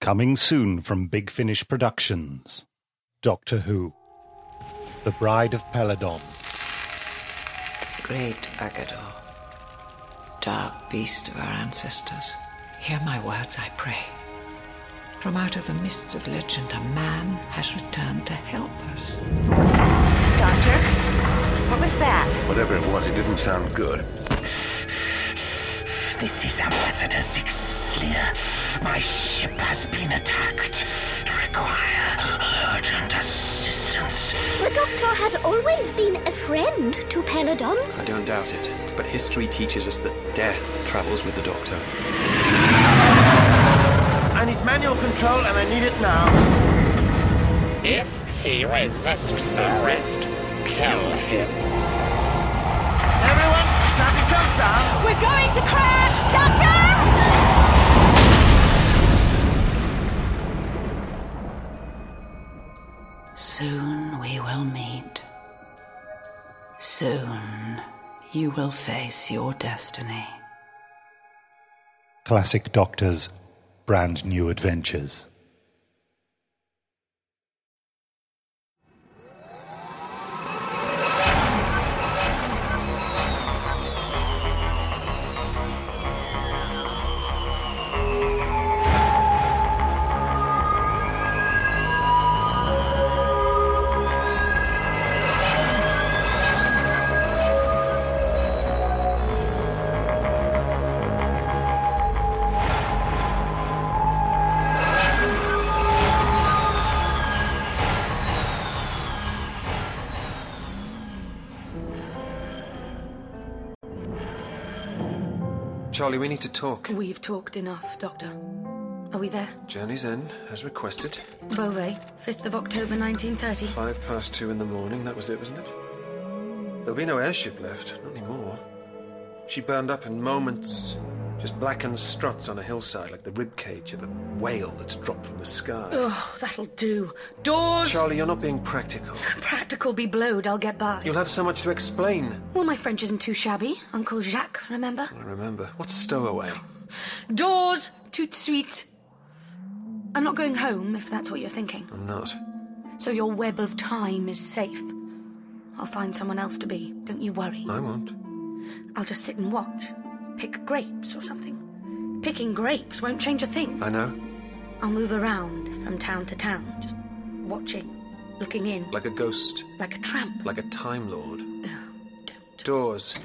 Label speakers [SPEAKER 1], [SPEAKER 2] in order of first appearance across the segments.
[SPEAKER 1] Coming soon from Big Finish Productions Doctor Who The Bride of Peladon.
[SPEAKER 2] Great Agador, dark beast of our ancestors, hear my words, I pray. From out of the mists of legend, a man has returned to help us.
[SPEAKER 3] Doctor? What was that?
[SPEAKER 4] Whatever it was, it didn't sound good.
[SPEAKER 5] This is Ambassador Six Slayer. My ship has been attacked. Require urgent assistance.
[SPEAKER 6] The Doctor has always been a friend to Peladon.
[SPEAKER 7] I don't doubt it, but history teaches us that death travels with the Doctor.
[SPEAKER 8] I need manual control and I need it now.
[SPEAKER 9] If he resists arrest, kill him.
[SPEAKER 8] Everyone, strap yourselves down.
[SPEAKER 3] We're going to crash! Doctor!
[SPEAKER 2] Soon we will meet. Soon you will face your destiny.
[SPEAKER 1] Classic Doctors Brand New Adventures.
[SPEAKER 7] Charlie, we need to talk.
[SPEAKER 10] We've talked enough, Doctor. Are we there?
[SPEAKER 7] Journey's end, as requested.
[SPEAKER 10] Beauvais, 5th of October 1930.
[SPEAKER 7] Five past two in the morning, that was it, wasn't it? There'll be no airship left, not anymore. She burned up in moments. Just blackened struts on a hillside like the ribcage of a whale that's dropped from the sky.
[SPEAKER 10] Oh, that'll do. Doors!
[SPEAKER 7] Charlie, you're not being practical.
[SPEAKER 10] Practical be blowed, I'll get by.
[SPEAKER 7] You'll have so much to explain.
[SPEAKER 10] Well, my French isn't too shabby. Uncle Jacques, remember?
[SPEAKER 7] I remember. What's stowaway?
[SPEAKER 10] Doors! Tout de suite. I'm not going home, if that's what you're thinking.
[SPEAKER 7] I'm not.
[SPEAKER 10] So your web of time is safe. I'll find someone else to be. Don't you worry.
[SPEAKER 7] I won't.
[SPEAKER 10] I'll just sit and watch. Pick grapes or something. Picking grapes won't change a thing.
[SPEAKER 7] I know.
[SPEAKER 10] I'll move around from town to town, just watching, looking in,
[SPEAKER 7] Like a ghost.
[SPEAKER 10] like a tramp.
[SPEAKER 7] Like a Time Lord.
[SPEAKER 10] Don't.
[SPEAKER 7] Doors.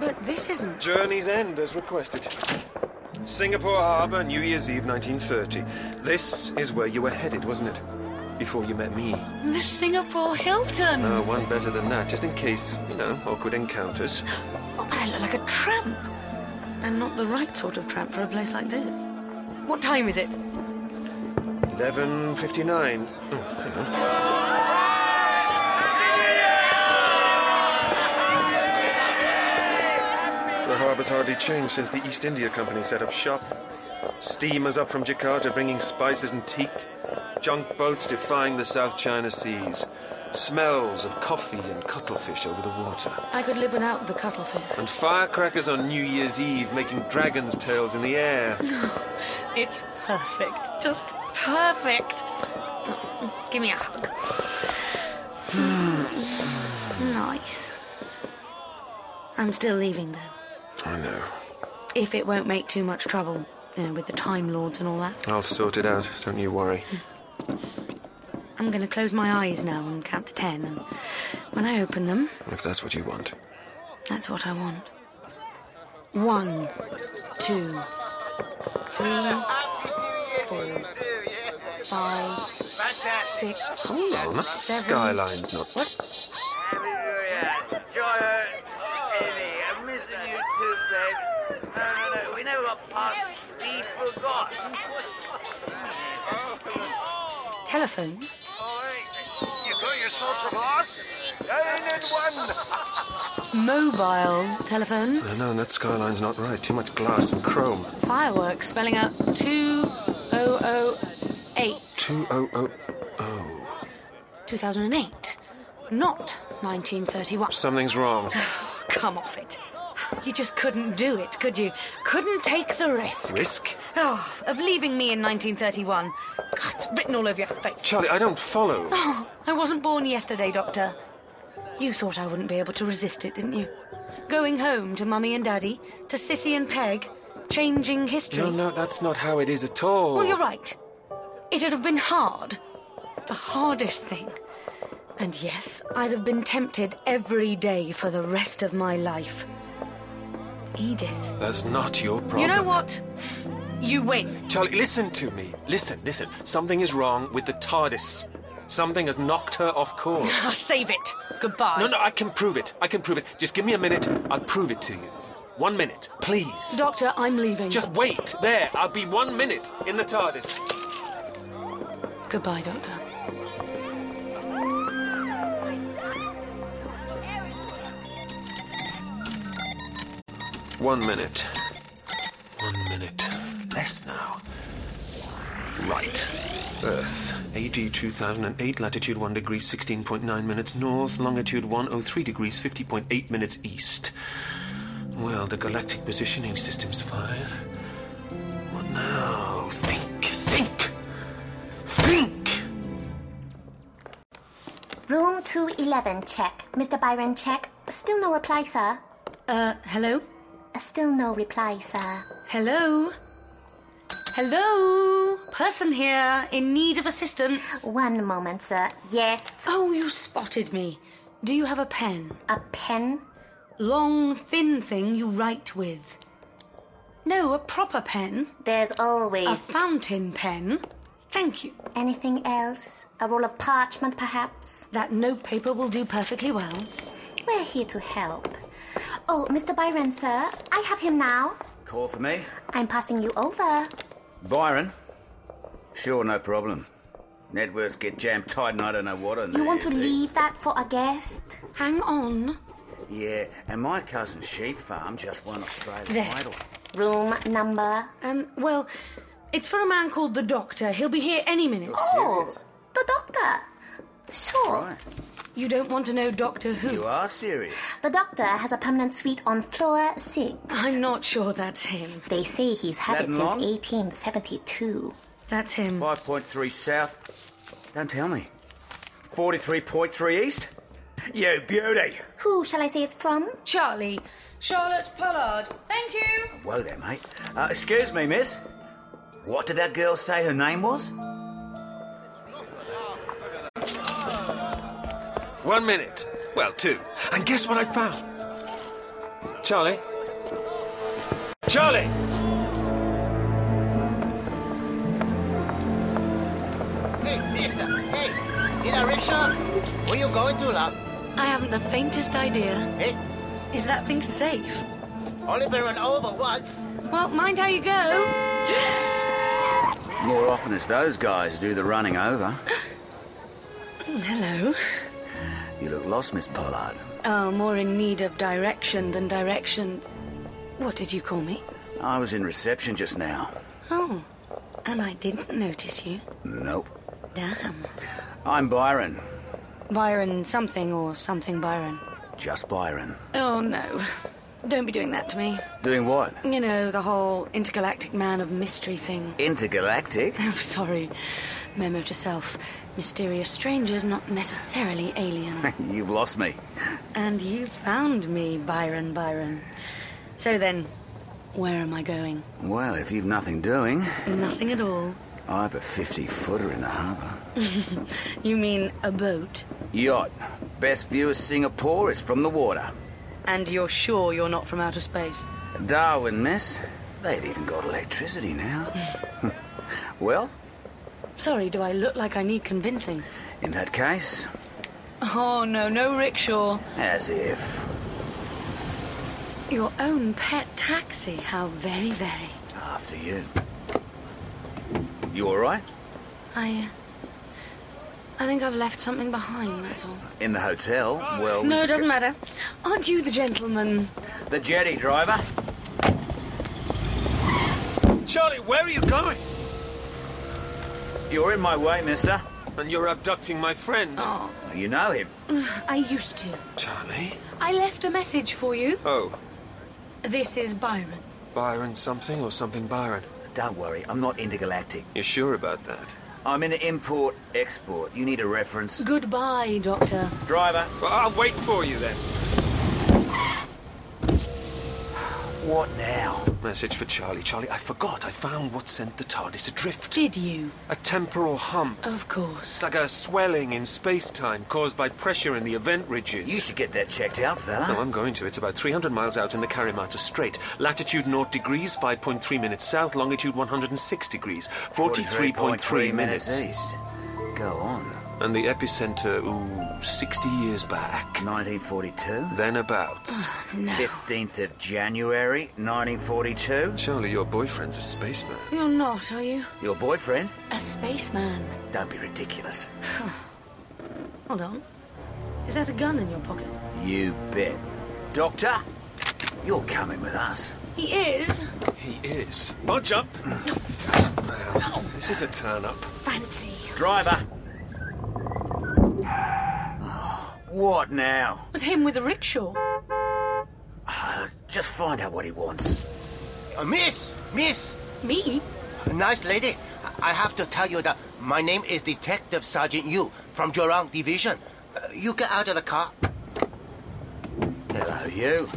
[SPEAKER 10] But this isn't.
[SPEAKER 7] Journey's end as requested. Singapore Harbour, New Year's Eve 1930. This is where you were headed, wasn't it? Before you met me.
[SPEAKER 10] The Singapore Hilton!
[SPEAKER 7] No, one better than that, just in case, you know, awkward encounters.
[SPEAKER 10] Oh, but I look like a tramp. And not the right sort of tramp for a place like this. What time is it?
[SPEAKER 7] 11.59. Oh, hang on. The harbour's hardly changed since the East India Company set up shop. Steamers up from Jakarta bringing spices and teak. Junk boats defying the South China Seas. Smells of coffee and cuttlefish over the water.
[SPEAKER 10] I could live without the cuttlefish.
[SPEAKER 7] And firecrackers on New Year's Eve making dragon's tails in the air.
[SPEAKER 10] It's perfect. Just perfect. Give me a hug. nice. I'm still leaving, though.
[SPEAKER 7] I know.
[SPEAKER 10] If it won't make too much trouble, you know, with the Time Lords and all that.
[SPEAKER 7] I'll sort it out, don't you worry.
[SPEAKER 10] I'm going to close my eyes now and count to ten. And when I open them,
[SPEAKER 7] If that's what you want.
[SPEAKER 10] That's what I want. One, two, three, four, five, six.
[SPEAKER 7] Hold on, that
[SPEAKER 10] Seven.
[SPEAKER 7] skyline's not.
[SPEAKER 10] What?
[SPEAKER 9] Hallelujah. Joy, Amy, I'm missing you too, babes. No, no, no, we never got past. We forgot.
[SPEAKER 10] Telephones?
[SPEAKER 9] You got yourself some loss? I need one.
[SPEAKER 10] Mobile
[SPEAKER 7] No,
[SPEAKER 10] telephones?
[SPEAKER 7] no, that skyline's not right. Too much glass and chrome.
[SPEAKER 10] Fireworks spelling out 2008.
[SPEAKER 7] 200. oh,
[SPEAKER 10] 2008. Not 1931.
[SPEAKER 7] Something's wrong.
[SPEAKER 10] come off it. You just couldn't do it, could you? Couldn't take the risk.
[SPEAKER 7] Risk?
[SPEAKER 10] Oh, of leaving me in 1931. God, it's written all over your face.
[SPEAKER 7] Charlie, I don't follow.
[SPEAKER 10] Oh, I wasn't born yesterday, Doctor. You thought I wouldn't be able to resist it, didn't you? Going home to Mummy and Daddy, to Sissy and Peg, changing history.
[SPEAKER 7] No, no, that's not how it is at all.
[SPEAKER 10] Well, you're right. It'd have been hard. The hardest thing. And yes, I'd have been tempted every day for the rest of my life. Edith.
[SPEAKER 7] That's not your problem.
[SPEAKER 10] You know what? You win.
[SPEAKER 7] Charlie, listen to me. Listen, listen. Something is wrong with the TARDIS. Something has knocked her off course.
[SPEAKER 10] Save it. Goodbye.
[SPEAKER 7] no, no, I can prove it. I can prove it. Just give me a minute. I'll prove it to you. One minute, please.
[SPEAKER 10] Doctor, I'm leaving.
[SPEAKER 7] Just wait. There, I'll be one minute in the TARDIS.
[SPEAKER 10] Goodbye, Doctor.
[SPEAKER 7] One minute. One minute. Less now. Right. Earth. AD 2008, latitude 1 degrees 16.9 minutes north, longitude 103 degrees 50.8 minutes east. Well, the galactic positioning system's fine. What now? Think, think, think!
[SPEAKER 6] Room 211, check. Mr. Byron, check. Still no reply, sir. Uh,
[SPEAKER 10] Uh, hello?
[SPEAKER 6] Still no reply, sir.
[SPEAKER 10] Hello? Hello? Person here in need of assistance.
[SPEAKER 6] One moment, sir. Yes.
[SPEAKER 10] Oh, you spotted me. Do you have a pen?
[SPEAKER 6] A pen?
[SPEAKER 10] Long, thin thing you write with. No, a proper pen.
[SPEAKER 6] There's
[SPEAKER 10] A
[SPEAKER 6] always.
[SPEAKER 10] fountain pen. Thank you.
[SPEAKER 6] Anything else? A roll of parchment, perhaps?
[SPEAKER 10] That note paper will do perfectly well.
[SPEAKER 6] We're here to help. Oh, Mr. Byron, sir. I have him now.
[SPEAKER 9] Call for me?
[SPEAKER 6] I'm passing you over.
[SPEAKER 9] Byron? Sure, no problem. Networks get jammed tight and I don't know what on
[SPEAKER 6] You want to
[SPEAKER 9] earth.
[SPEAKER 6] leave that for a guest?
[SPEAKER 10] Hang on.
[SPEAKER 9] Yeah, and my cousin Sheep Farm just won Australian
[SPEAKER 10] There.
[SPEAKER 9] Idol.
[SPEAKER 6] Room number.
[SPEAKER 10] Um, well, it's for a man called the Doctor. He'll be here any minute.
[SPEAKER 6] Oh, the doctor. Sure.
[SPEAKER 9] Right.
[SPEAKER 10] You don't want to know Doctor Who.
[SPEAKER 9] You are serious.
[SPEAKER 6] The doctor has a permanent suite on floor six.
[SPEAKER 10] I'm not sure that's him.
[SPEAKER 6] They say he's had
[SPEAKER 9] That
[SPEAKER 6] it
[SPEAKER 9] long?
[SPEAKER 6] since 1872.
[SPEAKER 10] That's him.
[SPEAKER 9] 5.3 south. Don't tell me. 43.3 east? You beauty!
[SPEAKER 6] Who shall I say it's from?
[SPEAKER 10] Charlie. Charlotte Pollard. Thank you.
[SPEAKER 9] Whoa there, mate. Uh, excuse me, miss. What did that girl say her name was?
[SPEAKER 7] One minute. Well, two. And guess what I found? Charlie? Charlie!
[SPEAKER 8] Hey, mister. Hey, in a rickshaw? Where you going to, love?
[SPEAKER 10] I haven't the faintest idea.
[SPEAKER 8] Hey,
[SPEAKER 10] Is that thing safe?
[SPEAKER 8] Eh? only been run over once.
[SPEAKER 10] Well, mind how you go.
[SPEAKER 9] More often it's those guys who do the running over.
[SPEAKER 10] Hello.
[SPEAKER 9] You look lost, Miss Pollard.
[SPEAKER 10] Oh, more in need of direction than direction. What did you call me?
[SPEAKER 9] I was in reception just now.
[SPEAKER 10] Oh, and I didn't notice you.
[SPEAKER 9] Nope.
[SPEAKER 10] Damn.
[SPEAKER 9] I'm Byron.
[SPEAKER 10] Byron something or something Byron.
[SPEAKER 9] Just Byron.
[SPEAKER 10] Oh, no. Don't be doing that to me.
[SPEAKER 9] Doing what?
[SPEAKER 10] You know, the whole intergalactic man of mystery thing.
[SPEAKER 9] Intergalactic?
[SPEAKER 10] I'm sorry. Memo to self. Mysterious strangers, not necessarily alien.
[SPEAKER 9] You've lost me.
[SPEAKER 10] and you found me, Byron Byron. So then, where am I going?
[SPEAKER 9] Well, if you've nothing doing,
[SPEAKER 10] Nothing at all.
[SPEAKER 9] I've a 50 footer in the harbour.
[SPEAKER 10] You mean a boat?
[SPEAKER 9] Yacht. Best view of Singapore is from the water.
[SPEAKER 10] And you're sure you're not from outer space?
[SPEAKER 9] Darwin, miss. They've even got electricity now. well,
[SPEAKER 10] Sorry, do I look like I need convincing?
[SPEAKER 9] in that case,
[SPEAKER 10] Oh, no, no rickshaw.
[SPEAKER 9] as if.
[SPEAKER 10] Your own pet taxi. How very, very.
[SPEAKER 9] After you. You alright?
[SPEAKER 10] I. uh, I think I've left something behind, that's all.
[SPEAKER 9] In the hotel? Well.
[SPEAKER 10] No, it doesn't matter. Aren't you the gentleman?
[SPEAKER 9] The jetty driver?
[SPEAKER 7] Charlie, where are you going?
[SPEAKER 9] You're in my way, mister.
[SPEAKER 7] And you're abducting my friend.
[SPEAKER 9] You know him.
[SPEAKER 10] I used to.
[SPEAKER 7] Charlie?
[SPEAKER 10] I left a message for you.
[SPEAKER 7] Oh,
[SPEAKER 10] This is Byron.
[SPEAKER 7] Byron something or something Byron?
[SPEAKER 9] Don't worry, I'm not intergalactic.
[SPEAKER 7] You're sure about that?
[SPEAKER 9] I'm in import export. You need a reference.
[SPEAKER 10] Goodbye, Doctor.
[SPEAKER 9] Driver,
[SPEAKER 7] Well, I'll wait for you then.
[SPEAKER 9] what now?
[SPEAKER 7] Message for Charlie. Charlie, I forgot. I found what sent the TARDIS adrift.
[SPEAKER 10] Did you?
[SPEAKER 7] A temporal hump.
[SPEAKER 10] Of course.
[SPEAKER 7] It's like a swelling in space time caused by pressure in the event ridges.
[SPEAKER 9] You should get that checked out, fella.
[SPEAKER 7] No, I'm going to. It's about 300 miles out in the Karimata Strait. Latitude 0 degrees, 5.3 minutes south. Longitude 106 degrees, 43.3 minutes.
[SPEAKER 9] east. Go on.
[SPEAKER 7] And the epicenter, ooh, 60 years back.
[SPEAKER 9] 1942.
[SPEAKER 7] Then about.
[SPEAKER 9] 15th of January, 1942.
[SPEAKER 7] Surely your boyfriend's a spaceman.
[SPEAKER 10] You're not, are you?
[SPEAKER 9] Your boyfriend?
[SPEAKER 10] A spaceman.
[SPEAKER 9] Don't be ridiculous.
[SPEAKER 10] Hold on. Is that a gun in your pocket?
[SPEAKER 9] You bet. Doctor, you're coming with us.
[SPEAKER 10] He is.
[SPEAKER 7] He is. Bunch up! Well, this is a turn up.
[SPEAKER 10] Fancy.
[SPEAKER 9] Driver. Oh, What now?
[SPEAKER 10] Was him with a rickshaw?
[SPEAKER 9] Just find out what he wants.
[SPEAKER 8] Uh, miss, miss,
[SPEAKER 10] Me?
[SPEAKER 8] nice lady. I I have to tell you that my name is Detective Sergeant Yu from Jurong Division. Uh, you get out of the car,
[SPEAKER 9] Hello, you.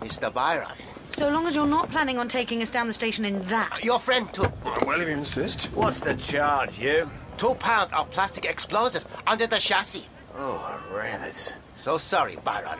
[SPEAKER 8] Mr. Byron.
[SPEAKER 10] So long as you're not planning on taking us down the station in that.
[SPEAKER 8] Your friend too.
[SPEAKER 7] Well, if you insist.
[SPEAKER 9] What's the charge, you?
[SPEAKER 8] Two pounds of plastic explosive under the chassis.
[SPEAKER 9] Oh, rabbits.
[SPEAKER 8] So sorry, Byron.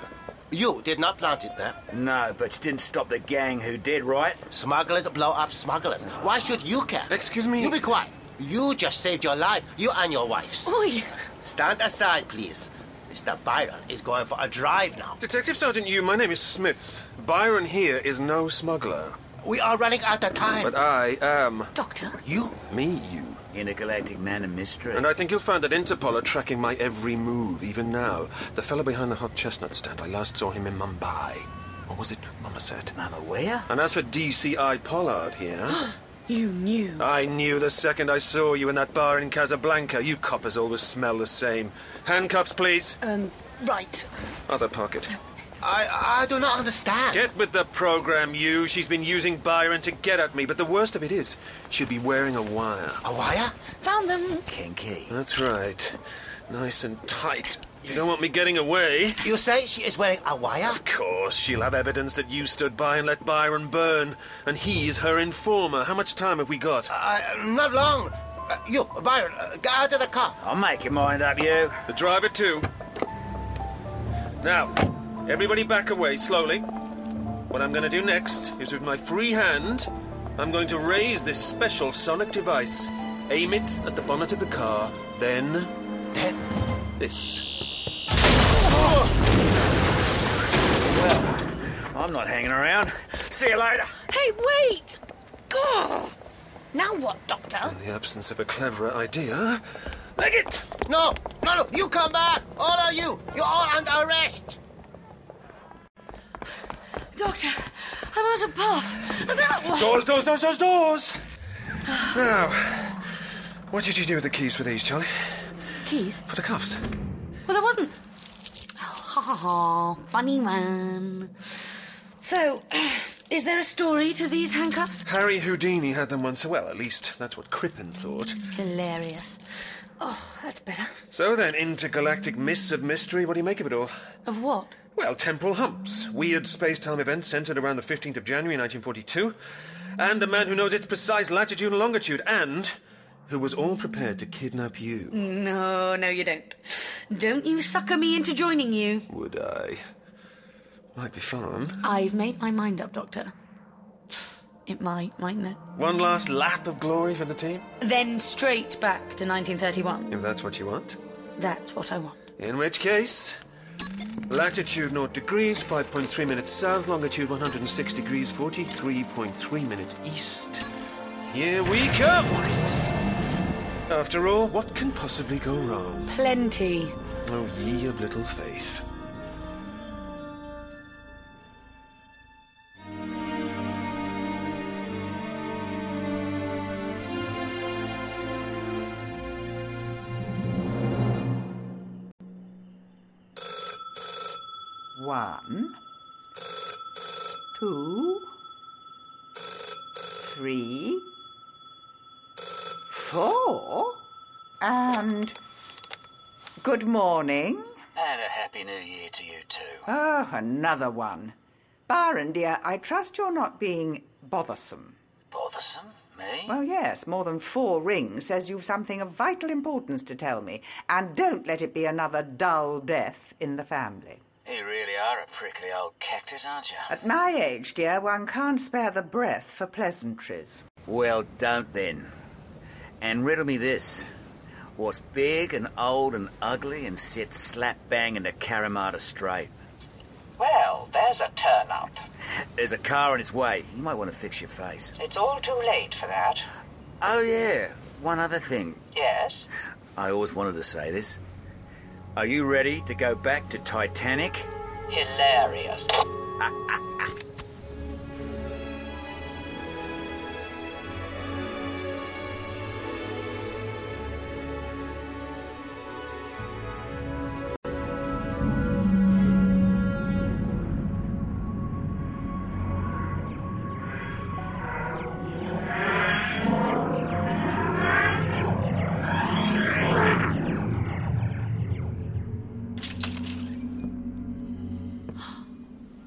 [SPEAKER 8] You did not plant it there.
[SPEAKER 9] No, but you didn't stop the gang who did, right?
[SPEAKER 8] Smugglers blow up smugglers. Why should you care?
[SPEAKER 7] Excuse me?
[SPEAKER 8] You be quiet. You just saved your life, you and your wife's.
[SPEAKER 10] Oi!
[SPEAKER 8] Stand aside, please. Mr. Byron is going for a drive now.
[SPEAKER 7] Detective Sergeant Yu, my name is Smith. Byron here is no smuggler.
[SPEAKER 8] We are running out of time.
[SPEAKER 7] But I am
[SPEAKER 10] Doctor?
[SPEAKER 8] you?
[SPEAKER 7] me, you.
[SPEAKER 9] Intergalactic man of mystery.
[SPEAKER 7] And I think you'll find that Interpol are tracking my every move, even now. The fellow behind the hot chestnut stand, I last saw him in Mumbai. Or was it Mummaset?
[SPEAKER 9] I'm aware.
[SPEAKER 7] And as for DCI Pollard here,
[SPEAKER 10] You knew.
[SPEAKER 7] I knew the second I saw you in that bar in Casablanca. You coppers always smell the same. Handcuffs, please.
[SPEAKER 10] Um, right.
[SPEAKER 7] Other pocket.
[SPEAKER 8] I I do not understand.
[SPEAKER 7] Get with the program, you. She's been using Byron to get at me, but the worst of it is, she'll be wearing a wire.
[SPEAKER 8] a wire?
[SPEAKER 10] Found them.
[SPEAKER 9] Kinky.
[SPEAKER 7] That's right. Nice and tight. You don't want me getting away.
[SPEAKER 8] You say she is wearing a wire?
[SPEAKER 7] Of course, she'll have evidence that you stood by and let Byron burn, and he is her informer. How much time have we got?
[SPEAKER 8] Uh, not long. Uh, you, Byron, uh, get out of the car.
[SPEAKER 9] I'll make your mind up, you.
[SPEAKER 7] The driver, too. Now, everybody back away slowly. What I'm going to do next is with my free hand, I'm going to raise this special sonic device, aim it at the bonnet of the car, then
[SPEAKER 8] Then,
[SPEAKER 7] this.
[SPEAKER 9] I'm not hanging around. See you later.
[SPEAKER 10] Hey, wait! God! Now what, Doctor?
[SPEAKER 7] In the absence of a cleverer idea, leg it!
[SPEAKER 8] no, no, no, you come back. All of you, you're all under arrest.
[SPEAKER 10] Doctor, I'm out of puff. That way!
[SPEAKER 7] Doors, doors, doors, doors, doors! Now, what did you do with the keys for these, Charlie?
[SPEAKER 10] Keys?
[SPEAKER 7] For the cuffs?
[SPEAKER 10] Well, there wasn't. Ha ha ha. Funny man. So, is there a story to these handcuffs?
[SPEAKER 7] Harry Houdini had them once. Well, at least that's what Crippen thought.
[SPEAKER 10] Hilarious. Oh, that's better.
[SPEAKER 7] So then, intergalactic mists of mystery, what do you make of it all?
[SPEAKER 10] Of what?
[SPEAKER 7] Well, temporal humps, weird space time events centered around the 15th of January 1942, and a man who knows its precise latitude and longitude, and who was all prepared to kidnap you.
[SPEAKER 10] No, no, you don't. Don't you sucker me into joining you.
[SPEAKER 7] Would I? Might be fun.
[SPEAKER 10] I've made my mind up, Doctor. It might, mightn't it?
[SPEAKER 7] One last lap of glory for the team,
[SPEAKER 10] Then straight back to 1931.
[SPEAKER 7] if that's what you want.
[SPEAKER 10] That's what I want.
[SPEAKER 7] In which case, latitude 0 degrees, 5.3 minutes south, longitude 106 degrees, 43.3 minutes east. Here we come! After all, what can possibly go wrong?
[SPEAKER 10] Plenty.
[SPEAKER 7] Oh, ye of little faith.
[SPEAKER 2] One, two, three, four, and good morning.
[SPEAKER 5] And a happy new year to you too.
[SPEAKER 2] Oh, another one. Byron, dear, I trust you're not being bothersome.
[SPEAKER 5] Bothersome? Me?
[SPEAKER 2] Well, yes, more than four rings says you've something of vital importance to tell me, and don't let it be another dull death in the family.
[SPEAKER 5] You really are a prickly old cactus, aren't you?
[SPEAKER 2] At my age, dear, one can't spare the breath for pleasantries.
[SPEAKER 9] Well, don't then. And riddle me this. What's big and old and ugly and set slap bang into Karamata Strait?
[SPEAKER 5] Well, there's a turn up.
[SPEAKER 9] There's a car in its way. You might want to fix your face.
[SPEAKER 5] It's all too late for that.
[SPEAKER 9] Oh, yeah. One other thing.
[SPEAKER 5] Yes?
[SPEAKER 9] I always wanted to say this. Are you ready to go back to Titanic?
[SPEAKER 5] Hilarious.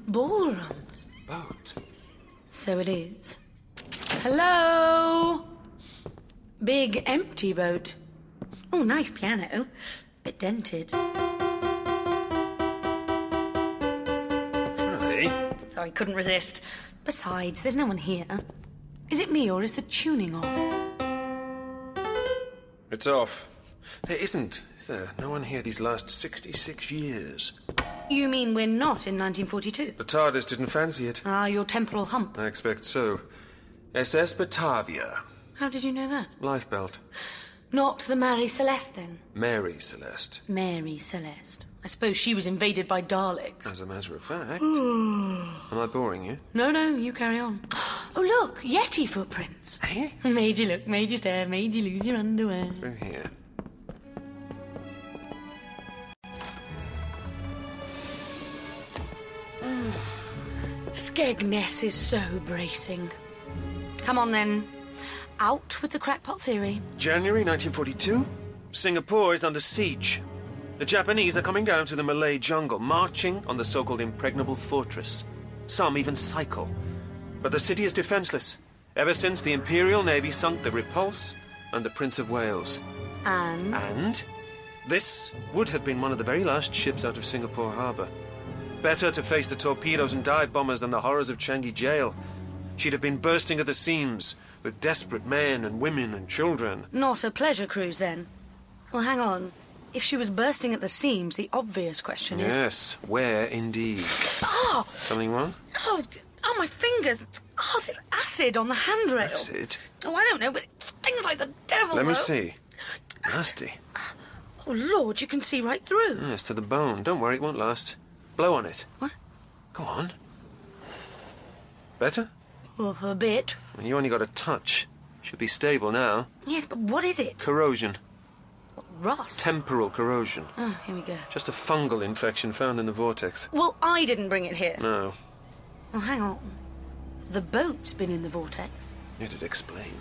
[SPEAKER 10] Ballroom.
[SPEAKER 7] Boat.
[SPEAKER 10] So it is. Hello? Big empty boat. Oh, nice piano. Bit dented. Sorry, couldn't resist. Besides, there's no one here. Is it me or is the tuning off?
[SPEAKER 7] It's off. There isn't, is there? No one here these last 66 years.
[SPEAKER 10] You mean we're not in 1942?
[SPEAKER 7] The TARDIS didn't fancy it.
[SPEAKER 10] Ah, your temporal hump.
[SPEAKER 7] I expect so. SS Batavia.
[SPEAKER 10] How did you know that?
[SPEAKER 7] Lifebelt.
[SPEAKER 10] Not the Mary Celeste, then.
[SPEAKER 7] Mary Celeste.
[SPEAKER 10] Mary Celeste. I suppose she was invaded by Daleks.
[SPEAKER 7] As a matter of fact.
[SPEAKER 10] no,
[SPEAKER 7] Am I boring you?
[SPEAKER 10] no, you carry on. Oh, look, Yeti footprints.
[SPEAKER 7] Hey?
[SPEAKER 10] Made you look, made you stare, made you lose your underwear.
[SPEAKER 7] Through here.
[SPEAKER 10] Skegness is so bracing. Come on then. Out with the crackpot theory.
[SPEAKER 7] January 1942. Singapore is under siege. The Japanese are coming down to the Malay jungle, marching on the so called impregnable fortress. Some even cycle. But the city is defenseless ever since the Imperial Navy sunk the Repulse and the Prince of Wales.
[SPEAKER 10] And?
[SPEAKER 7] And this would have been one of the very last ships out of Singapore harbour. Better to face the torpedoes and dive bombers than the horrors of Changi Jail. She'd have been bursting at the seams with desperate men and women and children.
[SPEAKER 10] Not a pleasure cruise then. Well, hang on. If she was bursting at the seams, the obvious question is.
[SPEAKER 7] Yes, where indeed?
[SPEAKER 10] Oh!
[SPEAKER 7] Something wrong?
[SPEAKER 10] Oh! Oh, my fingers! Oh, there's acid on the handrail.
[SPEAKER 7] Acid?
[SPEAKER 10] Oh, I don't know, but it stings like the devil.
[SPEAKER 7] Let me
[SPEAKER 10] though.
[SPEAKER 7] see. Nasty.
[SPEAKER 10] Oh, Lord, you can see right through.
[SPEAKER 7] Yes, to the bone. Don't worry, it won't last. Blow on it.
[SPEAKER 10] What?
[SPEAKER 7] Go on. Better?
[SPEAKER 10] Oh, a bit.
[SPEAKER 7] Well, you only got a touch. Should be stable now.
[SPEAKER 10] Yes, but what is it?
[SPEAKER 7] Corrosion.
[SPEAKER 10] Rust.
[SPEAKER 7] Temporal corrosion.
[SPEAKER 10] Oh, here we go.
[SPEAKER 7] Just a fungal infection found in the vortex.
[SPEAKER 10] Well, I didn't bring it here.
[SPEAKER 7] No,
[SPEAKER 10] Oh, hang on. The boat's been in the vortex.
[SPEAKER 7] it'd explain.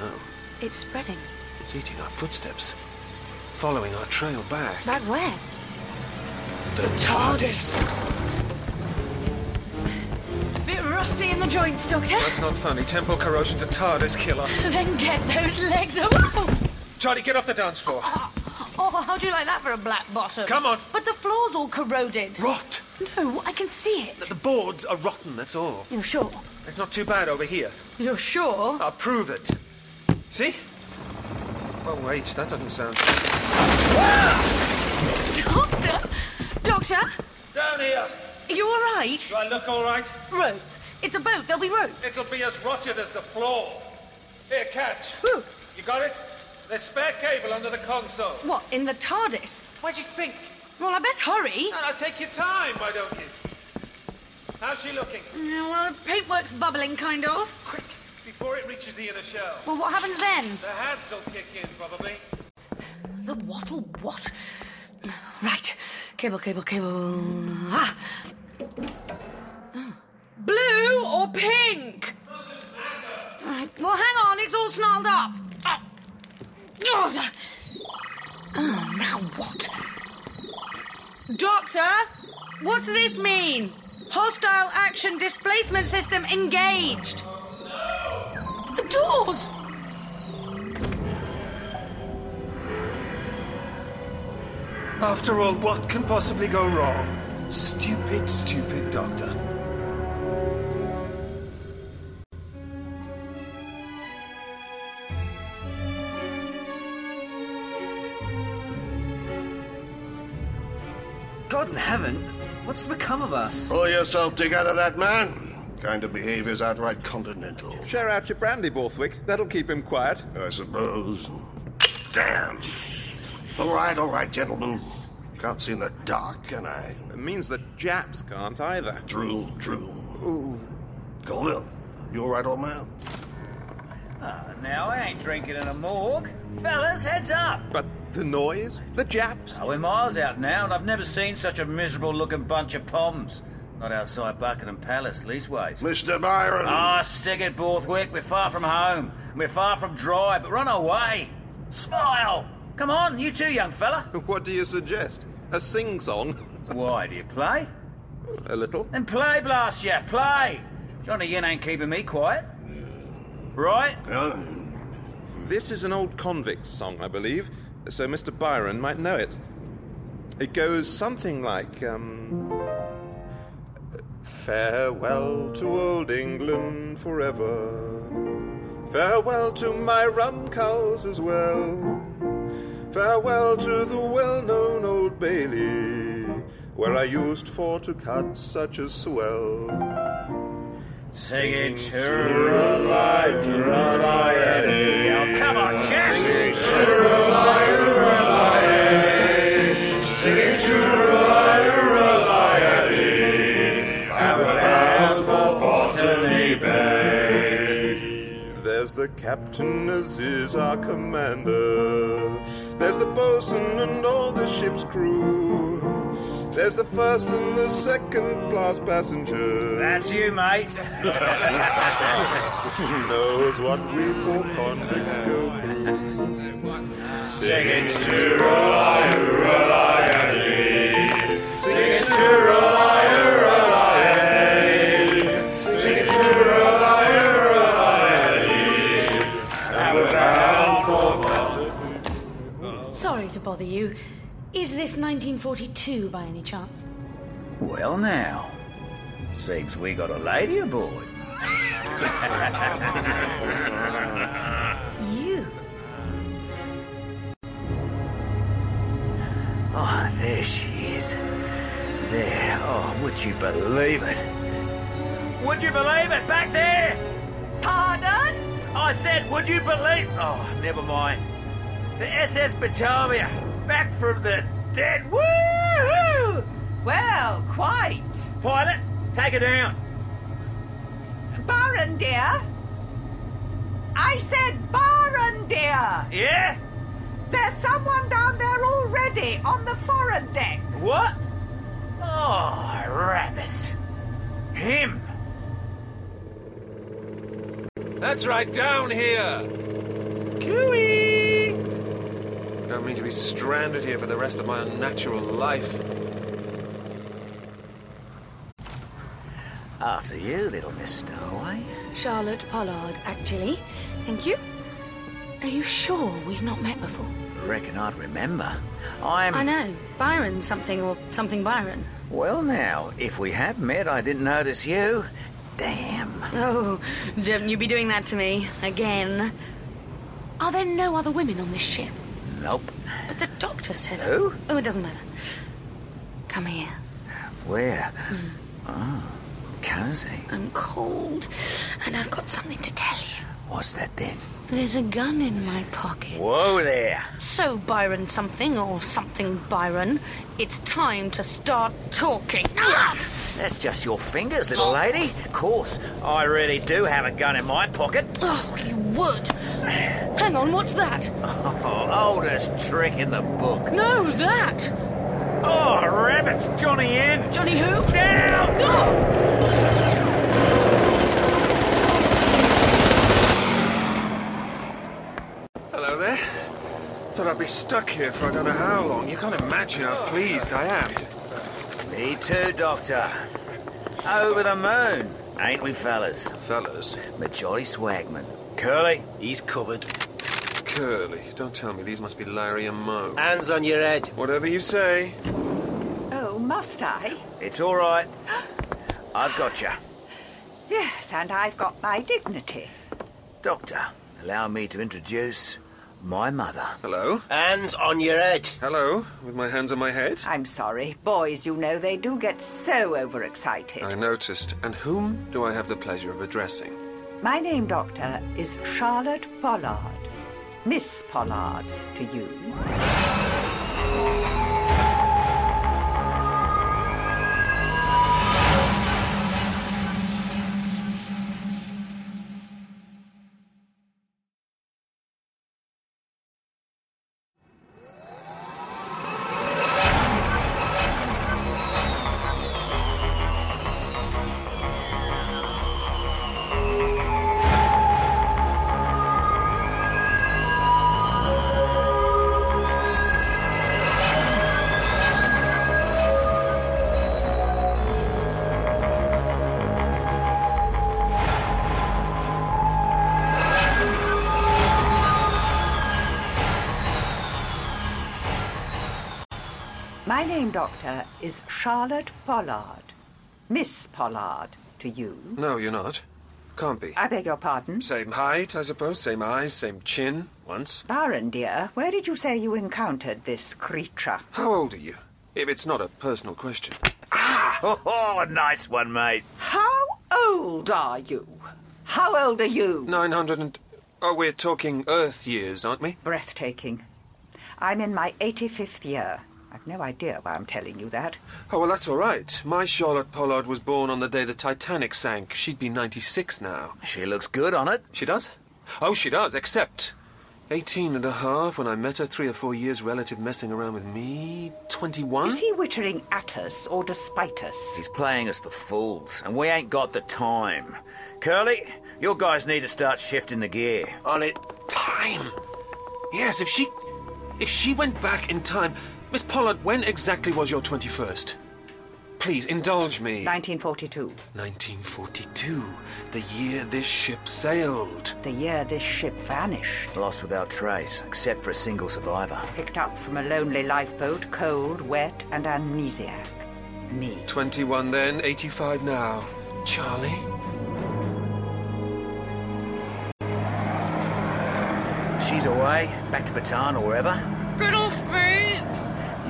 [SPEAKER 7] Oh,
[SPEAKER 10] It's spreading.
[SPEAKER 7] no. It's eating our footsteps. Following our trail back.
[SPEAKER 10] Back where?
[SPEAKER 7] The TARDIS!
[SPEAKER 10] Bit rusty in the joints, Doctor.
[SPEAKER 7] That's not funny. Temporal corrosion to TARDIS killer.
[SPEAKER 10] then get those legs up. Oh,
[SPEAKER 7] Charlie, get off the dance floor.
[SPEAKER 10] oh, how'd you like that for a black bottom?
[SPEAKER 7] Come on.
[SPEAKER 10] But the floor's all corroded.
[SPEAKER 7] Rot!
[SPEAKER 10] No, I can see it.
[SPEAKER 7] The boards are rotten, that's all.
[SPEAKER 10] You're sure?
[SPEAKER 7] It's not too bad over here.
[SPEAKER 10] You're sure?
[SPEAKER 7] I'll prove it. See? Oh, wait, that doesn't sound.
[SPEAKER 10] Doctor? Doctor?
[SPEAKER 7] Down here!
[SPEAKER 10] Are you all right?
[SPEAKER 7] Do I look all right?
[SPEAKER 10] Rope. It's a boat. There'll be rope.
[SPEAKER 7] It'll be as rotted as the floor. Here, catch. You got it? There's spare cable under the console.
[SPEAKER 10] What, in the TARDIS?
[SPEAKER 7] Where'd you think?
[SPEAKER 10] Well, I best hurry.
[SPEAKER 7] And I take your time, why don't you? How's she looking?
[SPEAKER 10] Mm, Well, the paintwork's bubbling, kind of.
[SPEAKER 7] Before it reaches the inner shell.
[SPEAKER 10] Well, what happens then?
[SPEAKER 7] The hands will kick in, probably.
[SPEAKER 10] The what'll what? Right. Cable, cable, cable. Ah!
[SPEAKER 11] Blue or pink?
[SPEAKER 10] Right, Well, hang on, it's all snarled up.
[SPEAKER 11] Oh,
[SPEAKER 10] now what?
[SPEAKER 11] Doctor, what's this mean? Hostile action displacement system engaged. The doors!
[SPEAKER 7] After all, what can possibly go wrong? Stupid, stupid doctor.
[SPEAKER 5] God in heaven, what's become of us?
[SPEAKER 12] Pull yourself together, that man. Kind of behavior's outright continental.
[SPEAKER 13] Share out your brandy, Borthwick. That'll keep him quiet.
[SPEAKER 12] I suppose. Damn. All right, all right, gentlemen. Can't see in the dark, can I?
[SPEAKER 13] It means that Japs can't either.
[SPEAKER 12] True, true.
[SPEAKER 13] Ooh.
[SPEAKER 12] Colville, you all right, old man?
[SPEAKER 9] Ah, now I ain't drinking in a morgue. Fellas, heads up!
[SPEAKER 13] But the noise? The Japs?
[SPEAKER 9] Oh, we're miles out now, and I've never seen such a miserable looking bunch of poms. Not outside Buckingham Palace, leastways.
[SPEAKER 12] Mr. Byron!
[SPEAKER 9] Ah, stick it, Borthwick. We're far from home. We're far from dry, but run away. Smile! Come on, you too, young fella.
[SPEAKER 13] What do you suggest? A sing song?
[SPEAKER 9] Why, do you play?
[SPEAKER 13] A little.
[SPEAKER 9] Then play, blast ya, play! Johnny Yin ain't keeping me quiet. Right?
[SPEAKER 13] This is an old convict song, I believe, so Mr. Byron might know it. It goes something like, um. Farewell to old England forever. Farewell to my rum cows as well. Farewell to the well known Old Bailey, where I used for to cut such a swell.
[SPEAKER 9] Sing it to
[SPEAKER 13] alive,
[SPEAKER 9] Oh, come on, chaps!
[SPEAKER 13] There's the captain as is our commander. There's the bosun and all the ship's crew. There's the first and the second class passenger.
[SPEAKER 9] That's you, mate.
[SPEAKER 13] knows what we poor convicts go through. Sing it to
[SPEAKER 10] Sorry to bother you. Is this 1942 by any chance?
[SPEAKER 9] Well, now. Seems we got a lady aboard.
[SPEAKER 10] You.
[SPEAKER 9] Oh, there she is. There. Oh, would you believe it? Would you believe it? Back there! Pardon? I said, would you believe... Oh, never mind. The SS Batavia. Back from the dead. Woo-hoo!
[SPEAKER 11] Well, quite.
[SPEAKER 9] Pilot, take her down.
[SPEAKER 2] Baron, dear. I said Baron, dear.
[SPEAKER 9] Yeah?
[SPEAKER 2] There's someone down there already on the forward deck.
[SPEAKER 9] What? Oh, rabbits. Him.
[SPEAKER 14] That's right, down here.
[SPEAKER 7] Cooey! I don't mean to be stranded here for the rest of my unnatural life.
[SPEAKER 9] After you, little Miss Stowaway.
[SPEAKER 10] Charlotte Pollard, actually. Thank you. Are you sure we've not met before?
[SPEAKER 9] Reckon I'd remember. I'm.
[SPEAKER 10] I know. Byron something or something Byron.
[SPEAKER 9] Well, now, if we have met, I didn't notice you. Damn.
[SPEAKER 10] Oh, don't you be doing that to me. Again. Are there no other women on this ship?
[SPEAKER 9] Nope.
[SPEAKER 10] But the doctor said.
[SPEAKER 9] Who?
[SPEAKER 10] Oh, it doesn't matter. Come here.
[SPEAKER 9] Where? Oh, cozy.
[SPEAKER 10] I'm cold, and I've got something to tell you.
[SPEAKER 9] What's that then?
[SPEAKER 10] There's a gun in my pocket.
[SPEAKER 9] Whoa there.
[SPEAKER 10] So, Byron something or something Byron, it's time to start talking. Ah!
[SPEAKER 9] That's just your fingers,
[SPEAKER 10] Oh.
[SPEAKER 9] little lady. Of course, I really do have a gun in my pocket.
[SPEAKER 10] Oh, you would. Hang on, what's that?
[SPEAKER 9] Oh, oldest trick in the book.
[SPEAKER 10] No, that!
[SPEAKER 15] Oh, rabbits, Johnny in.
[SPEAKER 16] Johnny who?
[SPEAKER 15] Down! Hello there. Thought I'd be stuck here for I don't know how long. You can't imagine how pleased I am.
[SPEAKER 9] Me too, Doctor. Over the moon. Ain't we, fellas?
[SPEAKER 7] Fellas.
[SPEAKER 9] Majority Swagman. Curly.
[SPEAKER 17] He's covered.
[SPEAKER 7] Curly, don't tell me these must be Larry and Mo.
[SPEAKER 17] Hands on your head.
[SPEAKER 7] Whatever you say.
[SPEAKER 2] Oh, must I?
[SPEAKER 9] It's all right. I've got you.
[SPEAKER 2] Yes, and I've got my dignity.
[SPEAKER 9] Doctor, allow me to introduce my mother.
[SPEAKER 7] Hello?
[SPEAKER 17] Hands on your head.
[SPEAKER 7] Hello? With my hands on my head?
[SPEAKER 2] I'm sorry. Boys, you know, they do get so overexcited.
[SPEAKER 7] I noticed. And whom do I have the pleasure of addressing?
[SPEAKER 2] My name, Doctor, is Charlotte Pollard. Miss Pollard to you. My name, Doctor, is Charlotte Pollard. Miss Pollard to you.
[SPEAKER 7] No, you're not. Can't be.
[SPEAKER 2] I beg your pardon?
[SPEAKER 7] Same height, I suppose, same eyes, same chin, once.
[SPEAKER 2] Baron, dear, where did you say you encountered this creature?
[SPEAKER 7] How old are you? If it's not a personal question.
[SPEAKER 15] Oh, nice one, mate.
[SPEAKER 2] How old are you? How old are you?
[SPEAKER 7] 900 and. Oh, we're talking Earth years, aren't we?
[SPEAKER 2] Breathtaking. I'm in my 85th year. I've no idea why I'm telling you that.
[SPEAKER 7] Oh, well, that's all right. My Charlotte Pollard was born on the day the Titanic sank. She'd be 96 now.
[SPEAKER 9] She looks good on it.
[SPEAKER 7] She does? Oh, she does, except 18 and a half when I met her, three or four years relative messing around with me, 21.
[SPEAKER 2] Is he wittering at us or despite us?
[SPEAKER 9] He's playing us for fools, and we ain't got the time. Curly, your guys need to start shifting the gear.
[SPEAKER 17] On it.
[SPEAKER 7] Time? Yes, if she. If she went back in time. Miss Pollard, when exactly was your 21st? Please indulge me.
[SPEAKER 2] 1942.
[SPEAKER 7] 1942, the year this ship sailed.
[SPEAKER 2] The year this ship vanished.
[SPEAKER 9] Lost without trace, except for a single survivor.
[SPEAKER 2] Picked up from a lonely lifeboat, cold, wet, and amnesiac. Me.
[SPEAKER 7] 21 then, 85 now. Charlie?
[SPEAKER 9] She's away, back to Bataan or wherever.
[SPEAKER 16] Get off me!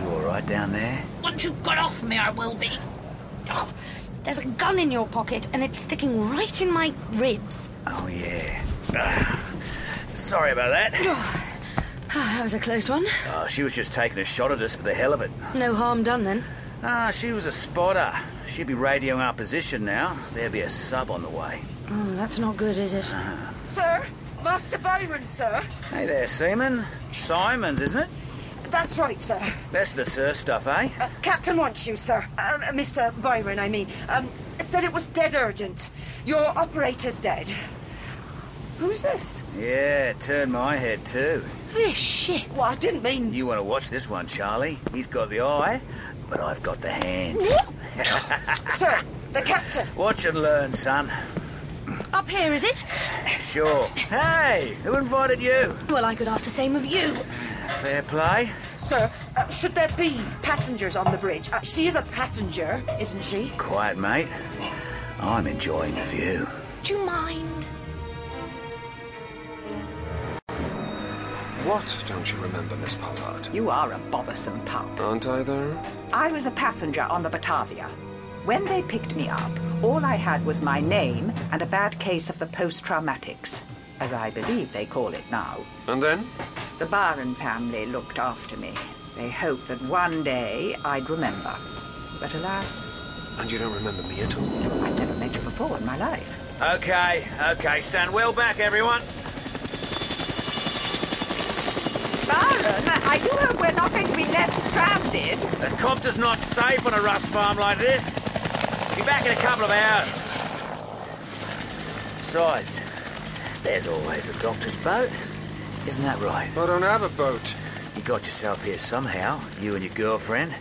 [SPEAKER 9] You alright down there?
[SPEAKER 16] Once you got off me, I will be.
[SPEAKER 10] Oh, there's a gun in your pocket and it's sticking right in my ribs.
[SPEAKER 9] Oh, yeah. Ah, sorry about that.
[SPEAKER 10] Ah, that was a close one.
[SPEAKER 9] Oh, she was just taking a shot at us for the hell of it.
[SPEAKER 10] No harm done then.
[SPEAKER 9] Ah, she was a spotter. She'd be radioing our position now. There'll be a sub on the way.
[SPEAKER 10] Oh, that's not good, is it?
[SPEAKER 16] Sir, Master Byron, sir.
[SPEAKER 9] Hey there, Seaman. Simons, isn't it?
[SPEAKER 16] That's right, sir.
[SPEAKER 9] That's the sir stuff, eh?
[SPEAKER 16] Uh, Captain wants you, sir. Um, uh, Mr. Byron, I mean. Um, said it was dead urgent. Your operator's dead. Who's this?
[SPEAKER 9] Yeah, turn my head too.
[SPEAKER 16] This shit. Well, I didn't mean.
[SPEAKER 9] You want to watch this one, Charlie? He's got the eye, but I've got the hands.
[SPEAKER 16] sir, the captain.
[SPEAKER 9] Watch and learn, son.
[SPEAKER 10] Up here, is it?
[SPEAKER 9] Sure. Hey, who invited you?
[SPEAKER 10] Well, I could ask the same of you.
[SPEAKER 9] Fair play.
[SPEAKER 16] Sir, uh, should there be passengers on the bridge? Uh, she is a passenger, isn't she?
[SPEAKER 9] Quiet, mate. I'm enjoying the view.
[SPEAKER 10] Do you mind?
[SPEAKER 7] What don't you remember, Miss Pollard? Uh,
[SPEAKER 2] You are a bothersome pup.
[SPEAKER 7] Aren't I, though?
[SPEAKER 2] I was a passenger on the Batavia. When they picked me up, all I had was my name and a bad case of the post traumatics, as I believe they call it now.
[SPEAKER 7] And then?
[SPEAKER 2] The Byron family looked after me. They hoped that one day I'd remember. But alas,
[SPEAKER 7] And you don't remember me at all?
[SPEAKER 2] I've never met you before in my life.
[SPEAKER 9] Okay, okay, stand well back, everyone.
[SPEAKER 2] Baron, I do hope we're not going to be left stranded.
[SPEAKER 18] did.
[SPEAKER 9] The comp is not safe on a rust farm like this. Be back in a couple of hours. Besides, there's always the doctor's boat. Isn't that right?
[SPEAKER 7] I don't have a boat.
[SPEAKER 9] You got yourself here somehow, you and your girlfriend.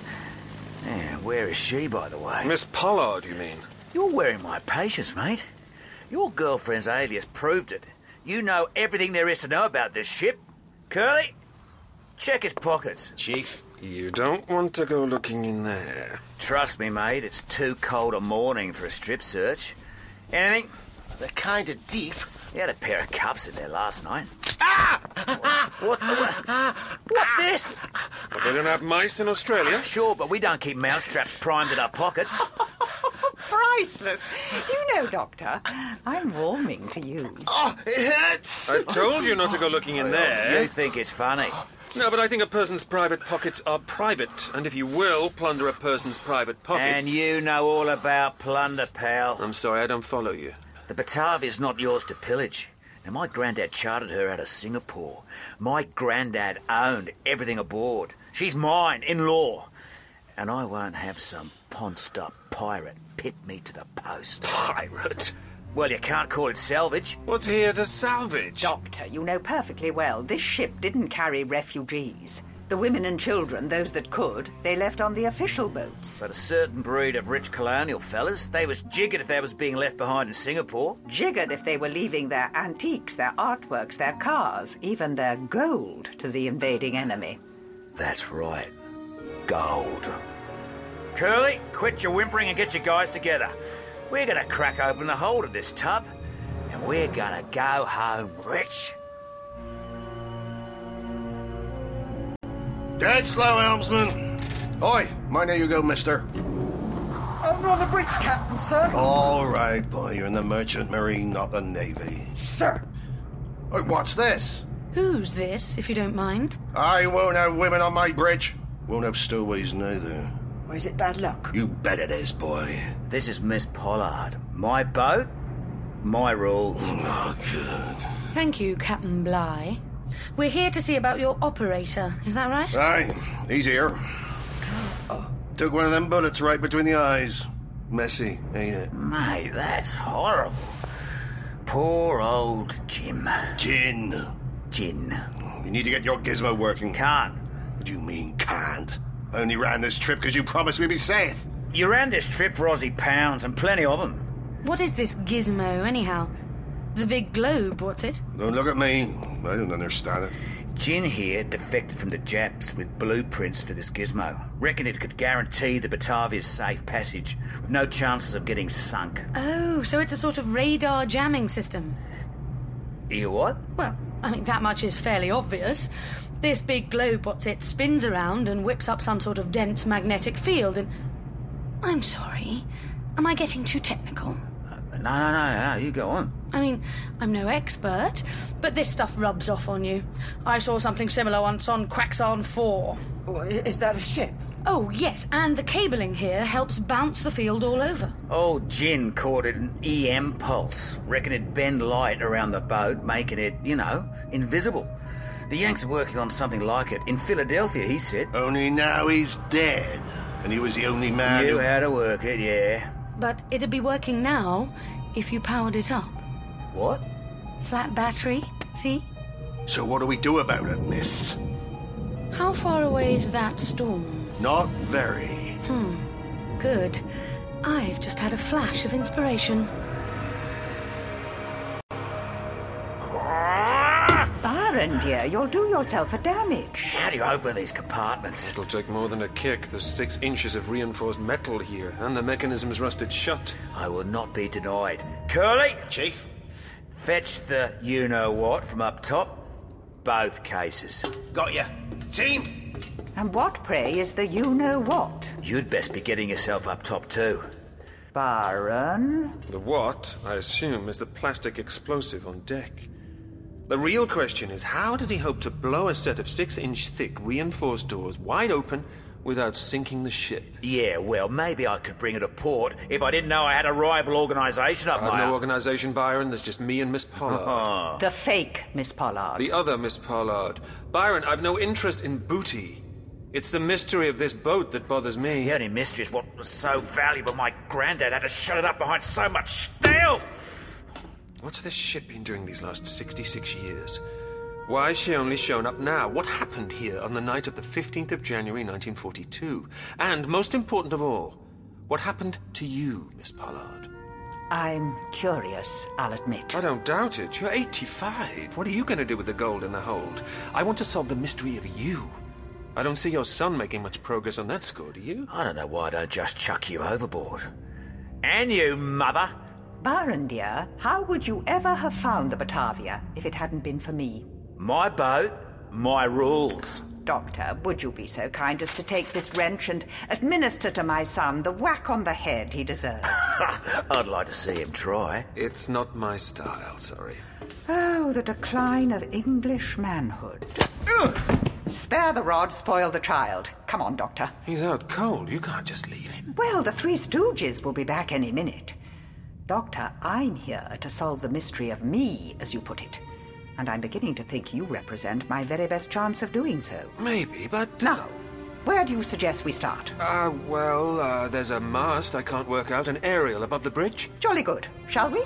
[SPEAKER 9] Yeah, where is she, by the way?
[SPEAKER 7] Miss Pollard, you mean?
[SPEAKER 9] You're wearing my patience, mate. Your girlfriend's alias proved it. You know everything there is to know about this ship. Curly, check his pockets.
[SPEAKER 7] Chief. You don't want to go looking in there.
[SPEAKER 9] Trust me, mate, it's too cold a morning for a strip search. Anything?
[SPEAKER 4] They're kind of deep.
[SPEAKER 9] You had a pair of cuffs in there last night. What?
[SPEAKER 7] Ah,
[SPEAKER 9] what what's this?
[SPEAKER 7] But they don't have mice in Australia.
[SPEAKER 9] Sure, but we don't keep mousetraps primed in our pockets.
[SPEAKER 1] Oh, Priceless. Do you know, Doctor, I'm warming to you.
[SPEAKER 12] Oh, it hurts!
[SPEAKER 7] I told you not to go looking in
[SPEAKER 9] You
[SPEAKER 7] there.
[SPEAKER 9] think it's funny.
[SPEAKER 7] No, but I think a person's private pockets are private, and if you will plunder a person's private pockets.
[SPEAKER 9] And you know all about plunder, pal.
[SPEAKER 7] I'm sorry, I don't follow you.
[SPEAKER 9] The Batavia's not yours to pillage. Now, my granddad chartered her out of Singapore. My granddad owned everything aboard. She's mine, in law. And I won't have some ponced up pirate pit me to the post.
[SPEAKER 7] Pirate?
[SPEAKER 9] Well, you can't call it salvage.
[SPEAKER 7] What's here to salvage?
[SPEAKER 1] Doctor, you know perfectly well this ship didn't carry refugees. The women and children, those that could, they left on the official boats.
[SPEAKER 9] But a certain breed of rich colonial fellas, they was jiggered if they was being left behind in Singapore.
[SPEAKER 1] Jiggered if they were leaving their antiques, their artworks, their cars, even their gold to the invading enemy.
[SPEAKER 9] That's right. Gold. Curly, quit your whimpering and get your guys together. We're gonna crack open the hold of this tub, and we're gonna go home rich.
[SPEAKER 12] Dead slow, helmsman. Oi, mind how you go, mister.
[SPEAKER 19] Over on the bridge, Captain, sir.
[SPEAKER 12] All right, boy, you're in the Merchant Marine, not the Navy.
[SPEAKER 19] Sir.
[SPEAKER 12] Oi, what's this?
[SPEAKER 10] Who's this, if you don't mind?
[SPEAKER 12] I won't have women on my bridge. Won't have stowaways neither.
[SPEAKER 19] Or is it bad luck?
[SPEAKER 12] You bet it is, boy.
[SPEAKER 9] This is Miss Pollard. My boat, my rules.
[SPEAKER 12] Oh, good.
[SPEAKER 10] Thank you, Captain Bligh. We're here to see about your operator, is that right?
[SPEAKER 12] Ah, Aye, he's here. Took one of them bullets right between the eyes. Messy, ain't it?
[SPEAKER 9] Mate, that's horrible. Poor old Jim.
[SPEAKER 12] Gin.
[SPEAKER 9] Gin.
[SPEAKER 12] You need to get your gizmo working.
[SPEAKER 9] Can't.
[SPEAKER 12] What do you mean, can't? I only ran this trip because you promised we'd be safe.
[SPEAKER 9] You ran this trip for Aussie pounds and plenty of 'em.
[SPEAKER 10] What is this gizmo, anyhow? The big globe, what's it?
[SPEAKER 12] Don't look at me. I don't understand it.
[SPEAKER 9] Jin here defected from the Japs with blueprints for this gizmo. Reckoned it could guarantee the Batavia's safe passage, with no chances of getting sunk.
[SPEAKER 10] Oh, so it's a sort of radar jamming system.
[SPEAKER 9] You what?
[SPEAKER 10] Well, I mean, that much is fairly obvious. This big globe, what's it, spins around and whips up some sort of dense magnetic field, and. I'm sorry. Am I getting too technical?
[SPEAKER 9] No, no, no, no, you go on.
[SPEAKER 10] I mean, I'm no expert, but this stuff rubs off on you. I saw something similar once on Quaxon 4.
[SPEAKER 19] Is that a ship?
[SPEAKER 10] Oh, yes, and the cabling here helps bounce the field all over.
[SPEAKER 9] Old Jin caught it an EM pulse. Reckon it'd bend light around the boat, making it, you know, invisible. The Yanks are working on something like it in Philadelphia, he said.
[SPEAKER 12] Only now he's dead. And he was the only man
[SPEAKER 9] Knew
[SPEAKER 12] who...
[SPEAKER 9] how to work it, yeah.
[SPEAKER 10] But it'd be working now if you powered it up.
[SPEAKER 9] What?
[SPEAKER 10] Flat battery, see?
[SPEAKER 12] So what do we do about it, miss?
[SPEAKER 10] How far away is that storm?
[SPEAKER 12] Not very.
[SPEAKER 10] Hmm, good. I've just had a flash of inspiration.
[SPEAKER 1] Baron, dear, you'll do yourself a damage.
[SPEAKER 9] How do you open these compartments?
[SPEAKER 7] It'll take more than a kick. There's six inches of reinforced metal here, and the mechanism's rusted shut.
[SPEAKER 9] I will not be denied. Curly!
[SPEAKER 12] Chief?
[SPEAKER 9] Fetch the you know what from up top. Both cases.
[SPEAKER 12] Got ya. Team!
[SPEAKER 1] And what, pray, is the you know what?
[SPEAKER 9] You'd best be getting yourself up top too.
[SPEAKER 1] Baron?
[SPEAKER 7] The what, I assume, is the plastic explosive on deck. The real question is how does he hope to blow a set of six inch thick reinforced doors wide open without sinking the ship?
[SPEAKER 9] Yeah, well, maybe I could bring it to port if I didn't know I had a rival organisation up
[SPEAKER 7] I've
[SPEAKER 9] my. Ah.
[SPEAKER 7] no
[SPEAKER 9] No...
[SPEAKER 7] organisation, Byron. There's just me and Miss Pollard.
[SPEAKER 1] The fake, Miss Pollard.
[SPEAKER 7] the other Miss Pollard. Byron, I've no interest in booty. It's the mystery of this boat that bothers me.
[SPEAKER 9] The only mystery is what was so valuable my granddad had to shut it up behind so much steel!
[SPEAKER 7] What's this ship been doing these last 66 years? Why has she only shown up now? What happened here on the night of the 15th of January 1942? And most important of all, what happened to you, Miss Pollard?
[SPEAKER 2] I'm curious, I'll admit.
[SPEAKER 7] I don't doubt it. You're 85. What are you going to do with the gold in the hold? I want to solve the mystery of you. I don't see your son making much progress on that score, do you?
[SPEAKER 9] I don't know why I don't just chuck you overboard. And you, mother!
[SPEAKER 2] Byron, dear, how would you ever have found the Batavia if it hadn't been for me?
[SPEAKER 9] My boat, my rules.
[SPEAKER 2] Doctor, would you be so kind as to take this wrench and administer to my son the whack on the head he deserves?
[SPEAKER 9] I'd like to see him try.
[SPEAKER 7] It's not my style, sorry.
[SPEAKER 2] Oh, the decline of English manhood. Spare the rod, spoil the child. Come on, Doctor.
[SPEAKER 7] He's out cold. You can't just leave him.
[SPEAKER 2] Well, the Three Stooges will be back any minute. Doctor, I'm here to solve the mystery of me, as you put it. And I'm beginning to think you represent my very best chance of doing so.
[SPEAKER 7] Maybe, but.
[SPEAKER 2] Now, where do you suggest we start?
[SPEAKER 7] Uh, well, uh, there's a mast I can't work out, an aerial above the bridge.
[SPEAKER 2] Jolly good. Shall we?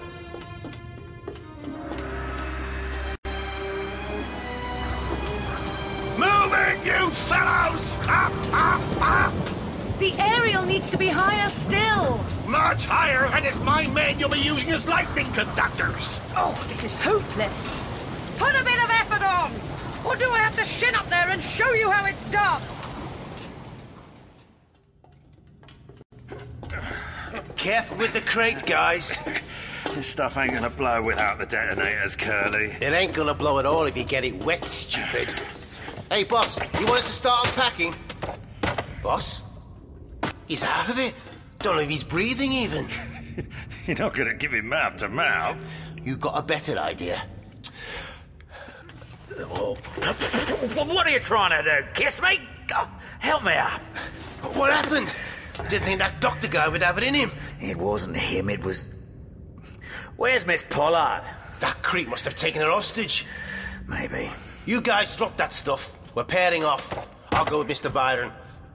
[SPEAKER 5] Moving, you fellows! Up, up, up!
[SPEAKER 10] The aerial needs to be higher still.
[SPEAKER 5] Much higher, and it's my men you'll be using as lightning conductors!
[SPEAKER 16] Oh, this is hopeless. Put a bit of effort on! Or do I have to shin up there and show you how it's done?
[SPEAKER 8] Careful with the crate, guys.
[SPEAKER 20] This stuff ain't gonna blow without the detonators, Curly.
[SPEAKER 8] It ain't gonna blow at all if you get it wet, stupid. Hey, boss, you want us to start unpacking? Boss? He's out of it. Don't know if he's breathing even.
[SPEAKER 20] You're not gonna give him mouth to mouth.
[SPEAKER 8] You got a better idea.
[SPEAKER 9] Oh. what are you trying to do? Kiss me? Oh, help me up.
[SPEAKER 8] What happened? Didn't think that doctor guy would have it in him.
[SPEAKER 9] It wasn't him, it was. Where's Miss Pollard?
[SPEAKER 8] That creep must have taken her hostage.
[SPEAKER 9] Maybe.
[SPEAKER 8] You guys drop that stuff. We're pairing off. I'll go with Mr. Byron.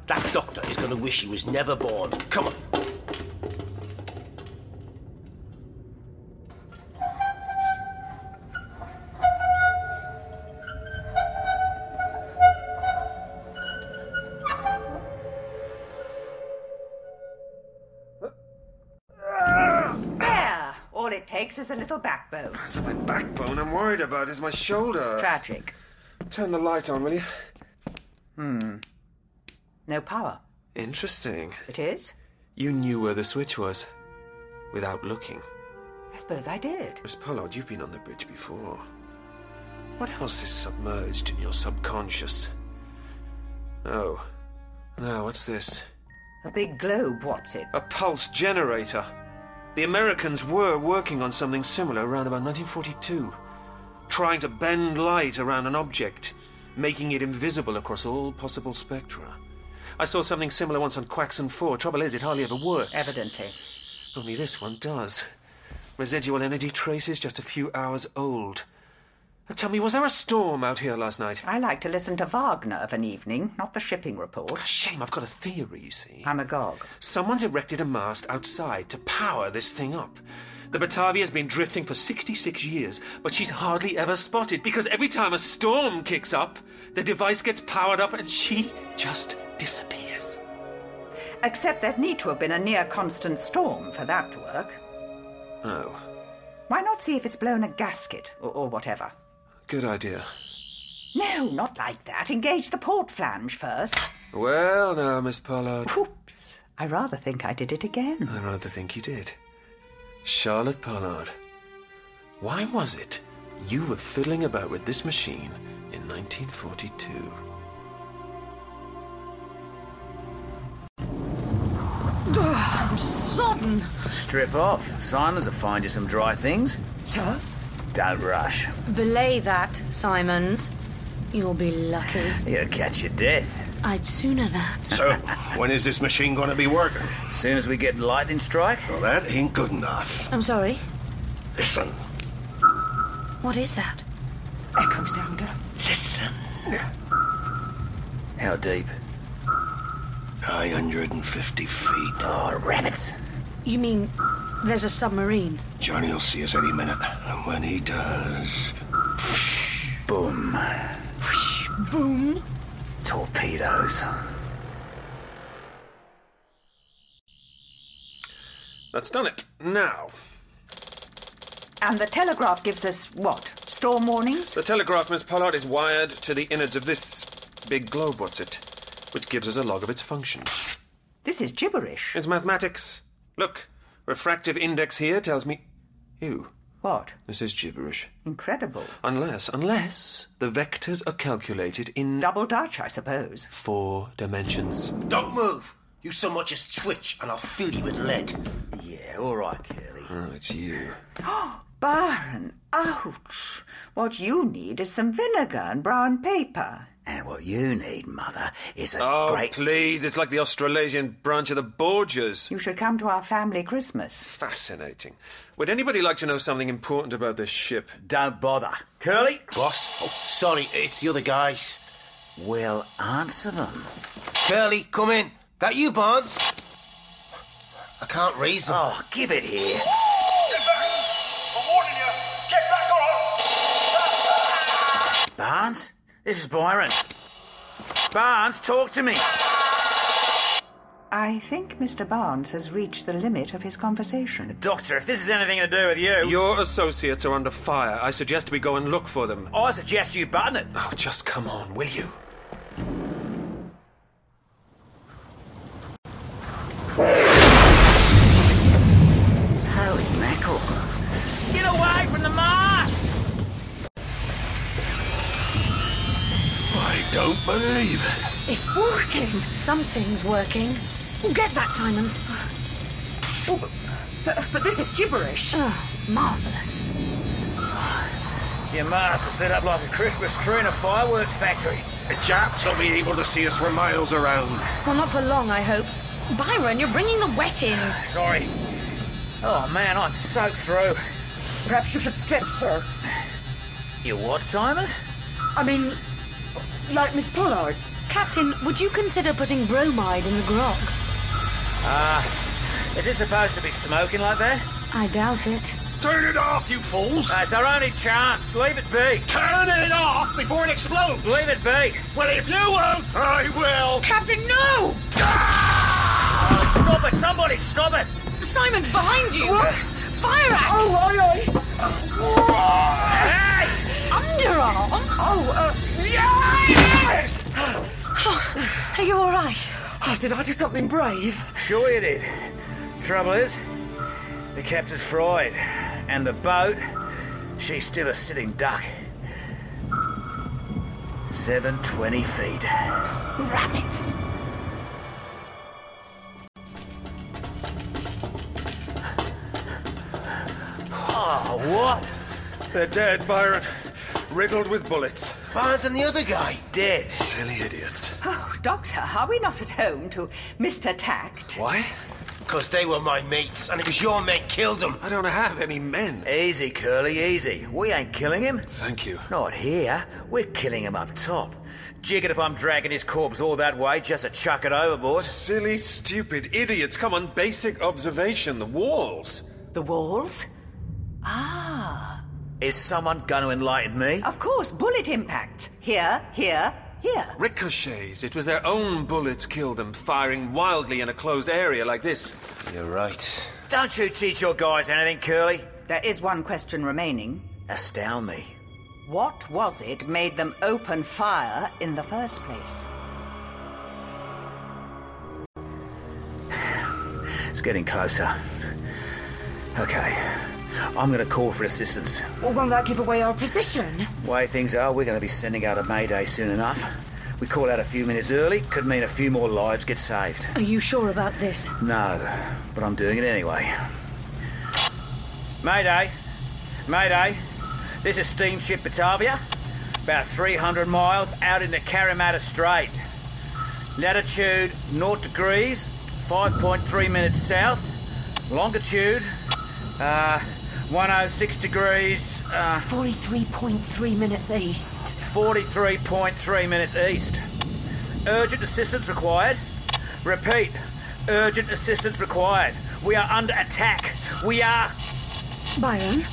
[SPEAKER 8] That doctor is going to wish he was never born. Come on.
[SPEAKER 2] There! All it takes is a little backbone.
[SPEAKER 7] It's my backbone I'm worried about is my shoulder.
[SPEAKER 2] Tragic.
[SPEAKER 7] Turn the light on, will you?
[SPEAKER 2] Hmm. No power.
[SPEAKER 7] Interesting.
[SPEAKER 2] It is?
[SPEAKER 7] You knew where the switch was without looking.
[SPEAKER 2] I suppose I did.
[SPEAKER 7] Miss Pollard, you've been on the bridge before. What else is submerged in your subconscious? Oh. Now, what's this?
[SPEAKER 2] A big globe, what's it?
[SPEAKER 7] A pulse generator. The Americans were working on something similar around about 1942, trying to bend light around an object, making it invisible across all possible spectra. I saw something similar once on Quaxon 4. Trouble is, it hardly ever works.
[SPEAKER 2] Evidently.
[SPEAKER 7] Only this one does. Residual energy traces just a few hours old. Now Tell me, was there a storm out here last night?
[SPEAKER 2] I like to listen to Wagner of an evening, not the shipping report.
[SPEAKER 7] Ah, Shame, I've got a theory, you see.
[SPEAKER 2] I'm agog.
[SPEAKER 7] Someone's erected a mast outside to power this thing up. The Batavia's been drifting for 66 years, but she's hardly ever spotted because every time a storm kicks up, the device gets powered up and she just disappears.
[SPEAKER 2] Except there'd need to have been a near constant storm for that to work.
[SPEAKER 7] Oh,
[SPEAKER 2] Why not see if it's blown a gasket or, or whatever?
[SPEAKER 7] good idea.
[SPEAKER 2] No, not like that. Engage the port flange first.
[SPEAKER 7] Well, now, Miss Pollard.
[SPEAKER 2] Whoops. I rather think I did it again.
[SPEAKER 7] I rather think you did. Charlotte Pollard, why was it you were fiddling about with this machine in 1942?
[SPEAKER 10] I'm sodden.
[SPEAKER 9] Strip off. Simon's will find you some dry things.
[SPEAKER 10] Sir?
[SPEAKER 9] Don't rush.
[SPEAKER 10] Belay that, Simons. You'll be lucky.
[SPEAKER 9] You'll catch your death.
[SPEAKER 10] I'd sooner that.
[SPEAKER 5] So, when is this machine going to be working?
[SPEAKER 9] As soon as we get lightning strike.
[SPEAKER 5] Well, that ain't good enough.
[SPEAKER 10] I'm sorry.
[SPEAKER 5] Listen.
[SPEAKER 10] What is that?
[SPEAKER 16] Echo sounder.
[SPEAKER 9] Listen. How deep?
[SPEAKER 12] 950 feet.
[SPEAKER 9] Oh, rabbits.
[SPEAKER 10] You mean there's a submarine?
[SPEAKER 12] Johnny will see us any minute. And when he does. Boom.
[SPEAKER 10] Boom.
[SPEAKER 9] Torpedoes.
[SPEAKER 7] That's done it. Now,
[SPEAKER 2] And the telegraph gives us what? Storm warnings?
[SPEAKER 7] the telegraph, Miss Pollard, is wired to the innards of this big globe, what's it? Which gives us a log of its functions.
[SPEAKER 2] This is gibberish.
[SPEAKER 7] It's mathematics. Look, refractive index here tells me. You.
[SPEAKER 2] What?
[SPEAKER 7] This is gibberish.
[SPEAKER 2] Incredible.
[SPEAKER 7] Unless, unless the vectors are calculated in.
[SPEAKER 2] Double Dutch, I suppose.
[SPEAKER 7] Four dimensions.
[SPEAKER 8] Don't move! You so much as twitch, and I'll fill you with lead.
[SPEAKER 9] Yeah, all right, Curly.
[SPEAKER 7] Oh, it's you.
[SPEAKER 2] Baron, ouch. What you need is some vinegar and brown paper.
[SPEAKER 9] And what you need, Mother, is a
[SPEAKER 7] Oh,
[SPEAKER 9] great.
[SPEAKER 7] please, it's like the Australasian branch of the Borgias.
[SPEAKER 2] You should come to our family Christmas.
[SPEAKER 7] Fascinating. Would anybody like to know something important about this ship?
[SPEAKER 9] Don't bother.
[SPEAKER 8] Curly? Boss? Oh, sorry, it's the other guys.
[SPEAKER 9] Well, answer them.
[SPEAKER 8] Curly, come in. That you, Barnes? I can't reason.
[SPEAKER 9] Oh, give it here. Barnes? This is Byron. Barnes, talk to me.
[SPEAKER 2] I think Mr. Barnes has reached the limit of his conversation.
[SPEAKER 9] Doctor, if this is anything to do with you,
[SPEAKER 7] Your associates are under fire. I suggest we go and look for them.
[SPEAKER 9] I suggest you button it.
[SPEAKER 7] Oh, just come on, will you?
[SPEAKER 9] Holy mackerel.
[SPEAKER 21] Get away from the mast!
[SPEAKER 12] I don't believe it.
[SPEAKER 10] It's working. Something's working. Oh, get that, Simons. Oh,
[SPEAKER 16] But, but this is gibberish.
[SPEAKER 10] Marvellous.
[SPEAKER 9] Your mast is lit up like a Christmas tree in a fireworks factory.
[SPEAKER 12] The Japs will be able to see us for miles around.
[SPEAKER 10] Well, not for long, I hope. Byron, you're bringing the wet in.
[SPEAKER 9] Sorry. Oh, man, I'm soaked through.
[SPEAKER 16] Perhaps you should strip, sir.
[SPEAKER 9] You what, Simons?
[SPEAKER 16] I mean, like Miss Pollard.
[SPEAKER 10] Captain, would you consider putting bromide in the grog?
[SPEAKER 9] Ah, is it supposed to be smoking like that?
[SPEAKER 10] I doubt it.
[SPEAKER 12] Turn it off, you fools!
[SPEAKER 9] That's our only chance. Leave it be.
[SPEAKER 12] Turn it off before it explodes!
[SPEAKER 9] Leave it be.
[SPEAKER 12] Well, if you won't, I will! Ah!
[SPEAKER 16] Captain, no!
[SPEAKER 9] Oh, stop it. Somebody stop it.
[SPEAKER 10] Simon's behind you! Fire axe!
[SPEAKER 16] Oh, aye, aye.
[SPEAKER 9] Hey!
[SPEAKER 10] Underarm?
[SPEAKER 16] Oh, uh,
[SPEAKER 10] Are you all right?
[SPEAKER 16] oh, did I do something brave?
[SPEAKER 9] Sure you did. Trouble is, the captain's fried, and the boat, she's still a sitting duck. 720 feet.
[SPEAKER 10] Rabbits.
[SPEAKER 9] Oh, what?
[SPEAKER 7] They're dead, Byron. Riddled with bullets.
[SPEAKER 8] Barnes and the other guy.
[SPEAKER 9] Dead.
[SPEAKER 7] Silly idiots.
[SPEAKER 2] Oh, Doctor, are we not at home to Mr. Tact?
[SPEAKER 7] Why?
[SPEAKER 8] Because they were my mates, and it was your men killed them.
[SPEAKER 7] I don't have any men.
[SPEAKER 9] Easy, Curly, easy. We ain't killing him.
[SPEAKER 7] Thank you.
[SPEAKER 9] Not here. We're killing him up top. Jig it if I'm dragging his corpse all that way just to chuck it overboard.
[SPEAKER 7] Silly, stupid idiots. Come on, basic observation. The walls.
[SPEAKER 2] The walls? Ah.
[SPEAKER 9] Is someone going to enlighten me?
[SPEAKER 2] Of course, bullet impact. Here, here, here.
[SPEAKER 7] Ricochets. It was their own bullets killed them, firing wildly in a closed area like this.
[SPEAKER 8] You're right.
[SPEAKER 9] Don't you teach your guys anything, Curly.
[SPEAKER 2] There is one question remaining.
[SPEAKER 9] Astound me.
[SPEAKER 2] What was it made them open fire in the first place?
[SPEAKER 9] It's getting closer. Okay. I'm going to call for assistance.
[SPEAKER 16] Well, won't that give away our position?
[SPEAKER 9] Way things are, we're going to be sending out a mayday soon enough. We call out a few minutes early, could mean a few more lives get saved.
[SPEAKER 10] Are you sure about this?
[SPEAKER 9] No, but I'm doing it anyway. Mayday! Mayday! This is steamship Batavia, about 300 miles out into Karimata Strait. Latitude 0 degrees, 5.3 minutes south. Longitude uh, 106 degrees, uh,
[SPEAKER 10] 43.3 minutes east.
[SPEAKER 9] 43.3 minutes east. Urgent assistance required. Repeat. Urgent assistance required. We are under attack. We are.
[SPEAKER 10] Byron?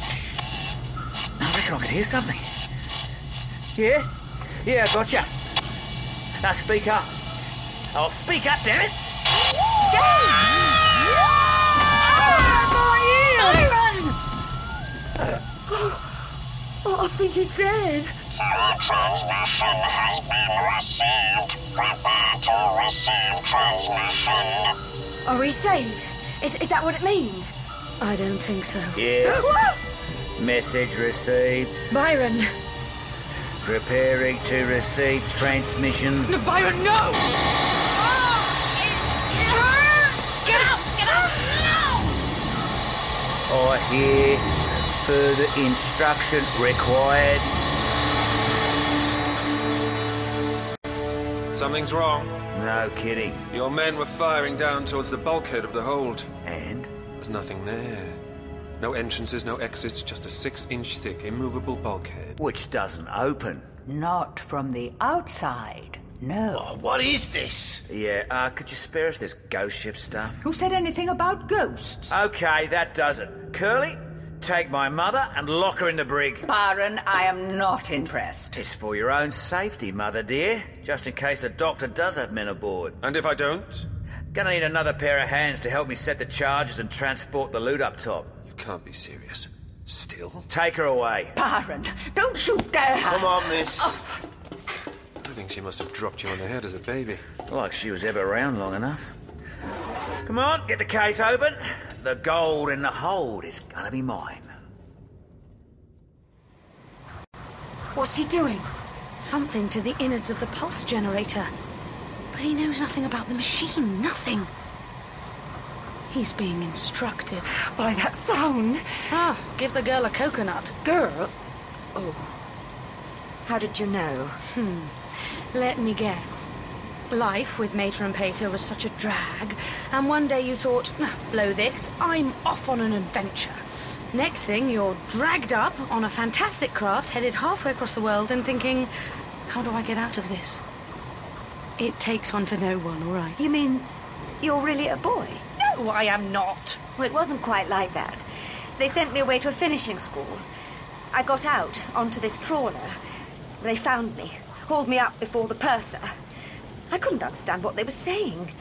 [SPEAKER 9] I reckon I can hear something. Yeah? Yeah, gotcha. Now speak up. I'll speak up, damn it!
[SPEAKER 16] Uh,
[SPEAKER 19] Oh, oh, I think he's dead.
[SPEAKER 5] Transmission has been received. Prepare to receive transmission.
[SPEAKER 10] Are we saved? Is, is that what it means? I don't think so.
[SPEAKER 9] Yes. Message received.
[SPEAKER 10] Byron!
[SPEAKER 9] Preparing to receive transmission.
[SPEAKER 10] No, Byron, no!
[SPEAKER 5] Ah, Get up! Get up! No!
[SPEAKER 9] I hear further instruction required.
[SPEAKER 7] Something's wrong.
[SPEAKER 9] No kidding.
[SPEAKER 7] Your men were firing down towards the bulkhead of the hold.
[SPEAKER 9] And?
[SPEAKER 7] There's nothing there. No entrances, no exits, just a six inch thick, immovable bulkhead.
[SPEAKER 9] Which doesn't open.
[SPEAKER 1] Not from the outside, no.
[SPEAKER 8] Oh,
[SPEAKER 9] What is this? Yeah, uh, could you spare us this ghost ship stuff?
[SPEAKER 1] Who said anything about ghosts?
[SPEAKER 9] Okay, that does it. Curly, take my mother and lock her in the brig.
[SPEAKER 1] Byron, I am not impressed.
[SPEAKER 9] It's for your own safety, mother dear, just in case the doctor does have men aboard.
[SPEAKER 7] And if I don't?
[SPEAKER 9] Gonna need another pair of hands to help me set the charges and transport the loot up top.
[SPEAKER 7] You can't be serious. Still?
[SPEAKER 9] Take her away.
[SPEAKER 1] Byron, don't you dare! Oh.
[SPEAKER 4] Come on, miss.
[SPEAKER 7] I think she must have dropped you on the head as a baby.
[SPEAKER 9] Like she was ever around long enough. Come on, get the case open. The gold in the hold is gonna be mine.
[SPEAKER 10] What's he doing? Something to the innards of the pulse generator. But he knows nothing about the machine, nothing. He's being instructed.
[SPEAKER 19] By that sound.
[SPEAKER 10] Ah, give the girl a coconut.
[SPEAKER 19] Girl? Oh. How did you know?
[SPEAKER 10] Hmm. Let me guess. Life with Mater and Pater was such a drag, and one day you thought, "Nah, blow this, I'm off on an adventure. Next thing, you're dragged up on a fantastic craft headed halfway across the world and thinking, how do I get out of this? It takes one to know one, all right?
[SPEAKER 16] You mean you're really a boy?
[SPEAKER 10] No, I am not.
[SPEAKER 16] Well, it wasn't quite like that. They sent me away to a finishing school. I got out onto this trawler. They found me, hauled me up before the purser. I couldn't understand what they were saying.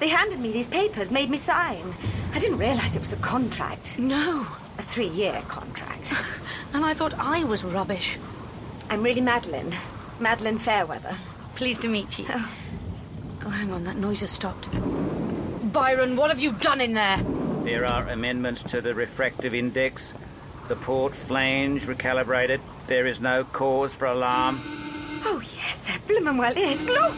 [SPEAKER 16] They handed me these papers, made me sign. I didn't realize it was a contract.
[SPEAKER 10] No.
[SPEAKER 16] A three year contract.
[SPEAKER 10] And I thought I was rubbish.
[SPEAKER 16] I'm really Madeline. Madeline Fairweather.
[SPEAKER 10] Pleased to meet you. Oh, hang on, that noise has stopped. Byron, what have you done in there?
[SPEAKER 9] There are amendments to the refractive index. The port flange recalibrated. There is no cause for alarm.
[SPEAKER 16] Oh, yes, there bloomin' well is. Look!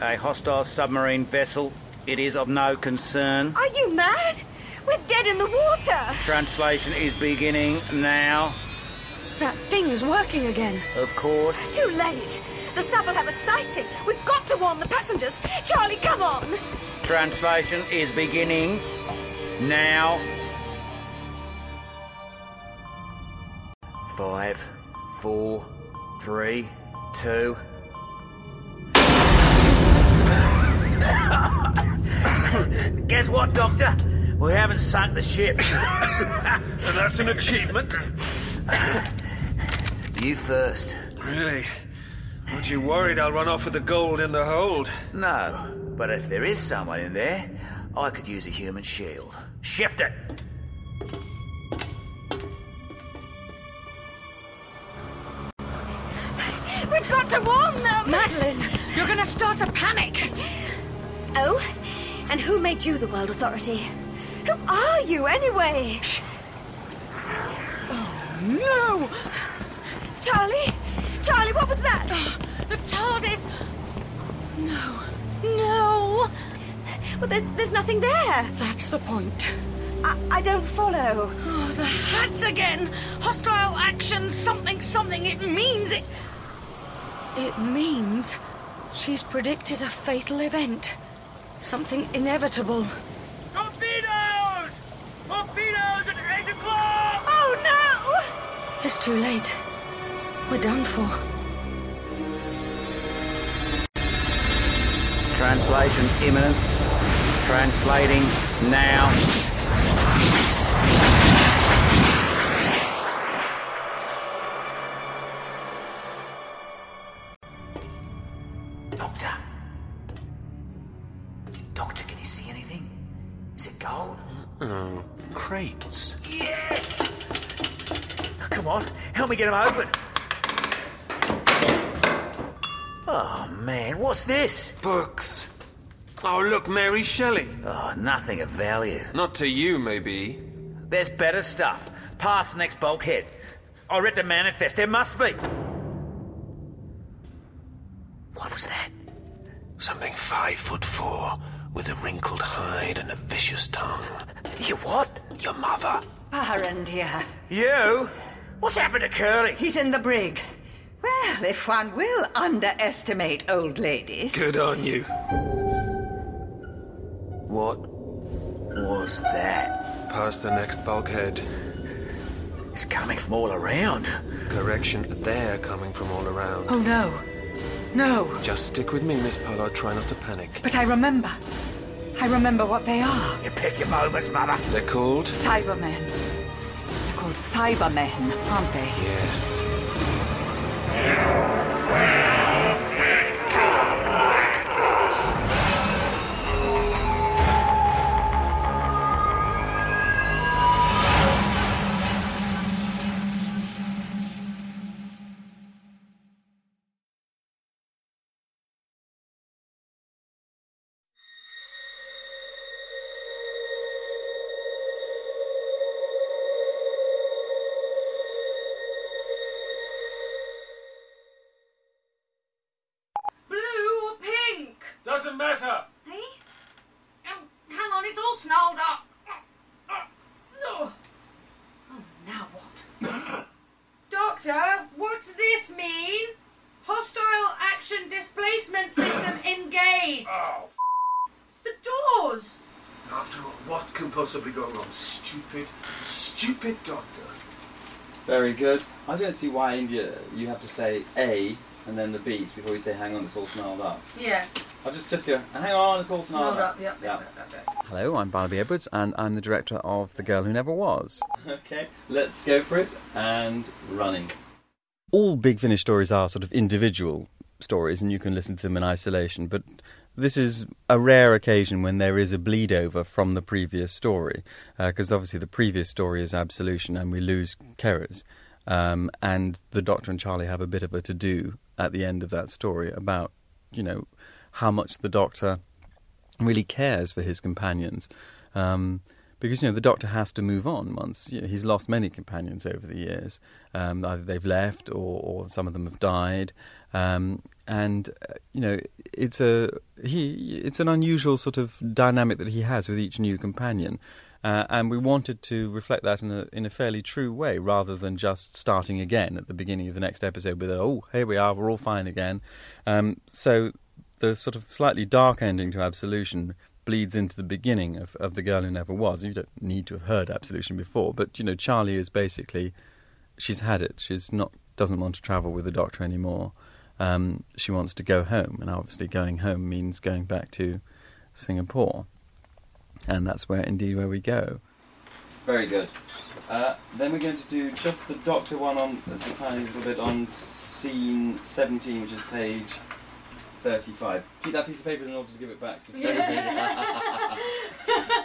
[SPEAKER 9] A hostile submarine vessel. It is of no concern.
[SPEAKER 16] Are you mad? We're dead in the water!
[SPEAKER 9] Translation is beginning now.
[SPEAKER 10] That thing's working again.
[SPEAKER 9] Of course,
[SPEAKER 16] Too late. The sub will have a sighting. We've got to warn the passengers. Charlie, come on.
[SPEAKER 9] translation is beginning now. Five, four, three, two. Guess what, Doctor? We haven't sunk the ship.
[SPEAKER 7] And that's an achievement.
[SPEAKER 9] you first.
[SPEAKER 7] Really? Aren't you worried I'll run off with the gold in the hold?
[SPEAKER 9] No, but if there is someone in there, I could use a human shield. Shift it!
[SPEAKER 16] We've got to warn them.
[SPEAKER 10] Madeline, you're gonna start a panic.
[SPEAKER 16] Oh, and who made you the World Authority? Who are you, anyway? Oh,
[SPEAKER 10] No!
[SPEAKER 16] Charlie? Charlie, what was that?
[SPEAKER 10] Oh, The TARDIS! No. No!
[SPEAKER 16] Well, there's, there's nothing there.
[SPEAKER 10] That's the point.
[SPEAKER 16] I, I don't follow.
[SPEAKER 10] Oh, the hats again! Hostile action, something, something. It means it. It means she's predicted a fatal event. Something inevitable.
[SPEAKER 6] Torpedoes! Torpedoes at 8 o'clock!
[SPEAKER 16] Oh, no!
[SPEAKER 10] It's too late. We're done for.
[SPEAKER 9] Translation imminent. Translating now.
[SPEAKER 22] Doctor. Doctor, can you see anything? Is it gold?
[SPEAKER 7] Oh, crates.
[SPEAKER 9] Yes! Come on, help me get them open. Oh, man, what's this? Books.
[SPEAKER 7] Oh, look, Mary Shelley.
[SPEAKER 9] Oh, nothing of value.
[SPEAKER 7] Not to you, maybe.
[SPEAKER 9] There's better stuff. Parts next bulkhead. I read the manifest. There must be. What was that?
[SPEAKER 22] Something five foot four, with a wrinkled hide and a vicious tongue.
[SPEAKER 9] You what?
[SPEAKER 22] Your mother.
[SPEAKER 23] Parent here.
[SPEAKER 9] You? What's happened to Curly?
[SPEAKER 23] He's in the brig. Well, if one will underestimate old ladies.
[SPEAKER 7] Good on you.
[SPEAKER 9] What was that?
[SPEAKER 7] Past the next bulkhead.
[SPEAKER 9] It's coming from all around.
[SPEAKER 7] Correction, they're coming from all around.
[SPEAKER 2] Oh no. No.
[SPEAKER 7] Just stick with me, Miss Pollard. Try not to panic.
[SPEAKER 2] But I remember. I remember what they are.
[SPEAKER 9] You pick your moments, Mother.
[SPEAKER 7] They're called?
[SPEAKER 2] Cybermen. They're called Cybermen, aren't they?
[SPEAKER 7] Yes.
[SPEAKER 5] Blue or pink?
[SPEAKER 24] Doesn't matter.
[SPEAKER 5] Hey? Oh, hang on, it's all snarled up. No. Oh, now what? Doctor, what's this mean? Hostile action displacement system engaged. Oh, the doors.
[SPEAKER 25] After all, what can possibly go wrong? Stupid, stupid doctor.
[SPEAKER 26] Very good. I don't see why India you have to say A and then the beach before you say hang on, it's all snarled up.
[SPEAKER 5] Yeah.
[SPEAKER 26] I'll Oh, just just go hang on, it's all snarled,
[SPEAKER 5] Snarled up, yep,
[SPEAKER 26] yeah. Hello, I'm Barnaby Edwards and I'm the director of The Girl Who Never Was. Okay, let's go for it and running. All big finish stories are sort of individual stories and you can listen to them in isolation, but this is a rare occasion when there is a bleed over from the previous story, because obviously the previous story is absolution and we lose Keras. Um, and the Doctor and Charlie have a bit of a to do at the end of that story about, you know, how much the Doctor really cares for his companions. Um, because, you know, the Doctor has to move on once. You know, he's lost many companions over the years. Um, either they've left or, or some of them have died. Um, and, uh, you know, it's, a, he, it's an unusual sort of dynamic that he has with each new companion. Uh, and we wanted to reflect that in a, in a fairly true way rather than just starting again at the beginning of the next episode with, oh, here we are, we're all fine again. Um, so the sort of slightly dark ending to Absolution bleeds into the beginning of, of The Girl Who Never Was. You don't need to have heard Absolution before, but you know, Charlie is basically she's had it. She's not doesn't want to travel with the doctor anymore. Um, she wants to go home, and obviously going home means going back to Singapore, and that's where indeed where we go. Very good. Uh, then we're going to do just the Doctor one on as a tiny little bit on scene 17, which is page 35. Keep that piece of paper in order to give it back. to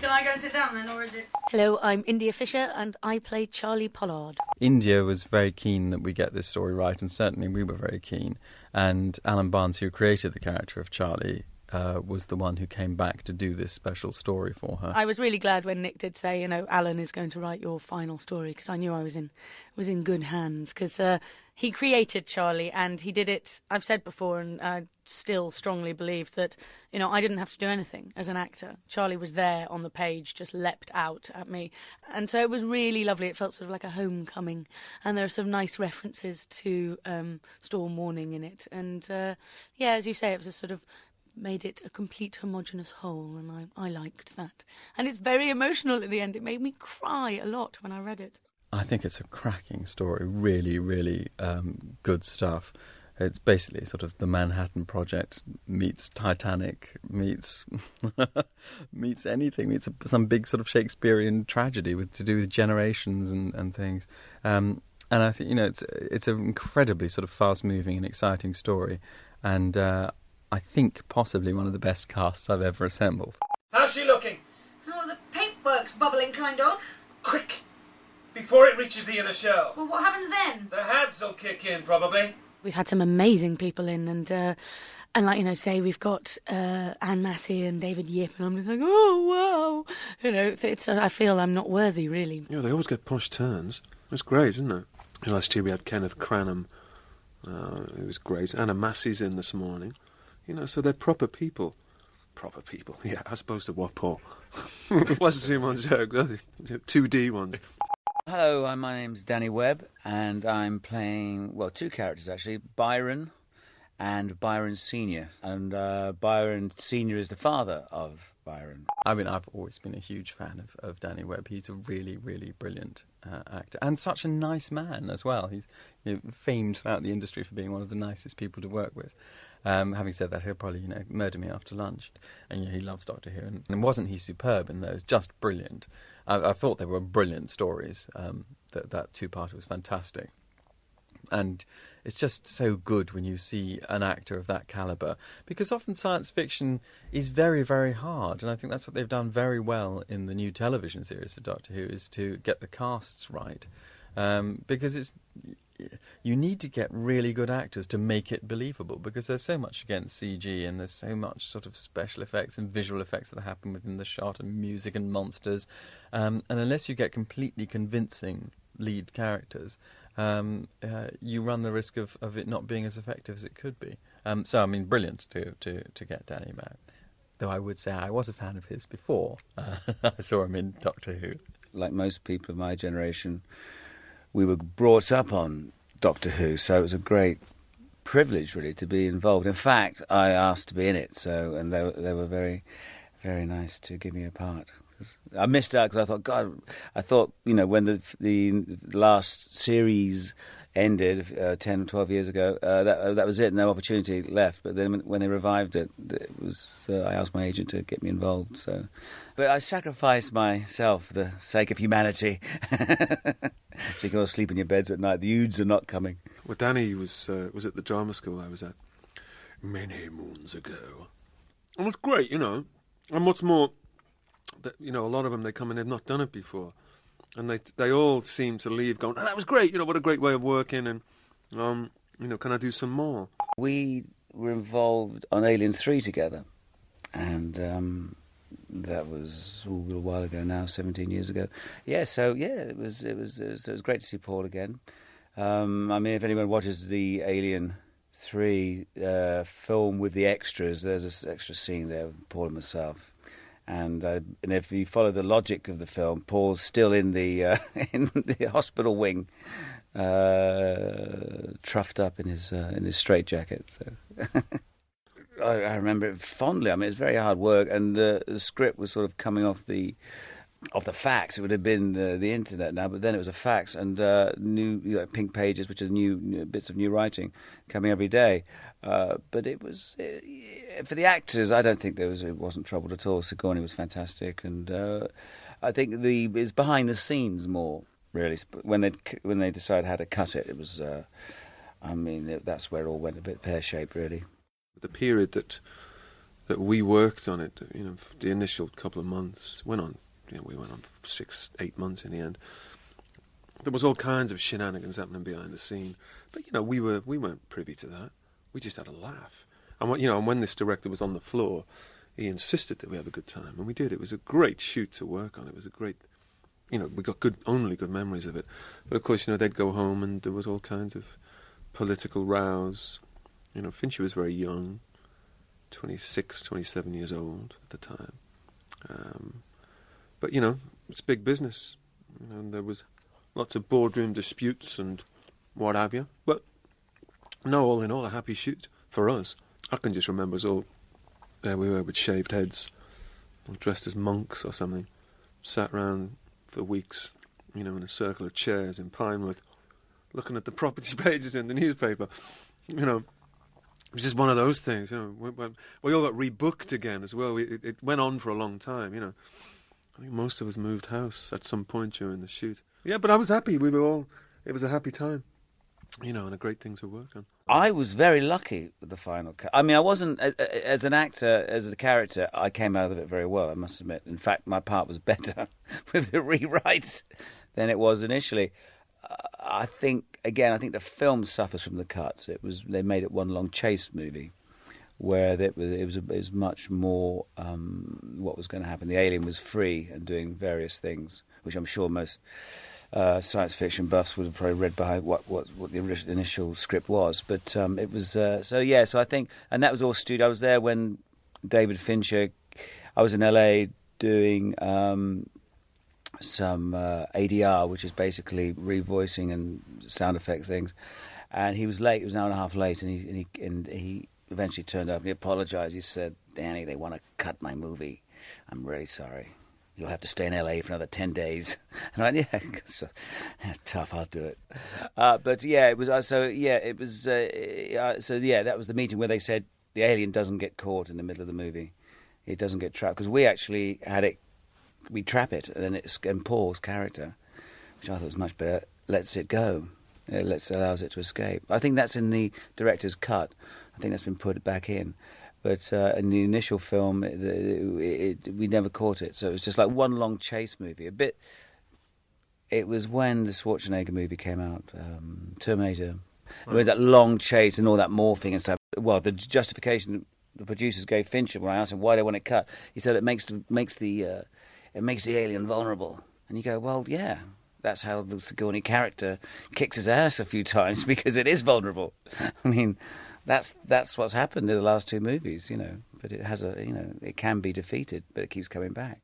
[SPEAKER 5] Can I go and sit down then, or is it?
[SPEAKER 10] Hello, I'm India Fisher and I play Charlie Pollard.
[SPEAKER 26] India was very keen that we get this story right, and certainly we were very keen. And Alan Barnes, who created the character of Charlie, uh, was the one who came back to do this special story for her.
[SPEAKER 10] I was really glad when Nick did say, you know, Alan is going to write your final story because I knew I was in was in good hands because uh, he created Charlie and he did it. I've said before and I still strongly believe that you know I didn't have to do anything as an actor. Charlie was there on the page, just leapt out at me, and so it was really lovely. It felt sort of like a homecoming, and there are some nice references to um, Storm Warning in it, and uh, yeah, as you say, it was a sort of made it a complete homogenous whole, and I, I liked that. And it's very emotional at the end. It made me cry a lot when I read it.
[SPEAKER 26] I think it's a cracking story. Really, really um, good stuff. It's basically sort of the Manhattan Project meets Titanic meets meets anything meets a, some big sort of Shakespearean tragedy with to do with generations and and things. Um, and I think you know it's it's an incredibly sort of fast moving and exciting story, and uh, I think possibly one of the best casts I've ever assembled.
[SPEAKER 27] How's she looking?
[SPEAKER 28] Oh, the paintwork's bubbling, kind of.
[SPEAKER 27] Quick! Before it reaches the inner shell.
[SPEAKER 28] Well, what happens then?
[SPEAKER 27] The heads will kick in, probably.
[SPEAKER 10] We've had some amazing people in, and uh, and like you know, today we've got uh, Anne Massey and David Yip, and I'm just like, oh wow, you know, it's, I feel I'm not worthy really.
[SPEAKER 7] Yeah, they always get posh turns. It's great, isn't it? And Last year we had Kenneth Cranham. Uh, it was great. Anna Massey's in this morning. You know, so they're proper people. Proper people. Yeah, as opposed to WAPO. What's the one joke? 2D ones.
[SPEAKER 29] Hello, uh, my name's Danny Webb, and I'm playing, well, two characters actually Byron and Byron Sr. And uh, Byron Sr. is the father of Byron.
[SPEAKER 26] I mean, I've always been a huge fan of, of Danny Webb. He's a really, really brilliant uh, actor and such a nice man as well. He's you know, famed throughout the industry for being one of the nicest people to work with. Um, having said that, he'll probably you know murder me after lunch, and you know, he loves Doctor Who. And, and wasn't he superb in those? Just brilliant. I, I thought they were brilliant stories. Um, that that two parter was fantastic, and it's just so good when you see an actor of that caliber because often science fiction is very very hard and i think that's what they've done very well in the new television series of doctor who is to get the casts right um, because it's you need to get really good actors to make it believable because there's so much against CG and there's so much sort of special effects and visual effects that happen within the shot and music and monsters. Um, and unless you get completely convincing lead characters, um, uh, you run the risk of, of it not being as effective as it could be. Um, so, I mean, brilliant to, to, to get Danny back. Though I would say I was a fan of his before uh, I saw him in Doctor Who.
[SPEAKER 29] Like most people of my generation, we were brought up on Doctor Who, so it was a great privilege, really, to be involved. In fact, I asked to be in it, so and they, were- they were very, very nice to give me a part. 'Cause I missed out because I thought, God, I thought, you know, when the the last series ended uh, 10 or 12 years ago, uh, that, uh, that was it, no opportunity left. But then when they revived it, it was uh, I asked my agent to get me involved. So, But I sacrificed myself for the sake of humanity. so you can all sleep in your beds at night. The Uds are not coming.
[SPEAKER 7] Well, Danny was uh, was at the drama school I was at many moons ago. And it's great, you know. And what's more, that, you know, a lot of them they come and they've not done it before, and they they all seem to leave going, oh, "That was great, you know, what a great way of working," and um, you know, can I do some more?
[SPEAKER 29] We were involved on Alien 3 together, and um, that was ooh, a little while ago now, 17 years ago. Yeah, so yeah, it was it was it was, it was great to see Paul again. Um, I mean, if anyone watches the Alien 3 uh, film with the extras, there's this extra scene there with Paul and myself. And uh, and if you follow the logic of the film, Paul's still in the uh, in the hospital wing, uh, truffed up in his uh, in his straitjacket. So. I, I remember it fondly. I mean, it's very hard work, and uh, the script was sort of coming off the off the fax. It would have been uh, the internet now, but then it was a fax and uh, new you know, pink pages, which are new, new bits of new writing coming every day. Uh, but it was uh, for the actors. I don't think there was it wasn't troubled at all. Sigourney was fantastic, and uh, I think the it's behind the scenes more really sp- when they when they decide how to cut it. It was. Uh, I mean, it- that's where it all went a bit pear shaped, really.
[SPEAKER 7] the period that that we worked on it, you know, the initial couple of months went on. You know, we went on for six, eight months in the end. There was all kinds of shenanigans happening behind the scene, but you know, we were we weren't privy to that. We just had a laugh, and when- you know, and when this director was on the floor, he insisted that we have a good time, and we did. It was a great shoot to work on. It was a great. You know, we got good, only good memories of it. But of course, you know, they'd go home and there was all kinds of political rows. You know, Fincher was very young, 26, 27 years old at the time. Um, but, you know, it's big business. You know, and there was lots of boardroom disputes and what have you. But, no, all in all, a happy shoot for us. I can just remember us all, there we were with shaved heads, all dressed as monks or something, sat round for weeks, you know, in a circle of chairs in Pinewood, looking at the property pages in the newspaper. you know, it was just one of those things. You know, we, we, we all got rebooked again as well. We, it, it went on for a long time. You know, I think most of us moved house at some point during the shoot. Yeah, but I was happy. We were all. It was a happy time. You know, and a great thing to work on.
[SPEAKER 29] I was very lucky with the final cut. I mean, I wasn't a- a- as an actor, as a character. I came out of it very well. I must admit. In fact, my part was better with the rewrites than it was initially. Uh, I think again, I think the film suffers from the cuts. It was they made it one long chase movie, where it was it was, it was much more um, what was going to happen. The alien was free and doing various things, which I'm sure most uh, science fiction buffs would have probably read behind what, what, what the orig- initial script was. But um, it was, uh, so yeah, so I think, and that was all studio. I was there when David Fincher, I was in LA doing um, some uh, ADR, which is basically revoicing and sound effect things. And he was late, he was an hour and a half late, and he, and he, and he eventually turned up and he apologized. He said, Danny, they want to cut my movie. I'm really sorry you'll have to stay in LA for another 10 days. And I went, yeah, so, tough, I'll do it. Uh, but yeah, it was, uh, so yeah, it was, uh, uh, so yeah, that was the meeting where they said the alien doesn't get caught in the middle of the movie. It doesn't get trapped. Because we actually had it, we trap it and then it's, and Paul's character, which I thought was much better, lets it go. It lets, allows it to escape. I think that's in the director's cut. I think that's been put back in but uh, in the initial film, it, it, it, we never caught it. So it was just like one long chase movie. A bit. It was when the Schwarzenegger movie came out, um, Terminator. It was that long chase and all that morphing and stuff. Well, the justification the producers gave Fincher when I asked him why they want it cut, he said it makes the, makes the uh, it makes the alien vulnerable. And you go, well, yeah. That's how the Sigourney character kicks his ass a few times because it is vulnerable. I mean, that's that's what's happened in the last two movies, you know. But it has a, you know, it can be defeated, but it keeps coming back.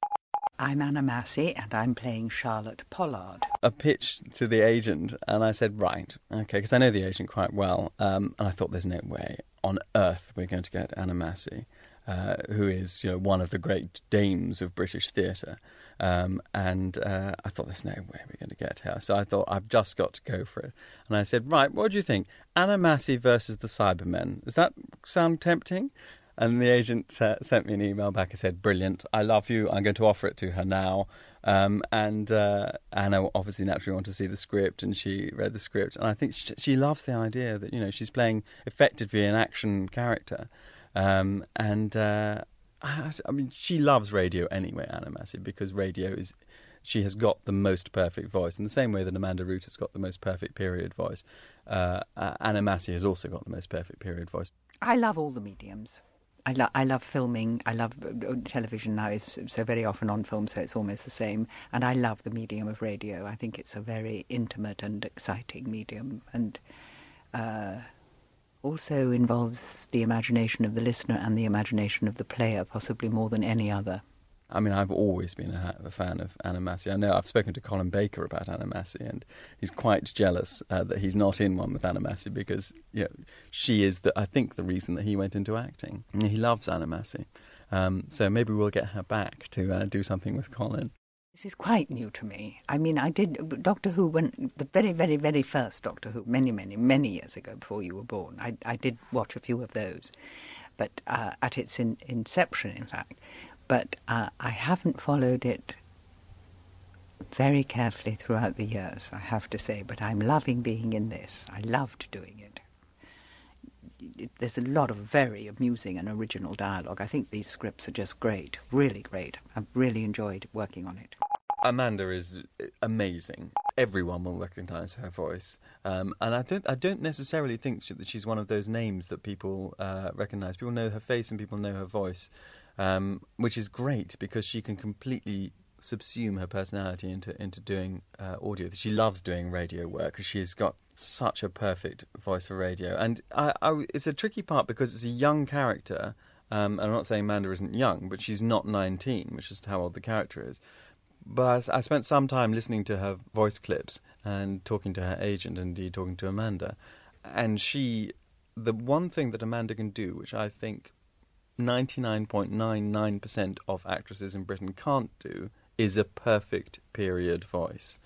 [SPEAKER 2] I'm Anna Massey, and I'm playing Charlotte Pollard.
[SPEAKER 26] a pitch to the agent, and I said, "Right, okay," because I know the agent quite well, um, and I thought, "There's no way on earth we're going to get Anna Massey, uh, who is you know one of the great dames of British theatre." Um, and uh, I thought, "There's no way we're going to get her." So I thought, "I've just got to go for it." And I said, "Right, what do you think? Anna Massey versus the Cybermen? Does that sound tempting?" And the agent uh, sent me an email back and said, "Brilliant! I love you. I'm going to offer it to her now." Um, and uh, Anna obviously naturally wanted to see the script, and she read the script, and I think she, she loves the idea that you know she's playing effectively an action character, um, and uh, I, I mean she loves radio anyway, Anna Massey, because radio is she has got the most perfect voice in the same way that Amanda Root has got the most perfect period voice. Uh, uh, Anna Massey has also got the most perfect period voice.
[SPEAKER 2] I love all the mediums. I, lo- I love filming. I love uh, television now is so very often on film, so it's almost the same. And I love the medium of radio. I think it's a very intimate and exciting medium, and uh, also involves the imagination of the listener and the imagination of the player, possibly more than any other.
[SPEAKER 26] I mean, I've always been a, ha- a fan of Anna Massey. I know I've spoken to Colin Baker about Anna Massey, and he's quite jealous uh, that he's not in one with Anna Massey because you know, she is, the, I think, the reason that he went into acting. And He loves Anna Massey. Um, so maybe we'll get her back to uh, do something with Colin.
[SPEAKER 2] This is quite new to me. I mean, I did Doctor Who when the very, very, very first Doctor Who, many, many, many years ago, before you were born. I, I did watch a few of those, but uh, at its in, inception, in fact. But uh, I haven't followed it very carefully throughout the years, I have to say. But I'm loving being in this. I loved doing it. It- There's a lot of very amusing and original dialogue. I think these scripts are just great, really great. I've really enjoyed working on it.
[SPEAKER 26] Amanda is amazing. Everyone will recognise her voice, um, and I don't. I don't necessarily think she, that she's one of those names that people uh, recognise. People know her face and people know her voice, um, which is great because she can completely subsume her personality into into doing uh, audio. She loves doing radio work because she's got such a perfect voice for radio, and I, I, it's a tricky part because it's a young character. Um, and I'm not saying Amanda isn't young, but she's not 19, which is how old the character is but I s- I, spent some time listening to her voice clips and talking to her agent, indeed talking to Amanda. And she, the one thing that Amanda can do, which I think 99.99% of actresses in Britain can't do, is a perfect period voice.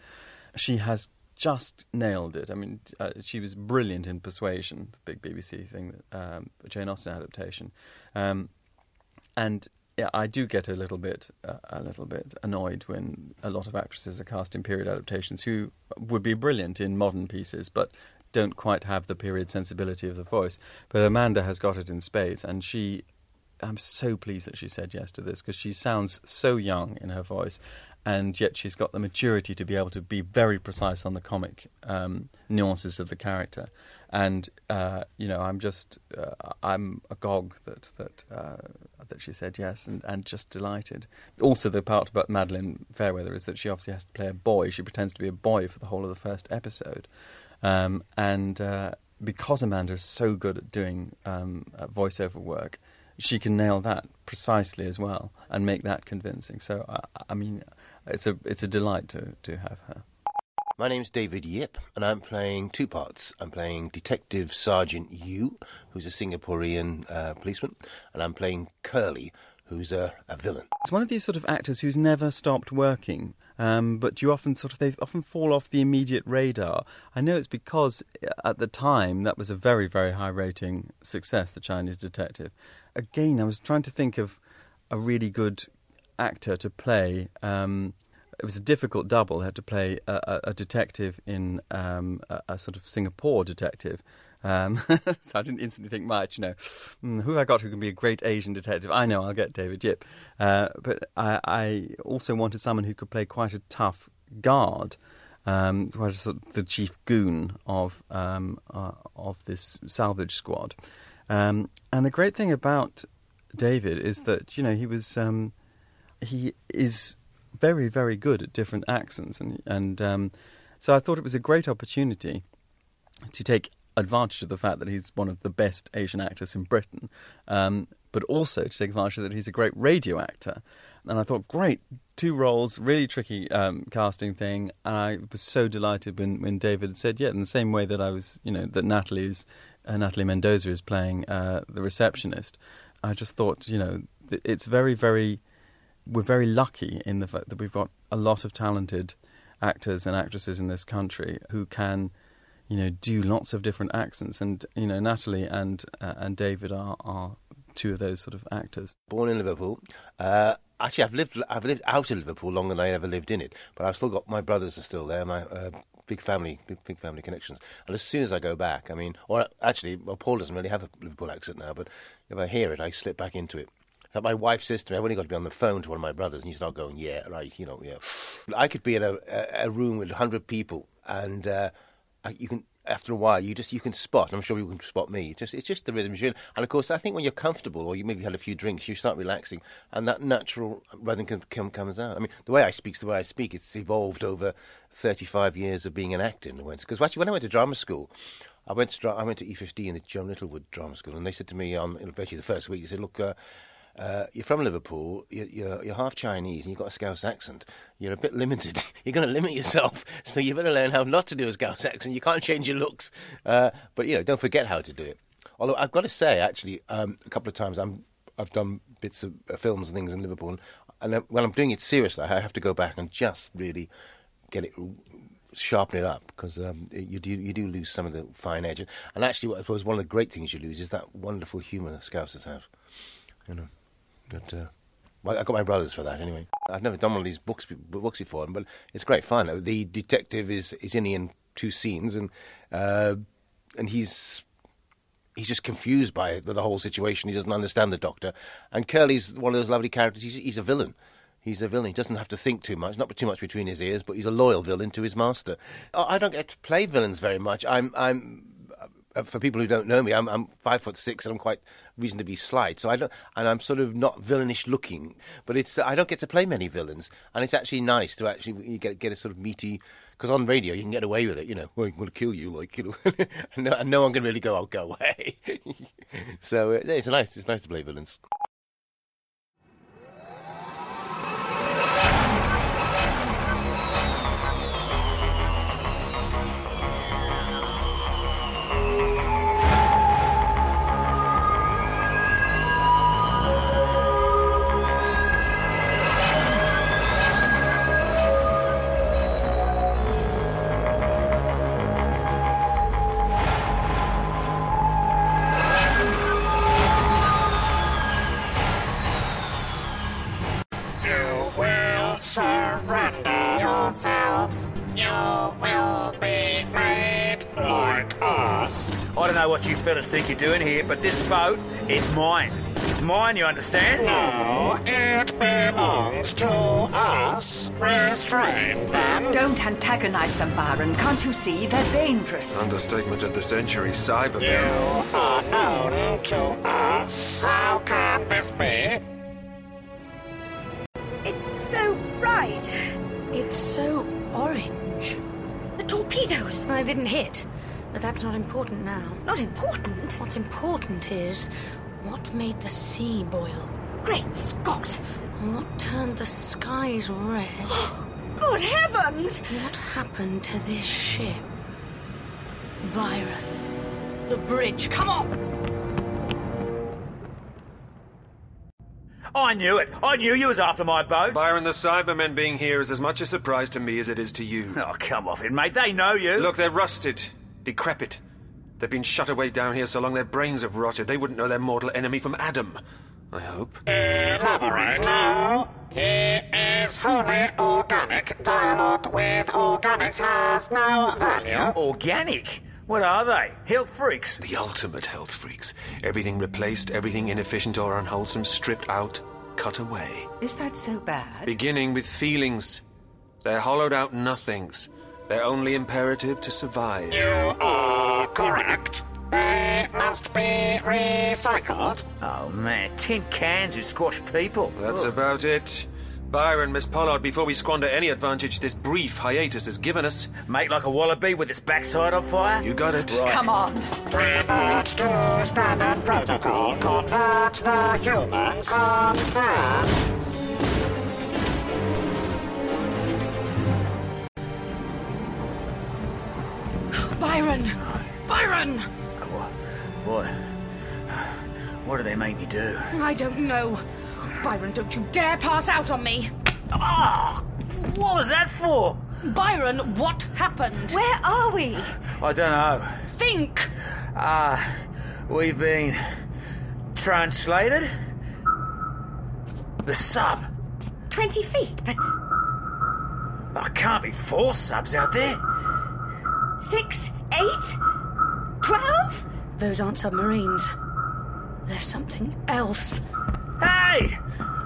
[SPEAKER 26] She has just nailed it. I mean, uh, she was brilliant in Persuasion, the big BBC thing, that, um, the Jane Austen adaptation. Um, and yeah, I do get a little bit uh, a little bit annoyed when a lot of actresses are cast in period adaptations who would be brilliant in modern pieces, but don't quite have the period sensibility of the voice. But Amanda has got it in spades, and she. I'm so pleased that she said yes to this because she sounds so young in her voice, and yet she's got the maturity to be able to be very precise on the comic um, nuances of the character. And uh, you know, I'm just uh, I'm agog that that uh, that she said yes, and, and just delighted. Also, the part about Madeline Fairweather is that she obviously has to play a boy. She pretends to be a boy for the whole of the first episode, um, and because Amanda is so good at doing um, voiceover work, she can nail that precisely as well and make that convincing. So, I mean, it's a it's a delight to to have her.
[SPEAKER 4] My name's David Yip, and I'm playing two parts. I'm playing Detective Sergeant Yu, who's a Singaporean uh, policeman, and I'm playing Curly, who's a, a villain.
[SPEAKER 26] It's one of these sort of actors who's never stopped working, um, but you often sort of they often fall off the immediate radar. I know it's because uh, at the time that was a very very high rating success, The Chinese Detective. Again, I was trying to think of a really good actor to play. Um, it was a difficult double. I had to play a, a, a detective in um, a, a, sort of Singapore detective. Um, so I didn't instantly think much, you know, mm, who have I got who can be a great Asian detective? I know, I'll get David Yip. Uh, but I, I, also wanted someone who could play quite a tough guard, um, quite a sort of the chief goon of, uh, of this salvage squad. Um, and the great thing about David is that, you know, he was, um, he is very, very good at different accents, and and um, so I thought it was a great opportunity to take advantage of the fact that he's one of the best Asian actors in Britain, um, but also to take advantage of that he's a great radio actor. And I thought, great, two roles, really tricky um, casting thing. And I was so delighted when, when David said, yeah, in the same way that I was, you know, that Natalie's uh, Natalie Mendoza is playing uh, the receptionist. I just thought, you know, th- it's very, very we're very lucky in the fact that we've got a lot of talented actors and actresses in this country who can, you know, do lots of different accents. And you know, Natalie and uh, and David are are two of those sort of actors.
[SPEAKER 4] Born in Liverpool. Uh, actually, I've lived I've lived out of Liverpool longer than I ever lived in it. But I've still got my brothers are still there. My uh, big family, big, big, family connections. And as soon as I go back, I mean, or actually, well, Paul doesn't really have a Liverpool accent now. But if I hear it, I slip back into it my wife says to me, I've only got to be on the phone to one of my brothers, and you start going, yeah, right, you know, yeah. I could be in a, a, a room with 100 people, and uh, you can, after a while, you just, you can spot, I'm sure you can spot me, it's just, it's just the rhythms you're in. And of course, I think when you're comfortable, or you maybe had a few drinks, you start relaxing, and that natural rhythm can, can, comes out. I mean, the way I speak the way I speak, it's evolved over 35 years of being an actor in a way. Because actually, when I went to drama school, I went to, I went to E15 in the John Littlewood Drama School, and they said to me, on virtually the first week, they said, look, uh, uh, you're from Liverpool, you're, you're, you're, half Chinese, and you've got a Scouse accent. You're a bit limited. you're going to limit yourself, so you better learn how not to do a Scouse accent. You can't change your looks, uh, but you know, don't forget how to do it. Although I've got to say, actually, um, a couple of times i have done bits of uh, films and things in Liverpool, and, and I, when I'm doing it seriously, I have to go back and just really get it sharpen it up because um, you do you do lose some of the fine edge. And actually, I suppose one of the great things you lose is that wonderful humour that Scousers have. You know. But uh, I got my brothers for that anyway. I've never done one of these books books before, but it's great fun. Uh, The detective is is only in two scenes, and uh, and he's he's just confused by the whole situation. He doesn't understand the doctor, and Curly's one of those lovely characters. He's, he's a villain. He's a villain. He doesn't have to think too much, not too much between his ears, but he's a loyal villain to his master. I don't get to play villains very much. I'm I'm uh, for people who don't know me, I'm, I'm, five foot six and I'm quite reasonably slight. So I don't, and I'm sort of not villainish looking. But it's I don't get to play many villains, and it's actually nice to actually get get a sort of meaty. Because on radio you can get away with it, you know. Well, I'm going to kill you, like you know, and, no, and no one can really go. I'll go away. so uh, it's nice. It's nice to play villains.
[SPEAKER 9] us. I don't know what you fellas think you're doing here, but this boat is mine. Mine, you understand? No, it belongs to us.
[SPEAKER 2] Restrain them. Don't antagonize them, Baron. Can't you see? They're dangerous.
[SPEAKER 7] Understatement of the century, cyber
[SPEAKER 5] You are known to us. How can this be?
[SPEAKER 16] It's so bright. It's so orange. The torpedoes.
[SPEAKER 10] I didn't hit, but that's not important now.
[SPEAKER 16] Not important?
[SPEAKER 10] What's important is what made the sea boil.
[SPEAKER 16] Great Scott!
[SPEAKER 10] And what turned the skies red?
[SPEAKER 16] Good heavens!
[SPEAKER 10] What happened to this ship? Byron. The bridge. Come on!
[SPEAKER 9] Oh, I knew it. I knew you was after my boat.
[SPEAKER 7] Byron, the Cybermen being here is as much a surprise to me as it is to you.
[SPEAKER 9] Oh, come off it, mate. They know you.
[SPEAKER 7] Look, they're rusted, decrepit. They've been shut away down here so long their brains have rotted. They wouldn't know their mortal enemy from Adam. I hope.
[SPEAKER 5] Elaborate. No, he is wholly organic. Dialogue with organics has no value.
[SPEAKER 9] Organic? What are they? Health freaks?
[SPEAKER 7] The ultimate health freaks. Everything replaced, everything inefficient or unwholesome stripped out, cut away.
[SPEAKER 30] Is that so bad?
[SPEAKER 7] Beginning with feelings. They're hollowed out nothings. Their only imperative to survive.
[SPEAKER 5] You are correct. They must be recycled.
[SPEAKER 9] Oh, man. Tin cans who squash people.
[SPEAKER 7] That's about it. Byron, Miss Pollard, before we squander any advantage this brief hiatus has given us.
[SPEAKER 9] Mate, like a wallaby with its backside on fire?
[SPEAKER 7] You got it.
[SPEAKER 2] Come on.
[SPEAKER 5] Revert to standard protocol. Convert the humans on firm.
[SPEAKER 31] Byron! Byron!
[SPEAKER 9] What? What do they make me do?
[SPEAKER 31] I don't know. Byron, don't you dare pass out on me!
[SPEAKER 9] Ah, What was that for?
[SPEAKER 31] Byron, what happened?
[SPEAKER 16] Where are we?
[SPEAKER 9] I don't know.
[SPEAKER 31] Think!
[SPEAKER 9] Ah, we've been translated. The sub.
[SPEAKER 16] 20 feet, but
[SPEAKER 9] I can't be four subs out there.
[SPEAKER 16] six, eight, twelve?
[SPEAKER 10] Those aren't submarines. There's something else.
[SPEAKER 9] Hey!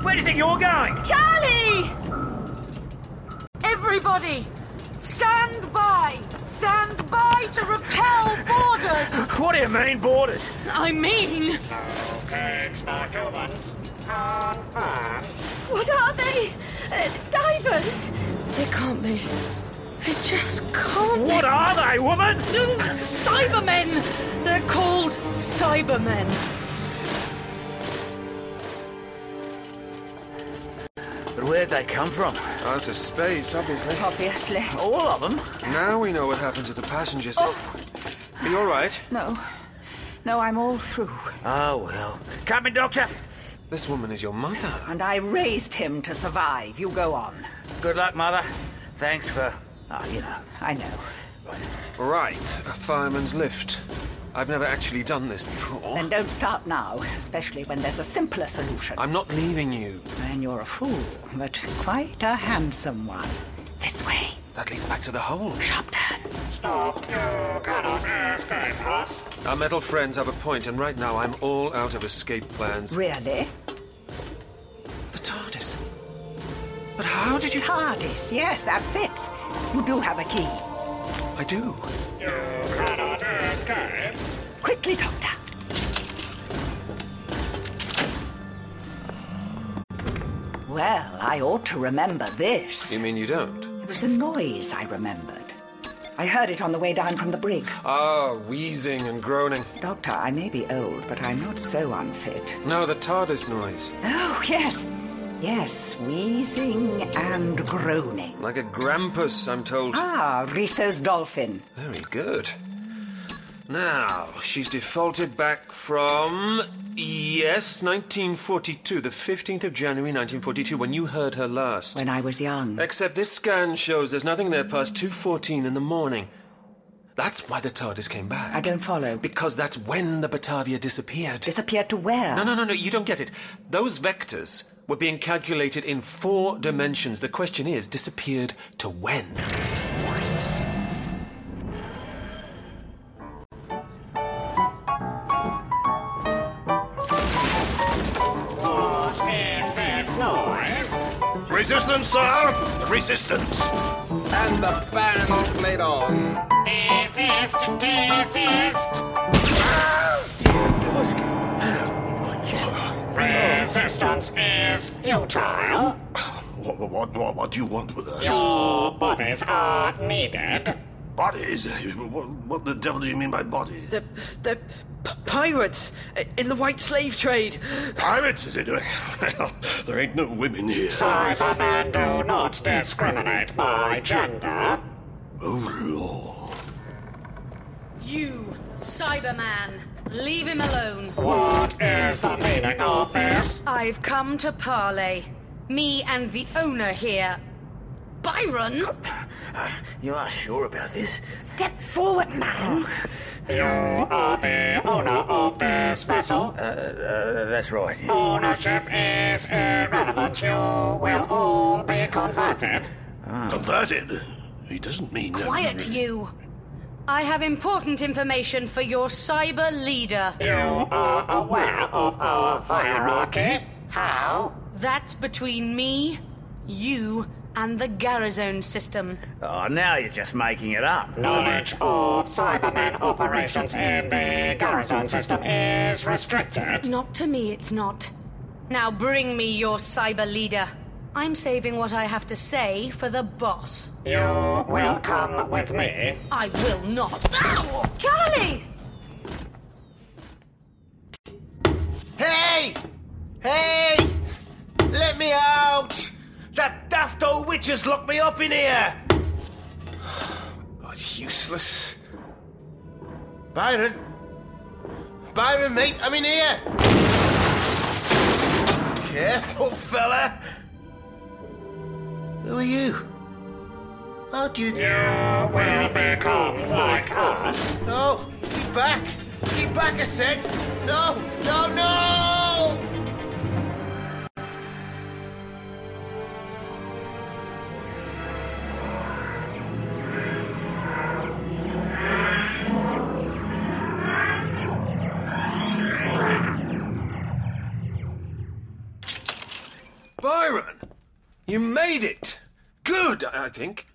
[SPEAKER 9] Where do you think you're going?
[SPEAKER 31] Charlie! Everybody, stand by! Stand by to repel borders!
[SPEAKER 9] What do you mean, borders?
[SPEAKER 31] I mean,
[SPEAKER 5] Cage the humans. Confirm.
[SPEAKER 16] What are they? Uh, divers?
[SPEAKER 10] They can't be. They just can't
[SPEAKER 9] What
[SPEAKER 10] be.
[SPEAKER 9] are they, woman?
[SPEAKER 31] Cybermen! They're called Cybermen.
[SPEAKER 9] But where'd they come from?
[SPEAKER 7] Outer space, obviously.
[SPEAKER 2] Obviously.
[SPEAKER 9] All of them?
[SPEAKER 7] Now we know what happened to the passengers.
[SPEAKER 30] Oh.
[SPEAKER 7] Are you all right?
[SPEAKER 2] No. No, I'm all through.
[SPEAKER 9] Oh, well. Coming, Doctor.
[SPEAKER 7] This woman is your mother.
[SPEAKER 2] And I raised him to survive. You go on.
[SPEAKER 9] Good luck, Mother. Thanks for. Oh, you know.
[SPEAKER 2] I know.
[SPEAKER 7] Right, a fireman's lift. I've never actually done this before.
[SPEAKER 2] Then don't start now, especially when there's a simpler solution.
[SPEAKER 7] I'm not leaving you.
[SPEAKER 30] And you're a fool, but quite a handsome one.
[SPEAKER 2] This way.
[SPEAKER 7] That leads back to the hole.
[SPEAKER 2] Sharp turn.
[SPEAKER 5] Stop. You cannot escape us.
[SPEAKER 7] Our metal friends have a point, and right now I'm all out of escape plans.
[SPEAKER 2] Really?
[SPEAKER 7] The TARDIS. But how did you.
[SPEAKER 2] TARDIS, yes, that fits. You do have a key.
[SPEAKER 7] I do.
[SPEAKER 5] You cannot escape.
[SPEAKER 2] Quickly, Doctor. Well, I ought to remember this.
[SPEAKER 7] You mean you don't?
[SPEAKER 2] It was the noise I remembered. I heard it on the way down from the brig.
[SPEAKER 7] Ah, wheezing and groaning.
[SPEAKER 2] Doctor, I may be old, but I'm not so unfit.
[SPEAKER 7] No, the TARDIS noise.
[SPEAKER 2] Oh, yes. Yes, wheezing and groaning.
[SPEAKER 7] Like a grampus, I'm told.
[SPEAKER 2] Ah, Riso's dolphin.
[SPEAKER 7] Very good. Now, she's defaulted back from. Yes, 1942, the 15th of January 1942, when you heard her last.
[SPEAKER 2] When I was young.
[SPEAKER 7] Except this scan shows there's nothing there past 2.14 in the morning. That's why the TARDIS came back.
[SPEAKER 2] I don't follow.
[SPEAKER 7] Because that's when the Batavia disappeared.
[SPEAKER 2] Disappeared to where?
[SPEAKER 7] No, no, no, no, you don't get it. Those vectors were being calculated in four dimensions. The question is, disappeared to when?
[SPEAKER 12] Resistance, sir! The resistance!
[SPEAKER 32] And the band played on.
[SPEAKER 5] Desist, desist. Resistance is futile.
[SPEAKER 12] What, what, what, what do you want with us?
[SPEAKER 5] Your bodies are needed.
[SPEAKER 12] Bodies? What, what the devil do you mean by bodies?
[SPEAKER 33] The, the p- pirates uh, in the white slave trade.
[SPEAKER 12] Pirates, is it? Well, there ain't no women here.
[SPEAKER 5] Cybermen do not discriminate by gender.
[SPEAKER 12] Oh, Lord.
[SPEAKER 10] You, Cyberman, leave him alone.
[SPEAKER 5] What is the meaning of this?
[SPEAKER 10] I've come to parley. Me and the owner here. Byron?
[SPEAKER 9] You are sure about this? Uh,
[SPEAKER 34] Step forward, man.
[SPEAKER 5] You are the owner of this vessel.
[SPEAKER 9] Uh, uh, that's right.
[SPEAKER 5] Ownership is irrelevant. You will all be converted.
[SPEAKER 12] Converted? He doesn't mean. uh,
[SPEAKER 10] Quiet you. I have important information for your cyber leader.
[SPEAKER 5] You are aware of our hierarchy. How?
[SPEAKER 10] That's between me, you, and the Garazone system.
[SPEAKER 9] Oh, now you're just making it up.
[SPEAKER 5] Knowledge of Cybermen operations in the garrison system is restricted.
[SPEAKER 10] Not to me, it's not. Now bring me your cyber leader. I'm saving what I have to say for the boss.
[SPEAKER 5] You will come with me.
[SPEAKER 10] I will not. Ow! Charlie!
[SPEAKER 8] Hey! Hey! Let me out! That daft old witch has locked me up in here! Oh, it's useless. Byron? Byron, mate, I'm in here! Careful, fella! Who are you? How do you.
[SPEAKER 5] You will become like us.
[SPEAKER 8] No! Get back! Get back, I said! No! No, no!
[SPEAKER 7] Byron! You made it! Good, I, I think.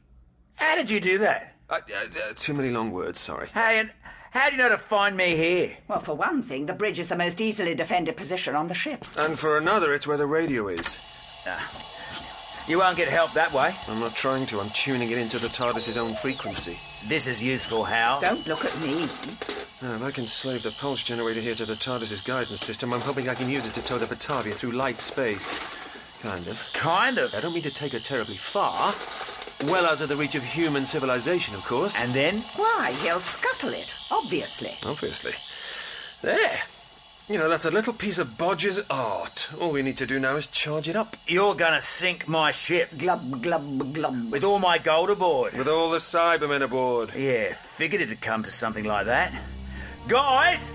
[SPEAKER 9] How did you do that?
[SPEAKER 7] I, I- uh, too many long words, sorry.
[SPEAKER 9] Hey, and how do you know to find me here?
[SPEAKER 2] Well, for one thing, the bridge is the most easily defended position on the ship.
[SPEAKER 7] And for another, it's where the radio is.
[SPEAKER 9] Ah. You won't get help that way.
[SPEAKER 7] I'm not trying to, I'm tuning it into the TARDIS's own frequency.
[SPEAKER 9] This is useful, Hal.
[SPEAKER 2] Don't look at me.
[SPEAKER 7] Now, if I can slave the pulse generator here to the TARDIS's guidance system, I'm hoping I can use it to tow the Batavia through light space. Kind of.
[SPEAKER 9] Kind of?
[SPEAKER 7] I don't mean to take her terribly far. Well out of the reach of human civilization, of course.
[SPEAKER 9] And then?
[SPEAKER 2] Why, he'll scuttle it, obviously.
[SPEAKER 7] Obviously. There. You know, that's a little piece of Bodge's art. All we need to do now is charge it up.
[SPEAKER 9] You're gonna sink my ship.
[SPEAKER 2] Glub, glub, glub.
[SPEAKER 9] With all my gold aboard.
[SPEAKER 7] With all the Cybermen aboard.
[SPEAKER 9] Yeah, figured it'd come to something like that. Guys!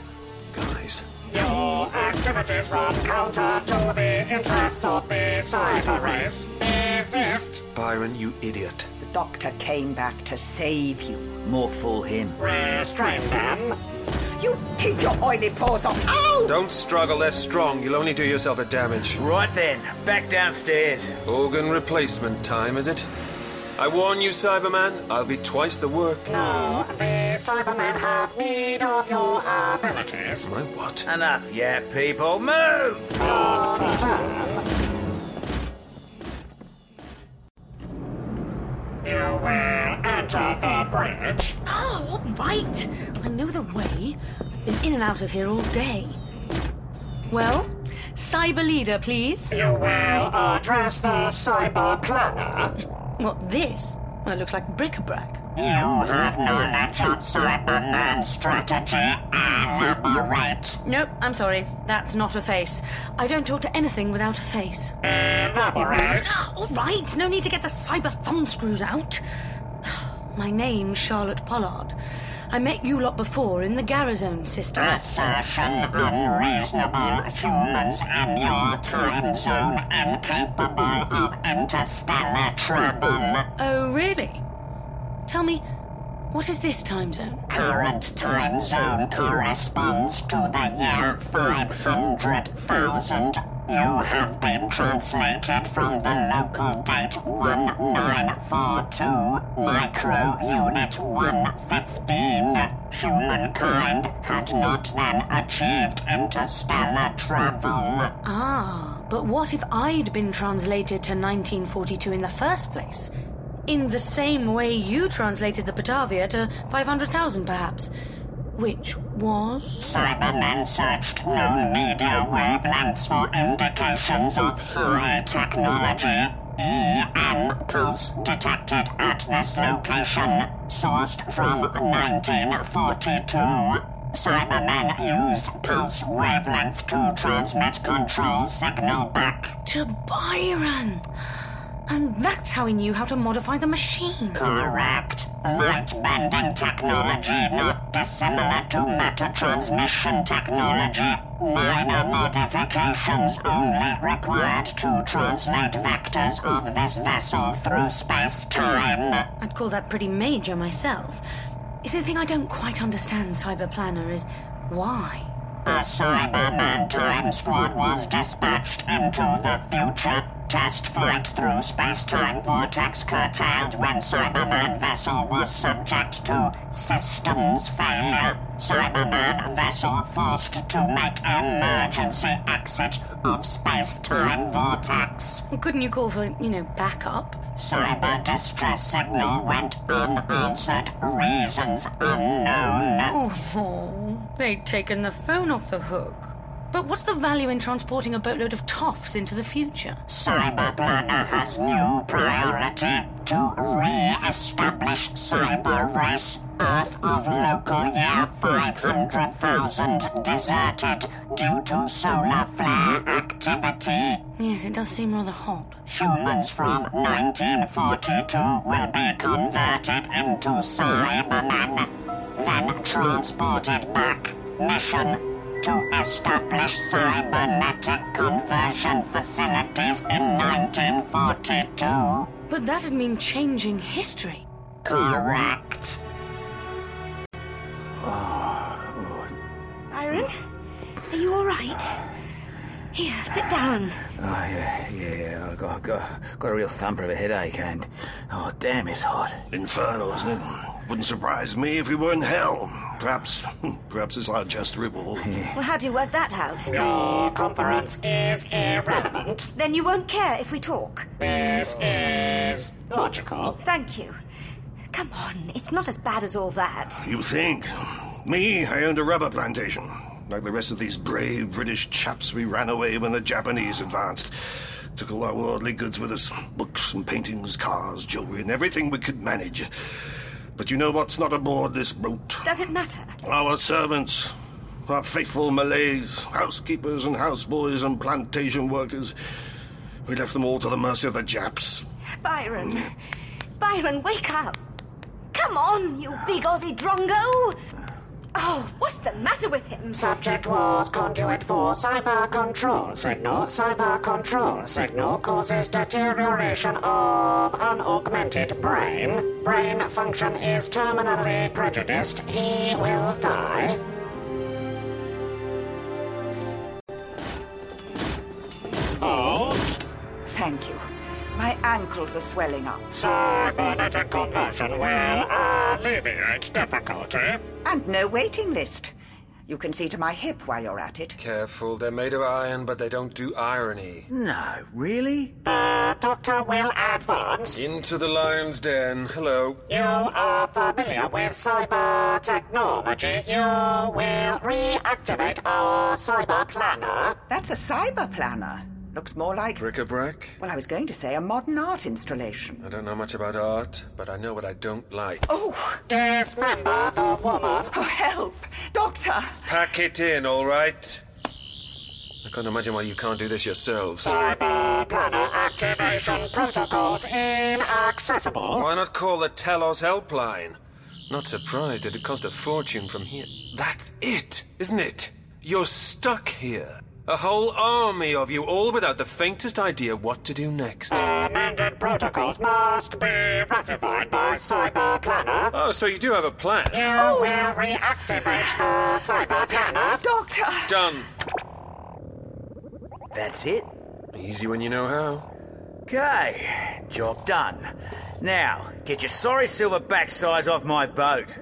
[SPEAKER 7] Guys.
[SPEAKER 5] Your activities run counter to the interests of the cyber race. Desist.
[SPEAKER 7] Byron, you idiot.
[SPEAKER 2] The doctor came back to save you.
[SPEAKER 9] More fool him.
[SPEAKER 5] Restrain them.
[SPEAKER 2] You keep your oily paws off. Ow!
[SPEAKER 7] Don't struggle, they're strong. You'll only do yourself a damage.
[SPEAKER 9] Right then, back downstairs.
[SPEAKER 7] Organ replacement time, is it? I warn you, Cyberman, I'll be twice the work.
[SPEAKER 5] No, the Cybermen have need of your abilities.
[SPEAKER 7] My what?
[SPEAKER 9] Enough, yeah, people. Move!
[SPEAKER 5] Not for them. You will enter the bridge.
[SPEAKER 35] Oh, all right. I know the way. I've been in and out of here all day.
[SPEAKER 10] Well, cyber leader, please.
[SPEAKER 5] You will address uh, the cyber planner.
[SPEAKER 10] What, this? Well, it looks like bric-a-brac.
[SPEAKER 5] You have knowledge of Cyberman strategy and elaborate.
[SPEAKER 10] Nope, I'm sorry. That's not a face. I don't talk to anything without a face.
[SPEAKER 5] Elaborate.
[SPEAKER 35] Ah, all right. No need to get the cyber thumbscrews out.
[SPEAKER 10] My name's Charlotte Pollard. I met you lot before in the Garazone system.
[SPEAKER 5] Assertion unreasonable humans in your time zone incapable of interstellar travel.
[SPEAKER 10] Oh, really? Tell me, what is this time zone?
[SPEAKER 5] Current time zone corresponds to the year 500,000 You have been translated from the local date REN 942 micro unit REN 15. Humankind had not then achieved interstellar travel.
[SPEAKER 10] Ah, but what if I'd been translated to 1942 in the first place? In the same way you translated the Batavia to 500,000, perhaps. Which was.
[SPEAKER 5] Cybermen searched no media wavelengths for indications of Huri technology. EM pulse detected at this location, sourced from 1942. Cybermen used pulse wavelength to transmit control signal back.
[SPEAKER 10] To Byron! And that's how he knew how to modify the machine.
[SPEAKER 5] Correct. Light bending technology not dissimilar to matter transmission technology. Minor modifications only required to translate vectors of this vessel through space time.
[SPEAKER 10] I'd call that pretty major myself. You see, the thing I don't quite understand, Cyber Planner, is why?
[SPEAKER 5] A Cyberman time squad was dispatched into the future. Test flight through space-time vortex curtailed when Cyberman vessel was subject to systems failure. Cyberman vessel forced to make emergency exit of space-time vortex.
[SPEAKER 10] Couldn't you call for, you know, backup?
[SPEAKER 5] Cyber distress signal went unanswered. Reasons unknown.
[SPEAKER 10] Oh, they'd taken the phone off the hook. But what's the value in transporting a boatload of toffs into the future?
[SPEAKER 5] Cyber Planner has new priority to re-establish cyber race. Earth of local year 500,000 deserted due to solar flare activity.
[SPEAKER 10] Yes, it does seem rather hot.
[SPEAKER 5] Humans from 1942 will be converted into Cybermen, then transported back. Mission to establish cybernetic conversion facilities in 1942.
[SPEAKER 10] But that'd mean changing history.
[SPEAKER 5] Correct.
[SPEAKER 16] Byron, are you all right? Here, sit down.
[SPEAKER 9] Oh, yeah, yeah, I got, got, got a real thumper of a headache, and oh, damn, it's hot.
[SPEAKER 12] Infernal, isn't it? Wouldn't surprise me if we were in hell. Perhaps, perhaps it's our just reward.
[SPEAKER 16] Well, how do you work that out?
[SPEAKER 5] Your conference is irrelevant.
[SPEAKER 16] Then you won't care if we talk.
[SPEAKER 5] This is logical.
[SPEAKER 16] Thank you. Come on, it's not as bad as all that.
[SPEAKER 12] You think? Me, I owned a rubber plantation. Like the rest of these brave British chaps, we ran away when the Japanese advanced. Took all our worldly goods with us books and paintings, cars, jewelry, and everything we could manage. But you know what's not aboard this boat?
[SPEAKER 16] Does it matter?
[SPEAKER 12] Our servants, our faithful Malays, housekeepers and houseboys and plantation workers. We left them all to the mercy of the Japs.
[SPEAKER 16] Byron, Byron, wake up. Come on, you big Aussie drongo. Oh, what's the matter with him?
[SPEAKER 5] Subject was conduit for cyber control signal. Cyber control signal causes deterioration of an augmented brain. Brain function is terminally prejudiced. He will die. Halt!
[SPEAKER 2] Thank you. My ankles are swelling up.
[SPEAKER 5] Cybernetic conversion will alleviate difficulty.
[SPEAKER 2] And no waiting list. You can see to my hip while you're at it.
[SPEAKER 7] Careful, they're made of iron, but they don't do irony.
[SPEAKER 9] No, really?
[SPEAKER 5] The doctor will advance.
[SPEAKER 7] Into the lion's den. Hello.
[SPEAKER 5] You are familiar with cyber technology. You will reactivate our cyber planner.
[SPEAKER 2] That's a cyber planner. Looks more like,
[SPEAKER 7] Bric-a-brac?
[SPEAKER 2] well, I was going to say a modern art installation.
[SPEAKER 7] I don't know much about art, but I know what I don't like.
[SPEAKER 2] Oh,
[SPEAKER 5] Dismember the woman.
[SPEAKER 2] oh, help! Doctor!
[SPEAKER 7] Pack it in, all right? I can't imagine why you can't do this yourselves.
[SPEAKER 5] Cyber planner activation protocols inaccessible.
[SPEAKER 7] Why not call the Telos helpline? Not surprised it'd cost a fortune from here. That's it, isn't it? You're stuck here. A whole army of you, all without the faintest idea what to do next.
[SPEAKER 5] Amended protocols must be ratified by cyber planner.
[SPEAKER 7] Oh, so you do have a plan.
[SPEAKER 5] You will reactivate the cyber planner.
[SPEAKER 2] Doctor!
[SPEAKER 7] Done.
[SPEAKER 9] That's it.
[SPEAKER 7] Easy when you know how.
[SPEAKER 9] Okay, job done. Now, get your sorry silver backsides off my boat.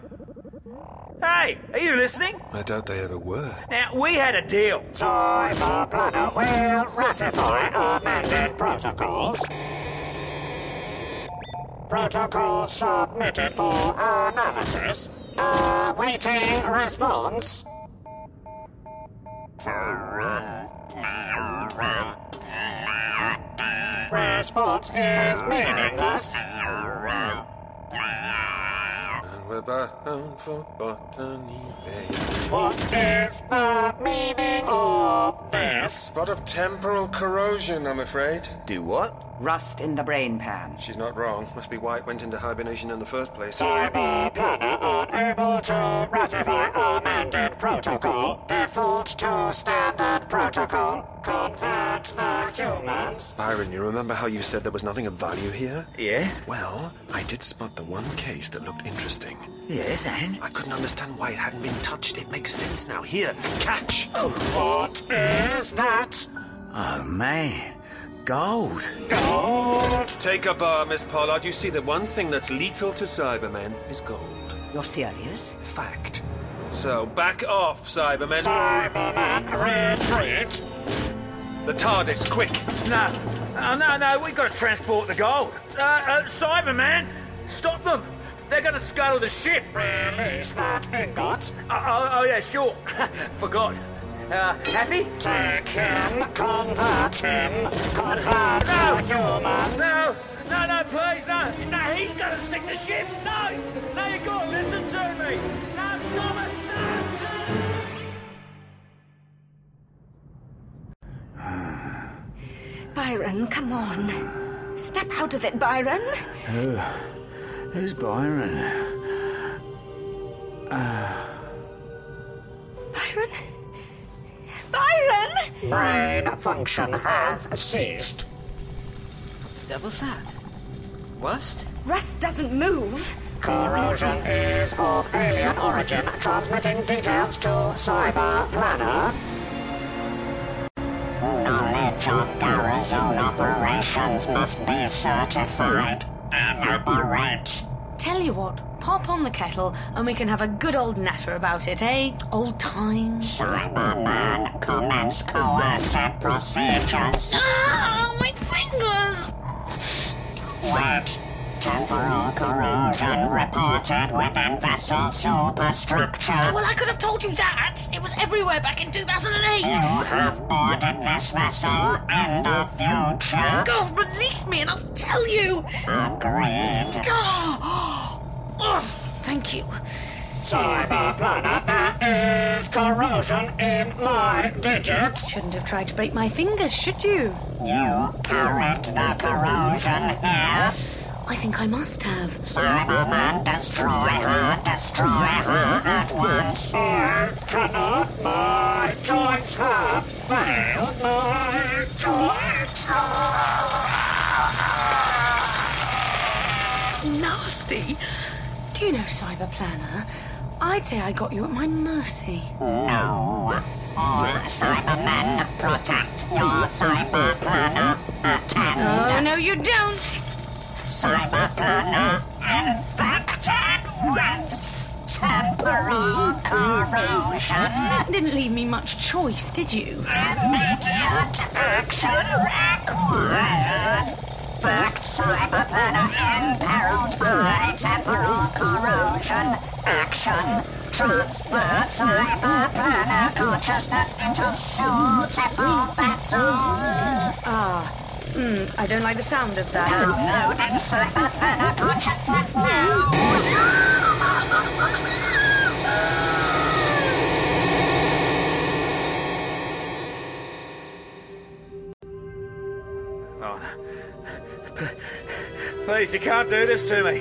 [SPEAKER 9] Hey, are you listening?
[SPEAKER 7] I doubt they ever were.
[SPEAKER 9] Now, we had a deal.
[SPEAKER 18] Time our planner will ratify amended protocols. Protocols submitted for analysis. Awaiting response. Response is meaningless.
[SPEAKER 7] And we're bound for Botany Bay.
[SPEAKER 18] What is the meaning of this?
[SPEAKER 7] Spot of temporal corrosion, I'm afraid.
[SPEAKER 9] Do what?
[SPEAKER 2] Rust in the brain pan.
[SPEAKER 7] She's not wrong. Must be why it went into hibernation in the first place.
[SPEAKER 18] Cyber planner unable to ratify amended protocol. Default to standard protocol. Convert the humans.
[SPEAKER 7] Byron, you remember how you said there was nothing of value here?
[SPEAKER 9] Yeah?
[SPEAKER 7] Well, I did spot the one case that looked interesting.
[SPEAKER 9] Yes, and?
[SPEAKER 7] I couldn't understand why it hadn't been touched. It makes sense now. Here, catch!
[SPEAKER 18] Oh. What is that?
[SPEAKER 9] Oh, man. Gold.
[SPEAKER 18] Gold.
[SPEAKER 7] Take a bar, Miss Pollard. You see, the one thing that's lethal to Cybermen is gold.
[SPEAKER 2] You're serious?
[SPEAKER 7] Fact. So, back off, Cybermen.
[SPEAKER 18] Cyberman retreat.
[SPEAKER 7] The TARDIS, quick!
[SPEAKER 9] No. Oh, no, no, we've got to transport the gold. Uh, uh, Cyberman, stop them. They're going to scuttle the ship.
[SPEAKER 18] Release that ingot.
[SPEAKER 9] Oh, oh, oh yeah, sure. Forgot. Uh, happy?
[SPEAKER 18] Take him. Convert him. Convert
[SPEAKER 9] No.
[SPEAKER 18] the humans.
[SPEAKER 9] No, no, no, please, no. No, he's going to sink the ship. No, no, you got to listen to me. No, stop it.
[SPEAKER 10] Byron, come on. Snap out of it, Byron.
[SPEAKER 9] Who? Who's Byron? Uh,
[SPEAKER 10] Byron? Byron!
[SPEAKER 18] Brain function has ceased.
[SPEAKER 36] The devil's that? Rust?
[SPEAKER 10] Rust doesn't move.
[SPEAKER 18] Corrosion is of alien origin. Transmitting details to Cyber Planner.
[SPEAKER 5] Each of Garrison operations must be certified. Elaborate.
[SPEAKER 10] Tell you what, pop on the kettle and we can have a good old natter about it, eh? Old times.
[SPEAKER 5] Cyberman commence corrosive procedures.
[SPEAKER 10] Ah, my fingers!
[SPEAKER 5] Rat. Temporal corrosion reported within vessel superstructure.
[SPEAKER 10] Well, I could have told you that. It was everywhere back in 2008.
[SPEAKER 5] You have boarded this vessel in the future.
[SPEAKER 10] Go, release me and I'll tell you.
[SPEAKER 5] Agreed.
[SPEAKER 10] Oh, oh, thank you.
[SPEAKER 18] Cyber Planner, there is corrosion in my digits.
[SPEAKER 10] Shouldn't have tried to break my fingers, should you?
[SPEAKER 5] You carried the corrosion here.
[SPEAKER 10] I think I must have.
[SPEAKER 5] Cyberman, destroy her, destroy her at once.
[SPEAKER 18] I cannot. My joints have failed. My joints
[SPEAKER 10] Nasty. Do you know, Cyber Planner? I'd say I got you at my mercy.
[SPEAKER 5] No. Your Cyberman, protect your cyber planner. Attend.
[SPEAKER 10] Oh, no, you don't.
[SPEAKER 5] Cyber planner infected with temporal corrosion.
[SPEAKER 10] Didn't leave me much choice, did you?
[SPEAKER 5] Immediate action required. Fact cyber planner empowered by temporal corrosion. Action. Transfer cyber planner consciousness into suitable vessel.
[SPEAKER 10] Ah, mm, I don't like the sound of that.
[SPEAKER 5] Loading circuit and consciousness now.
[SPEAKER 9] Oh, no. Please, you can't do this to me.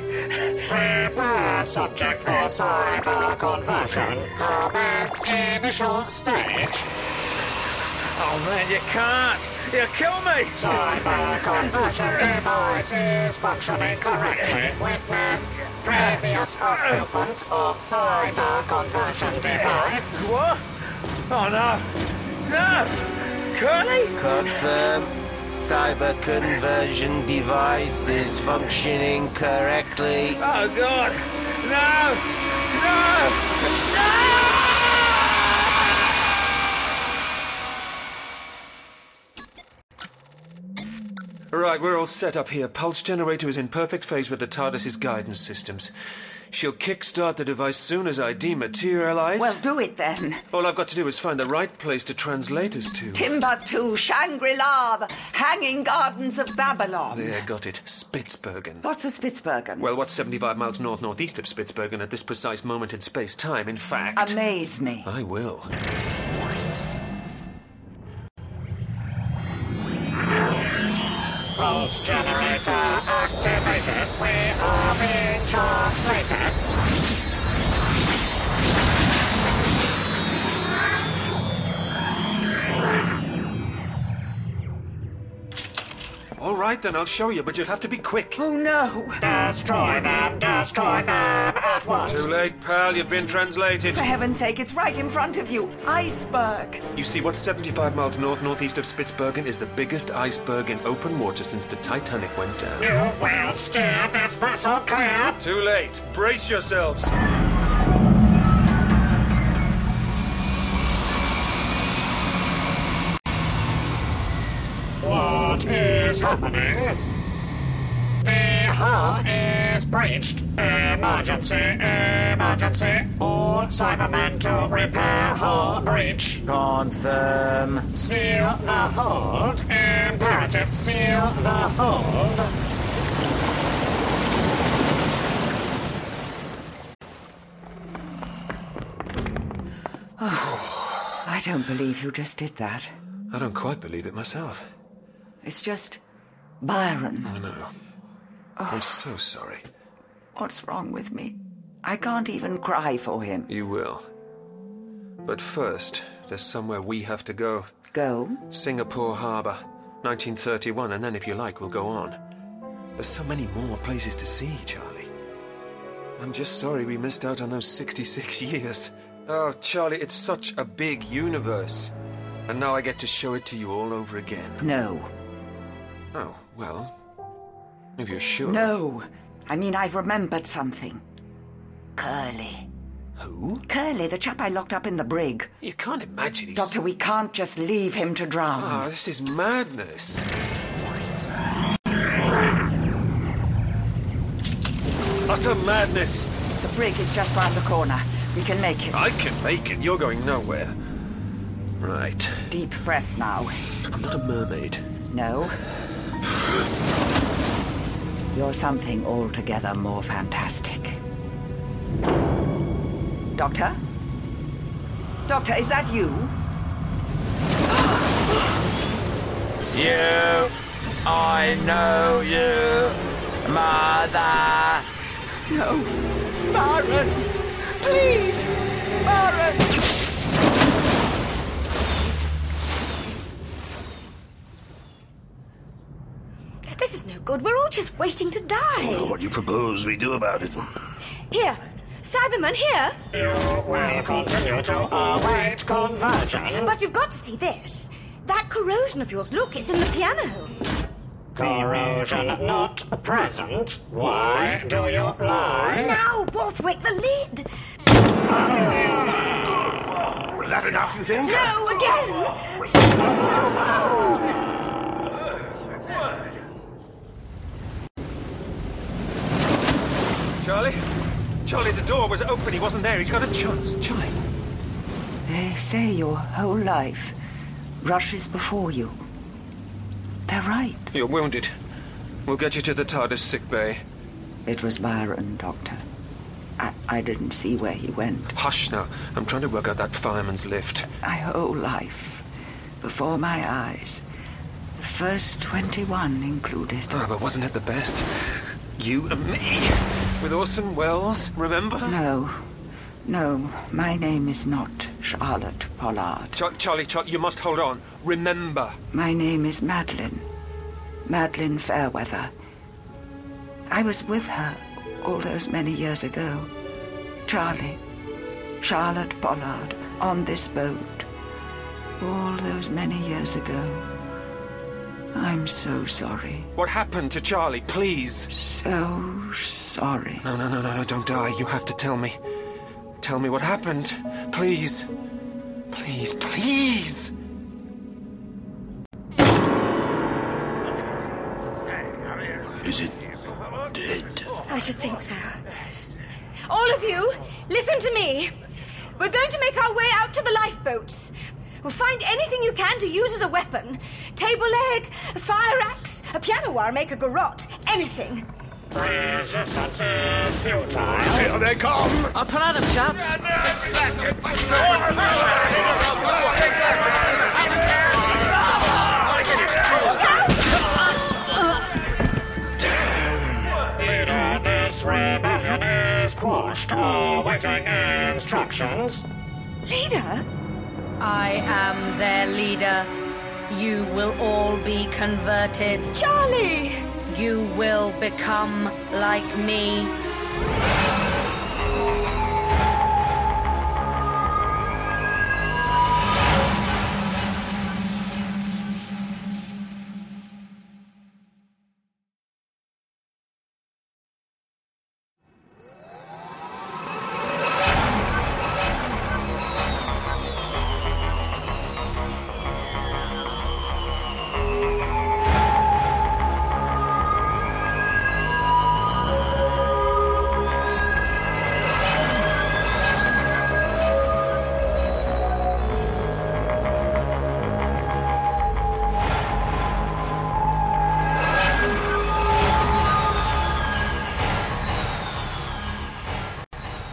[SPEAKER 18] Prepare subject for cyber conversion. Commence initial stage.
[SPEAKER 9] Oh, man, you can't. You'll kill me.
[SPEAKER 18] Cyber conversion device is functioning correctly. Witness previous occupant of cyber conversion device.
[SPEAKER 9] What? Oh, no. No.
[SPEAKER 8] Curly?
[SPEAKER 9] Confirm. Cyber conversion device is functioning correctly.
[SPEAKER 8] Oh, God. No! No! No!
[SPEAKER 7] Right, we're all set up here. Pulse generator is in perfect phase with the TARDIS's guidance systems. She'll kickstart the device soon as I dematerialize.
[SPEAKER 2] Well, do it then.
[SPEAKER 7] all I've got to do is find the right place to translate us to.
[SPEAKER 2] Timbuktu, Shangri La, the Hanging Gardens of Babylon.
[SPEAKER 7] There, got it. Spitsbergen.
[SPEAKER 2] What's a Spitzbergen?
[SPEAKER 7] Well, what's 75 miles north northeast of Spitsbergen at this precise moment in space time, in fact?
[SPEAKER 2] Amaze me.
[SPEAKER 7] I will.
[SPEAKER 5] Pulse generator activated. We are being translated.
[SPEAKER 7] All right, then, I'll show you, but you'll have to be quick.
[SPEAKER 2] Oh, no.
[SPEAKER 5] Destroy them. Destroy them at once.
[SPEAKER 7] Too late, pal. You've been translated.
[SPEAKER 2] For heaven's sake, it's right in front of you. Iceberg.
[SPEAKER 7] You see, what's 75 miles north northeast of Spitsbergen is the biggest iceberg in open water since the Titanic went down.
[SPEAKER 5] You will steer this vessel clear.
[SPEAKER 7] Too late. Brace yourselves.
[SPEAKER 5] What is happening? The hull is breached. Emergency, emergency. All Cybermen to repair hull breach.
[SPEAKER 37] Confirm.
[SPEAKER 5] Seal the hold. Imperative, seal the hold.
[SPEAKER 2] I don't believe you just did that.
[SPEAKER 7] I don't quite believe it myself.
[SPEAKER 2] It's just Byron.
[SPEAKER 7] I know. I'm so sorry.
[SPEAKER 2] What's wrong with me? I can't even cry for him.
[SPEAKER 7] You will. But first, there's somewhere we have to go.
[SPEAKER 2] Go?
[SPEAKER 7] Singapore Harbour, 1931, and then if you like, we'll go on. There's so many more places to see, Charlie. I'm just sorry we missed out on those 66 years. Oh, Charlie, it's such a big universe. And now I get to show it to you all over again.
[SPEAKER 2] No.
[SPEAKER 7] Oh, well. If you're sure.
[SPEAKER 2] No. I mean, I've remembered something. Curly.
[SPEAKER 7] Who?
[SPEAKER 2] Curly, the chap I locked up in the brig.
[SPEAKER 7] You can't imagine he's.
[SPEAKER 2] Doctor, we can't just leave him to drown.
[SPEAKER 7] Ah, this is madness. Utter madness.
[SPEAKER 2] The brig is just round the corner. We can make it.
[SPEAKER 7] I can make it. You're going nowhere. Right.
[SPEAKER 2] Deep breath now.
[SPEAKER 7] I'm not a mermaid.
[SPEAKER 2] No. You're something altogether more fantastic. Doctor? Doctor, is that you?
[SPEAKER 9] You, I know you, mother.
[SPEAKER 2] No. Baron! Please! Baron!
[SPEAKER 16] This is no good. We're all just waiting to
[SPEAKER 12] Well,
[SPEAKER 16] die.
[SPEAKER 12] what you propose we do about it?
[SPEAKER 16] Here, Cyberman, here.
[SPEAKER 5] You will continue to await conversion.
[SPEAKER 16] But you've got to see this. That corrosion of yours. Look, it's in the piano.
[SPEAKER 5] Corrosion not present. Why do you lie?
[SPEAKER 16] Now, Borthwick, the lid.
[SPEAKER 12] Is that enough, you think?
[SPEAKER 16] No, again.
[SPEAKER 7] Charlie? Charlie, the door was open. He wasn't there. He's got a chance. Charlie.
[SPEAKER 2] They say your whole life rushes before you. They're right.
[SPEAKER 7] You're wounded. We'll get you to the TARDIS sick bay.
[SPEAKER 2] It was Byron, Doctor. I, I didn't see where he went.
[SPEAKER 7] Hush now. I'm trying to work out that fireman's lift.
[SPEAKER 2] My whole life, before my eyes. The first 21 included.
[SPEAKER 7] Ah, but wasn't it the best? You and me. With Orson Welles, remember?
[SPEAKER 2] No, no, my name is not Charlotte Pollard.
[SPEAKER 7] Char- Charlie, Charlie, you must hold on. Remember.
[SPEAKER 2] My name is Madeline. Madeline Fairweather. I was with her all those many years ago. Charlie, Charlotte Pollard, on this boat. all those many years ago. I'm so sorry.
[SPEAKER 7] What happened to Charlie, please?
[SPEAKER 2] So sorry.
[SPEAKER 7] No, no, no, no, no, don't die. You have to tell me. Tell me what happened. Please. Please, please.
[SPEAKER 12] Is it dead?
[SPEAKER 16] I should think so. All of you, listen to me. We're going to make our way out to the lifeboats. We'll find anything you can to use as a weapon table leg, a fire axe, a piano wire, make a garrote, anything.
[SPEAKER 5] Resistance is futile.
[SPEAKER 38] Here they come!
[SPEAKER 39] I'll pull out them, chaps.
[SPEAKER 5] Leader, this rebellion is quashed. Awaiting instructions.
[SPEAKER 16] Leader?
[SPEAKER 10] I am their leader. You will all be converted.
[SPEAKER 16] Charlie!
[SPEAKER 10] You will become like me.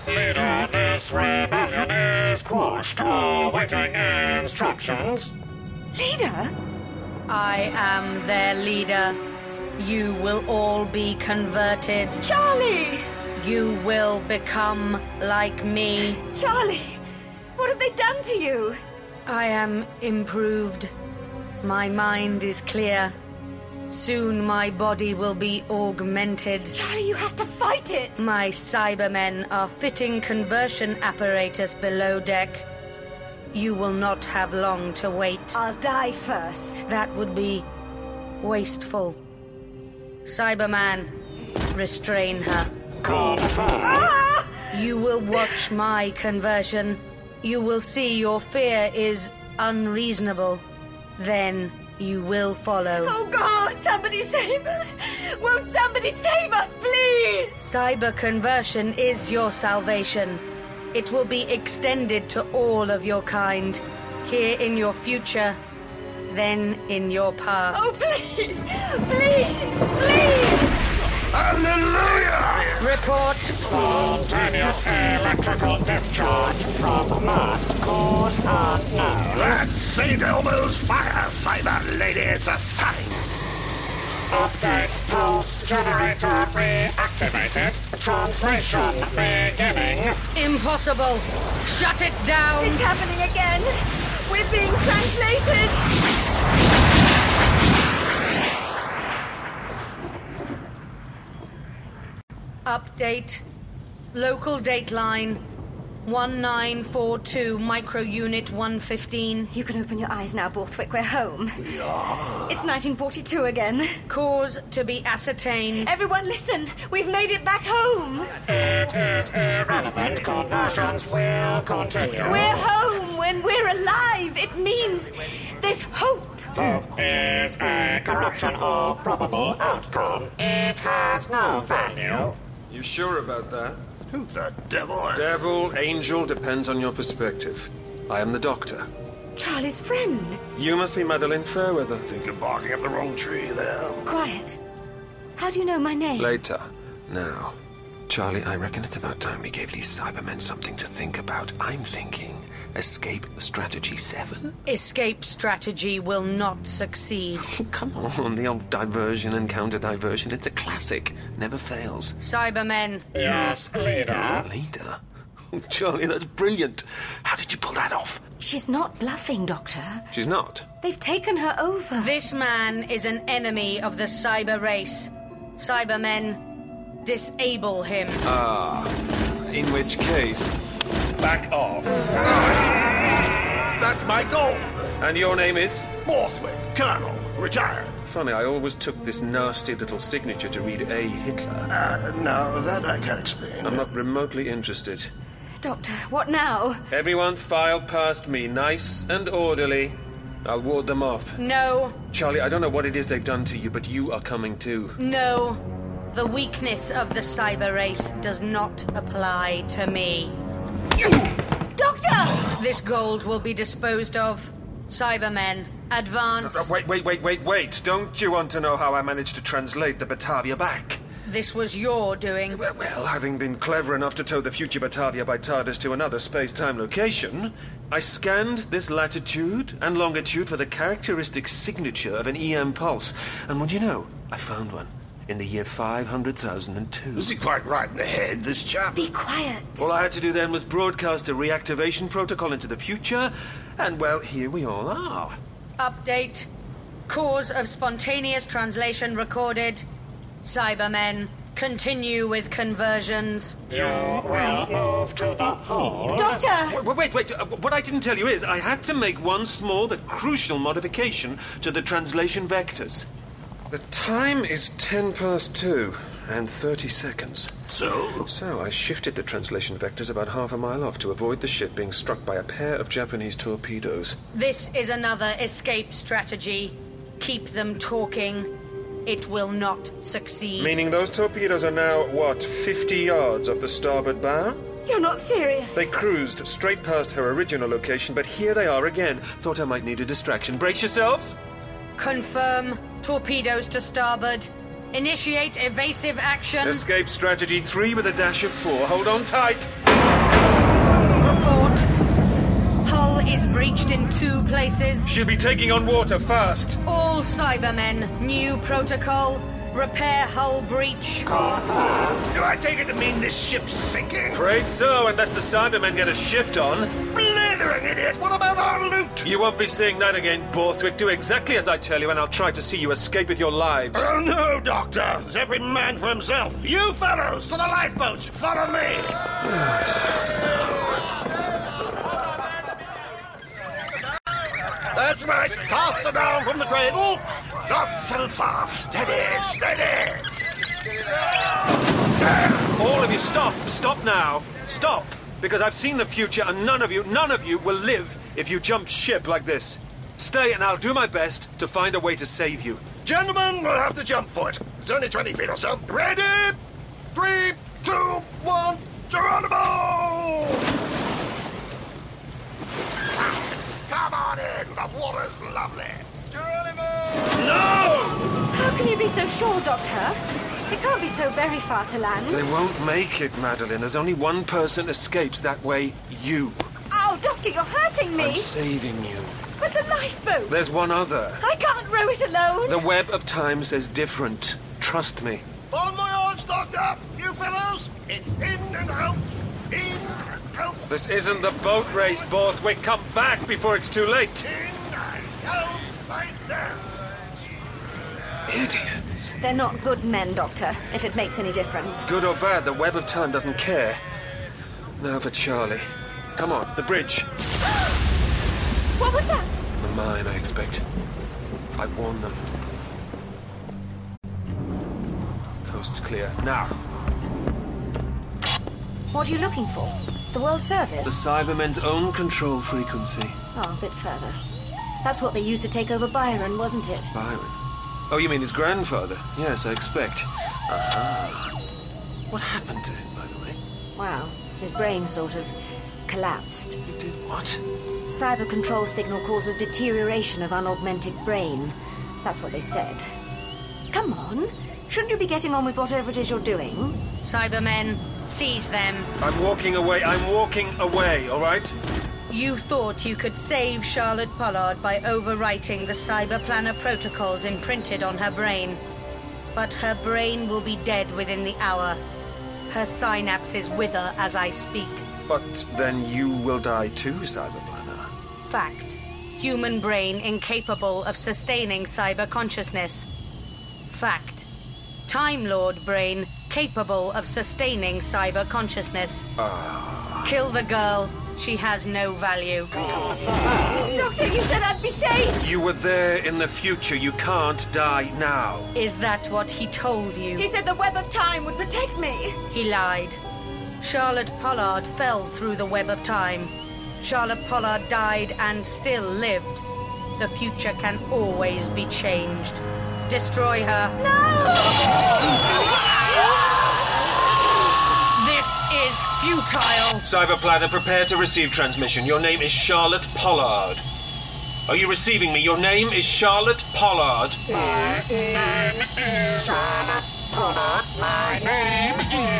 [SPEAKER 5] Leader, this rebellion is quashed. Awaiting instructions.
[SPEAKER 10] Leader? I am their leader. You will all be converted.
[SPEAKER 16] Charlie!
[SPEAKER 10] You will become like me.
[SPEAKER 16] Charlie! What have they done to you?
[SPEAKER 10] I am improved. My mind is clear. Soon my body will be augmented.
[SPEAKER 16] Charlie, you have to fight it!
[SPEAKER 10] My Cybermen are fitting conversion apparatus below deck. You will not have long to wait.
[SPEAKER 16] I'll die first.
[SPEAKER 10] That would be wasteful. Cyberman, restrain her.
[SPEAKER 5] Ah!
[SPEAKER 10] You will watch my conversion. You will see your fear is unreasonable. Then you will follow.
[SPEAKER 16] Oh God, somebody save us! Won't somebody save us, please?
[SPEAKER 10] Cyber conversion is your salvation. It will be extended to all of your kind, here in your future, then in your past.
[SPEAKER 16] Oh, please! Please! Please!
[SPEAKER 38] Hallelujah!
[SPEAKER 10] Report.
[SPEAKER 5] Spontaneous electrical discharge from mast cause unknown.
[SPEAKER 38] Let's see Elmo's fire, Cyber Lady. It's a sight.
[SPEAKER 5] Update pulse generator reactivated. Translation beginning.
[SPEAKER 10] Impossible! Shut it down!
[SPEAKER 16] It's happening again! We're being translated!
[SPEAKER 10] Update. Local dateline 1942, micro unit 115.
[SPEAKER 16] You can open your eyes now, Borthwick. We're home. It's 1942 again.
[SPEAKER 10] Cause to be ascertained.
[SPEAKER 16] Everyone, listen! We've made it back home!
[SPEAKER 5] It is irrelevant. Conversions will continue.
[SPEAKER 16] We're home when we're alive! It means there's hope!
[SPEAKER 5] Hope is a corruption of probable outcome. It has no
[SPEAKER 16] Oh.
[SPEAKER 5] value.
[SPEAKER 7] You sure about that?
[SPEAKER 38] Who the devil?
[SPEAKER 7] Devil, angel, depends on your perspective. I am the doctor.
[SPEAKER 16] Charlie's friend!
[SPEAKER 7] You must be Madeline Fairweather.
[SPEAKER 38] Think you're barking up the wrong tree there.
[SPEAKER 16] Quiet. How do you know my name?
[SPEAKER 7] Later. Now, Charlie, I reckon it's about time we gave these Cybermen something to think about. I'm thinking escape strategy seven.
[SPEAKER 10] Escape strategy will not succeed.
[SPEAKER 7] Come on, Oh, the old diversion and counter diversion. It's a classic. Never fails.
[SPEAKER 10] Cybermen,
[SPEAKER 5] Yes, leader.
[SPEAKER 7] Leader? Oh, Charlie, that's brilliant. How did you pull that off?
[SPEAKER 16] She's not bluffing, Doctor.
[SPEAKER 7] She's not.
[SPEAKER 16] They've taken her over.
[SPEAKER 10] this man is an enemy of the cyber race. Cybermen, disable him.
[SPEAKER 7] Ah, in which case,
[SPEAKER 38] Back off. That's my goal.
[SPEAKER 7] And your name is?
[SPEAKER 12] Borthwick, Colonel, retired.
[SPEAKER 7] Funny, I always took this nasty little signature to read A. Hitler.
[SPEAKER 12] Uh, no, that I can't explain.
[SPEAKER 7] I'm not remotely interested.
[SPEAKER 16] Doctor, what now?
[SPEAKER 7] Everyone file past me, nice and orderly. I'll ward them off.
[SPEAKER 10] No,
[SPEAKER 7] Charlie, I don't know what it is they've done to you, but you are coming too.
[SPEAKER 10] no. The weakness of the cyber race does not apply to me. Doctor! This gold will be disposed of. Cybermen, advance.
[SPEAKER 7] Uh, wait, wait, wait, wait, wait. Don't you want to know how I managed to translate the Batavia back?
[SPEAKER 10] This was your doing.
[SPEAKER 7] Well, having been clever enough to tow the future Batavia by TARDIS to another space time location, I scanned this latitude and longitude for the characteristic signature of an EM pulse. And would you know, I found one in the year 500,002. Is
[SPEAKER 12] he quite right in the head, this chap?
[SPEAKER 16] Be quiet.
[SPEAKER 7] All I had to do then was broadcast a reactivation protocol into the future, and well, here we all are.
[SPEAKER 10] Update. Cause of spontaneous translation recorded. Cybermen, continue with conversions.
[SPEAKER 5] You will move to the hall.
[SPEAKER 7] Wait, wait, wait, wait. Uh, What I didn't tell you is I had to make one small but crucial modification to the translation vectors. The time is 10 past 2 and 30 seconds.
[SPEAKER 12] So?
[SPEAKER 7] So I shifted the translation vectors about half a mile off to avoid the ship being struck by a pair of Japanese torpedoes.
[SPEAKER 10] This is another escape strategy. Keep them talking. It will not succeed.
[SPEAKER 7] Meaning those torpedoes are now, what, 50 yards off the starboard bow?
[SPEAKER 16] You're not serious.
[SPEAKER 7] They cruised straight past her original location, but here they are again. Thought I might need a distraction. Brace yourselves!
[SPEAKER 10] Confirm torpedoes to starboard. Initiate evasive action.
[SPEAKER 7] Escape strategy three with a dash of four. Hold on tight.
[SPEAKER 10] Report. Hull is breached in two places.
[SPEAKER 7] She'll be taking on water fast.
[SPEAKER 10] All Cybermen, new protocol. Repair hull breach.
[SPEAKER 12] Do I take it to mean this ship's sinking?
[SPEAKER 7] Afraid so, unless the Cybermen get a shift on.
[SPEAKER 12] Blithering idiot! What about our loot?
[SPEAKER 7] You won't be seeing that again, Borthwick. Do exactly as I tell you, and I'll try to see you escape with your lives.
[SPEAKER 12] Oh no, Doctor! It's every man for himself. You fellows, to the lifeboats! Follow me! That's right! Cast her down from the cradle! Oh, Not so fast! Steady, steady!
[SPEAKER 7] All of you, stop! Stop now! Stop! Because I've seen the future, and none of you, none of you will live if you jump ship like this. Stay, and I'll do my best to find a way to save you.
[SPEAKER 12] Gentlemen, we'll have to jump for it. It's only 20 feet or so. Ready? Three, two, one, Geronimo! Come on in, the water's lovely.
[SPEAKER 16] How can you be so sure, Doctor? It can't be so very far to land.
[SPEAKER 7] They won't make it, Madeline. There's only one person escapes that way. You.
[SPEAKER 16] Oh, Doctor, you're hurting me.
[SPEAKER 7] I'm saving you.
[SPEAKER 16] But the lifeboat.
[SPEAKER 7] There's one other.
[SPEAKER 16] I can't row it alone.
[SPEAKER 7] The web of time says different. Trust me.
[SPEAKER 12] Bon voyage, Doctor! You fellows, it's in and out, in and out,
[SPEAKER 7] This isn't the boat race, Borthwick. Come back before it's too late.
[SPEAKER 12] out, right there.
[SPEAKER 7] Idiots.
[SPEAKER 16] They're not good men, Doctor, if it makes any difference.
[SPEAKER 7] Good or bad, the web of time doesn't care. Now for Charlie. Come on, the bridge.
[SPEAKER 16] What was that?
[SPEAKER 7] The mine, I expect. I warn them. Coast's clear. Now,
[SPEAKER 16] What are you looking for? The World
[SPEAKER 7] the
[SPEAKER 16] Service?
[SPEAKER 7] Cybermen's own control frequency.
[SPEAKER 16] Oh, a bit further. That's what they used to take over Byron, wasn't it?
[SPEAKER 7] Byron. Oh, you mean his grandfather? Yes, I expect. Aha. What happened to him, by the way?
[SPEAKER 16] Well, his brain sort of collapsed.
[SPEAKER 7] It did what?
[SPEAKER 16] Cyber control signal causes deterioration of unaugmented brain. That's what they said. Come on. Shouldn't you be getting on with whatever it is you're doing?
[SPEAKER 10] Cybermen, seize them.
[SPEAKER 7] I'm walking away. I'm walking away, all right?
[SPEAKER 10] You thought you could save Charlotte Pollard by overwriting the cyber planner protocols imprinted on her brain. But her brain will be dead within the hour. Her synapses wither as I speak.
[SPEAKER 7] But then you will die too, Cyberplanner.
[SPEAKER 10] Fact. Human brain incapable of sustaining cyber consciousness. Fact. Time Lord brain capable of sustaining cyber consciousness. Kill the girl She has no value.
[SPEAKER 40] Doctor, you said I'd be safe!
[SPEAKER 7] You were there in the future. You can't die now.
[SPEAKER 10] Is that what he told you?
[SPEAKER 40] He said the web of time would protect me.
[SPEAKER 10] He lied. Charlotte Pollard fell through the web of time. Charlotte Pollard died and still lived. The future can always be changed. Destroy her. No! This is futile.
[SPEAKER 7] Cyberplanet, prepare to receive transmission. Your name is Charlotte Pollard. Are you receiving me? Your name is Charlotte Pollard.
[SPEAKER 5] My name is Charlotte Pollard. My name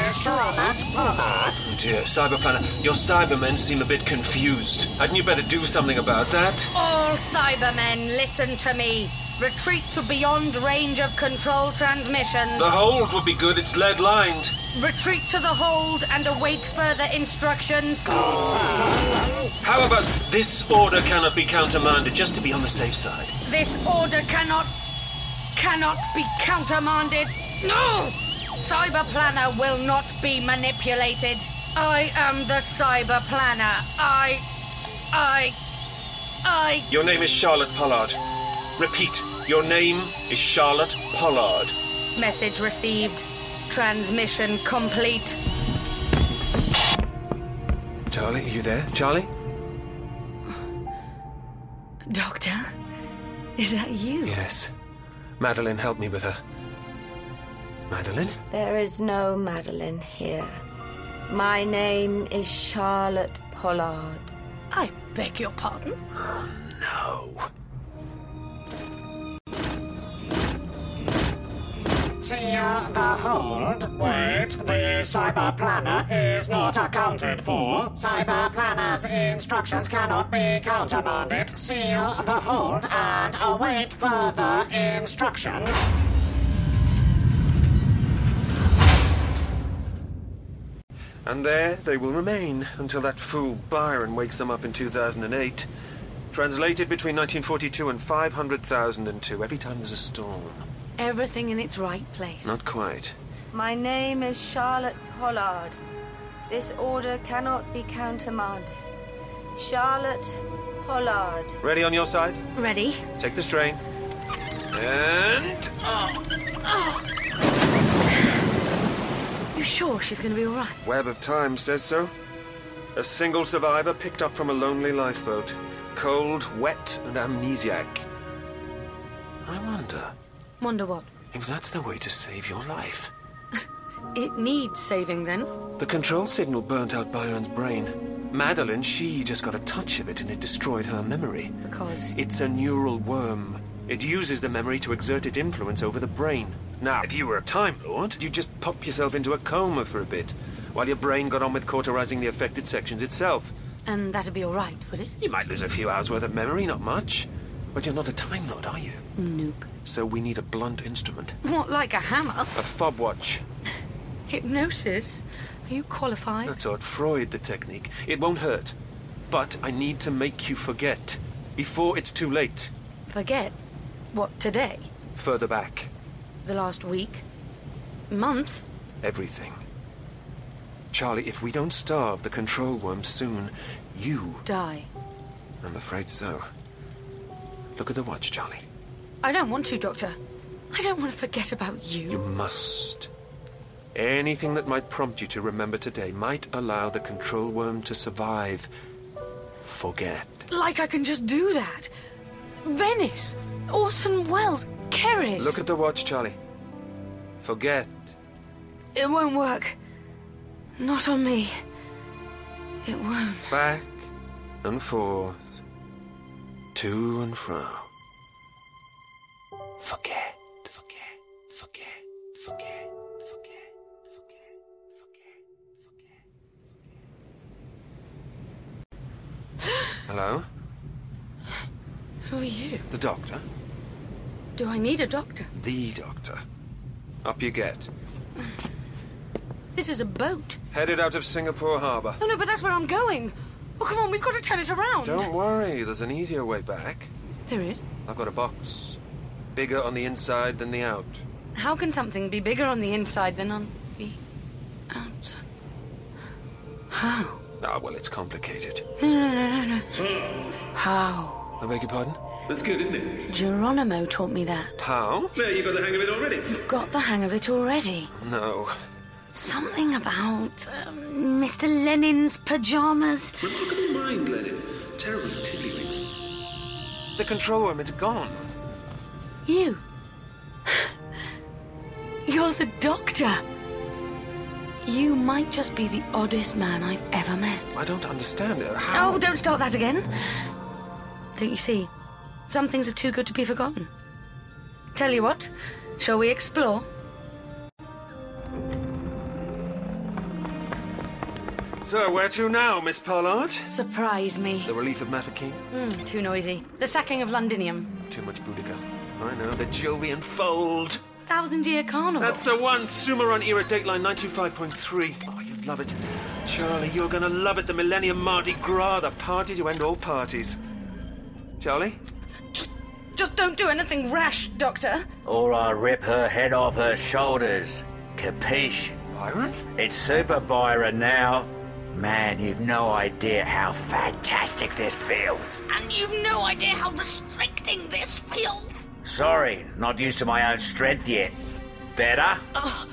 [SPEAKER 5] is Charlotte Pollard.
[SPEAKER 7] Oh dear, Cyberplanet, your Cybermen seem a bit confused. Hadn't you better do something about that?
[SPEAKER 10] All Cybermen, listen to me. Retreat to beyond range of control transmissions.
[SPEAKER 7] The hold would be good, it's lead lined.
[SPEAKER 10] Retreat to the hold and await further instructions.
[SPEAKER 7] How about this order cannot be countermanded just to be on the safe side?
[SPEAKER 10] This order cannot. cannot be countermanded. No! Cyber Planner will not be manipulated. I am the Cyber Planner. I. I. I.
[SPEAKER 7] Your name is Charlotte Pollard. Repeat, your name is Charlotte Pollard.
[SPEAKER 10] Message received. Transmission complete.
[SPEAKER 7] Charlie, are you there? Charlie?
[SPEAKER 16] Doctor? Is that you?
[SPEAKER 7] Yes. Madeline, help me with her. Madeline?
[SPEAKER 16] There is no Madeline here. My name is Charlotte Pollard.
[SPEAKER 10] I beg your pardon?
[SPEAKER 7] No.
[SPEAKER 5] Seal the hold. Wait, the cyber planner is not accounted for. Cyber planner's instructions cannot be countermanded. Seal the hold and await further instructions.
[SPEAKER 7] And there they will remain until that fool Byron wakes them up in 2008. Translated between 1942 and 500,002, every time there's a storm.
[SPEAKER 16] Everything in its right place.
[SPEAKER 7] Not quite.
[SPEAKER 40] My name is Charlotte Pollard. This order cannot be countermanded. Charlotte Pollard.
[SPEAKER 7] Ready on your side?
[SPEAKER 16] Ready?
[SPEAKER 7] Take the strain. And.
[SPEAKER 16] Oh. Oh. You sure she's going to be all right?
[SPEAKER 7] Web of Time says so. A single survivor picked up from a lonely lifeboat. Cold, wet, and amnesiac. I wonder
[SPEAKER 16] Wonder what?
[SPEAKER 7] if that's the way to save your life.
[SPEAKER 10] It needs saving then.
[SPEAKER 7] The control signal burnt out Byron's brain. Madeline, she just got a touch of it and it destroyed her memory.
[SPEAKER 16] Because.
[SPEAKER 7] It's a neural worm. It uses the memory to exert its influence over the brain. Now, if you were a Time Lord, you'd just pop yourself into a coma for a bit, while your brain got on with cauterizing the affected sections itself.
[SPEAKER 16] And that'd be all right, would it?
[SPEAKER 7] You might lose a few hours worth of memory, not much. But you're not a Time Lord, are you?
[SPEAKER 16] Nope.
[SPEAKER 7] So we need a blunt instrument.
[SPEAKER 10] What, like a hammer?
[SPEAKER 7] A fob watch.
[SPEAKER 10] Hypnosis? Are you qualified?
[SPEAKER 7] I taught Freud the technique. It won't hurt. But I need to make you forget. Before it's too late.
[SPEAKER 16] Forget. What, today?
[SPEAKER 7] Further back.
[SPEAKER 16] The last week? Month?
[SPEAKER 7] Everything. Charlie, if we don't starve the control worm soon, you.
[SPEAKER 16] Die.
[SPEAKER 7] I'm afraid so. Look at the watch, Charlie.
[SPEAKER 16] I don't want to, Doctor. I don't want to forget about you.
[SPEAKER 7] You must. Anything that might prompt you to remember today might allow the control worm to survive. Forget.
[SPEAKER 10] Like I can just do that. Venice, Orson Welles, Kerris.
[SPEAKER 7] Look at the watch, Charlie. Forget.
[SPEAKER 16] It won't work. Not on me. It won't.
[SPEAKER 7] Back and forth. To and fro. Forget. Hello?
[SPEAKER 10] Who are you?
[SPEAKER 7] The doctor?
[SPEAKER 10] Do I need a doctor?
[SPEAKER 7] The doctor. Up you get.
[SPEAKER 10] This is a boat.
[SPEAKER 7] Headed out of Singapore Harbour.
[SPEAKER 10] Oh no, but that's where I'm going. Oh, come on, we've got to turn it around.
[SPEAKER 7] Don't worry, there's an easier way back.
[SPEAKER 10] There is.
[SPEAKER 7] I've got a box. Bigger on the inside than the out.
[SPEAKER 10] How can something be bigger on the inside than on the outside? How?
[SPEAKER 7] Ah, well, it's complicated.
[SPEAKER 10] No, no, no, no, no. How?
[SPEAKER 7] I beg your pardon?
[SPEAKER 41] That's good, isn't it?
[SPEAKER 10] Geronimo taught me that.
[SPEAKER 7] How?
[SPEAKER 41] There, you got the hang of it already.
[SPEAKER 10] You've got the hang of it already.
[SPEAKER 7] No.
[SPEAKER 10] Something about um, Mr. Lenin's pajamas.
[SPEAKER 41] Remarkable mind, Lenin. Terrible at tiddlywinks.
[SPEAKER 7] The control room, it's gone.
[SPEAKER 10] You. You're the doctor. You might just be the oddest man I've ever met.
[SPEAKER 7] I don't understand it. How?
[SPEAKER 10] Oh, don't start that again. Don't you see? Some things are too good to be forgotten. Tell you what, shall we explore?
[SPEAKER 7] So, where to now, Miss Pollard?
[SPEAKER 10] Surprise me.
[SPEAKER 7] The relief of Mather King?
[SPEAKER 42] Hmm,
[SPEAKER 10] Mm, too noisy. The sacking of Londinium.
[SPEAKER 7] Too much Boudica. I know, the Jovian fold.
[SPEAKER 10] Thousand Year Carnival.
[SPEAKER 7] That's the one, Sumeron era dateline 925.3. Oh, you'd love it. Charlie, you're gonna love it. The Millennium Mardi Gras, the party to end all parties. Charlie?
[SPEAKER 42] Just don't do anything rash, Doctor.
[SPEAKER 9] Or I rip her head off her shoulders. Capiche?
[SPEAKER 7] Byron?
[SPEAKER 9] It's Super Byron now. Man, you've no idea how fantastic this feels.
[SPEAKER 10] And you've no idea how restricting this feels.
[SPEAKER 9] Sorry, not used to my own strength yet. Better?
[SPEAKER 10] Oh,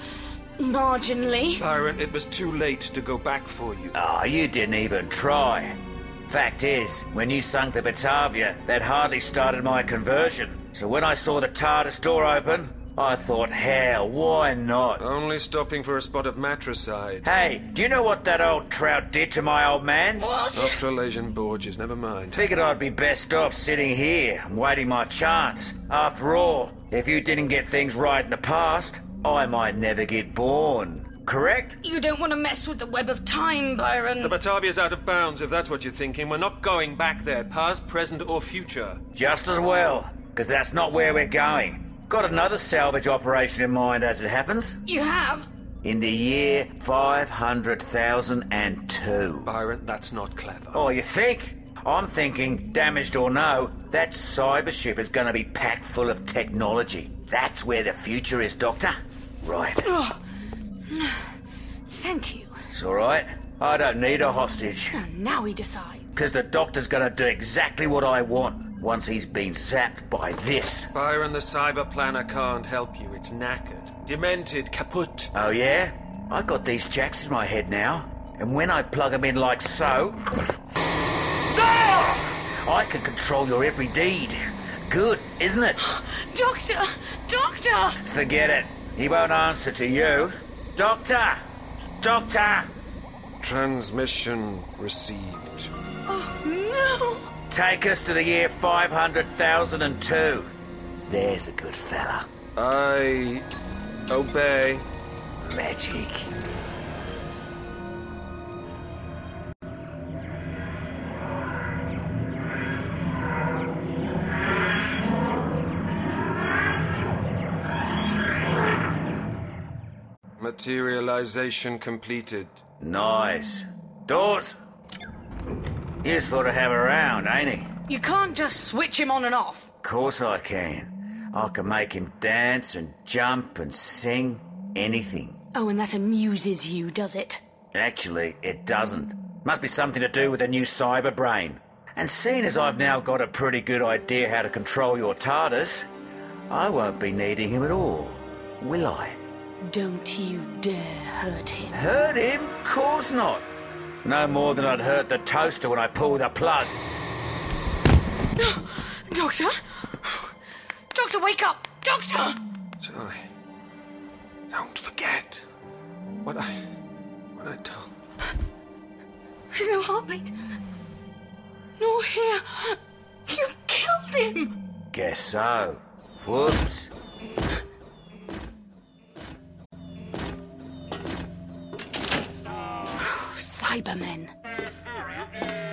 [SPEAKER 10] marginally.
[SPEAKER 7] Byron, it was too late to go back for you.
[SPEAKER 9] Ah, you didn't even try. Fact is, when you sunk the Batavia, that hardly started my conversion. So when I saw the TARDIS door open, I thought, hell, why not?
[SPEAKER 7] Only stopping for a spot of matricide.
[SPEAKER 9] Hey, do you know what that old trout did to my old man?
[SPEAKER 10] What?
[SPEAKER 7] Australasian Borges, never mind.
[SPEAKER 9] Figured I'd be best off sitting here and waiting my chance. After all, if you didn't get things right in the past, I might never get born. Correct?
[SPEAKER 42] You don't want to mess with the web of time, Byron.
[SPEAKER 7] The Batavia's out of bounds, if that's what you're thinking. We're not going back there, past, present, or future.
[SPEAKER 9] Just as well, because that's not where we're going. Got another salvage operation in mind as it happens.
[SPEAKER 42] You have?
[SPEAKER 9] In the year 500,002.
[SPEAKER 7] Byron, that's not clever.
[SPEAKER 9] Oh, you think? I'm thinking, damaged or no, that cybership is going to be packed full of technology. That's where the future is, Doctor. Right.
[SPEAKER 10] Oh, thank you.
[SPEAKER 9] It's all right. I don't need a hostage.
[SPEAKER 10] And now he decides.
[SPEAKER 9] Because the Doctor's going to do exactly what I want once he's been zapped by this.
[SPEAKER 7] Byron, the cyber planner can't help you. It's knackered, demented, kaput.
[SPEAKER 9] Oh, yeah? I got these jacks in my head now, and when I plug 'em in like so. I can control your every deed. Good, isn't it?
[SPEAKER 10] Doctor! Doctor!
[SPEAKER 9] Forget it. He won't answer to you. Doctor! Doctor!
[SPEAKER 7] Transmission received.
[SPEAKER 10] Oh, no!
[SPEAKER 9] Take us to the year 500,002. There's a good fella.
[SPEAKER 7] I obey.
[SPEAKER 9] Magic.
[SPEAKER 7] Materialization completed.
[SPEAKER 9] Nice. Doors! Useful to have around, ain't he?
[SPEAKER 42] You can't just switch him on and off.
[SPEAKER 9] Course I can. I can make him dance and jump and sing anything.
[SPEAKER 10] Oh, and that amuses you, does it?
[SPEAKER 9] Actually, it doesn't. Must be something to do with the new cyber brain. And seeing as I've now got a pretty good idea how to control your TARDIS, I won't be needing him at all, will I?
[SPEAKER 10] Don't you dare hurt him.
[SPEAKER 9] Hurt him? Course not. No more than I'd hurt the toaster when I pulled the plug.
[SPEAKER 42] No, Doctor? Doctor, wake up! Doctor!
[SPEAKER 7] Charlie, don't forget what I. what I told.
[SPEAKER 10] There's no heartbeat. No hair. You killed him!
[SPEAKER 9] Guess so. Whoops.
[SPEAKER 10] Cybermen.
[SPEAKER 5] This area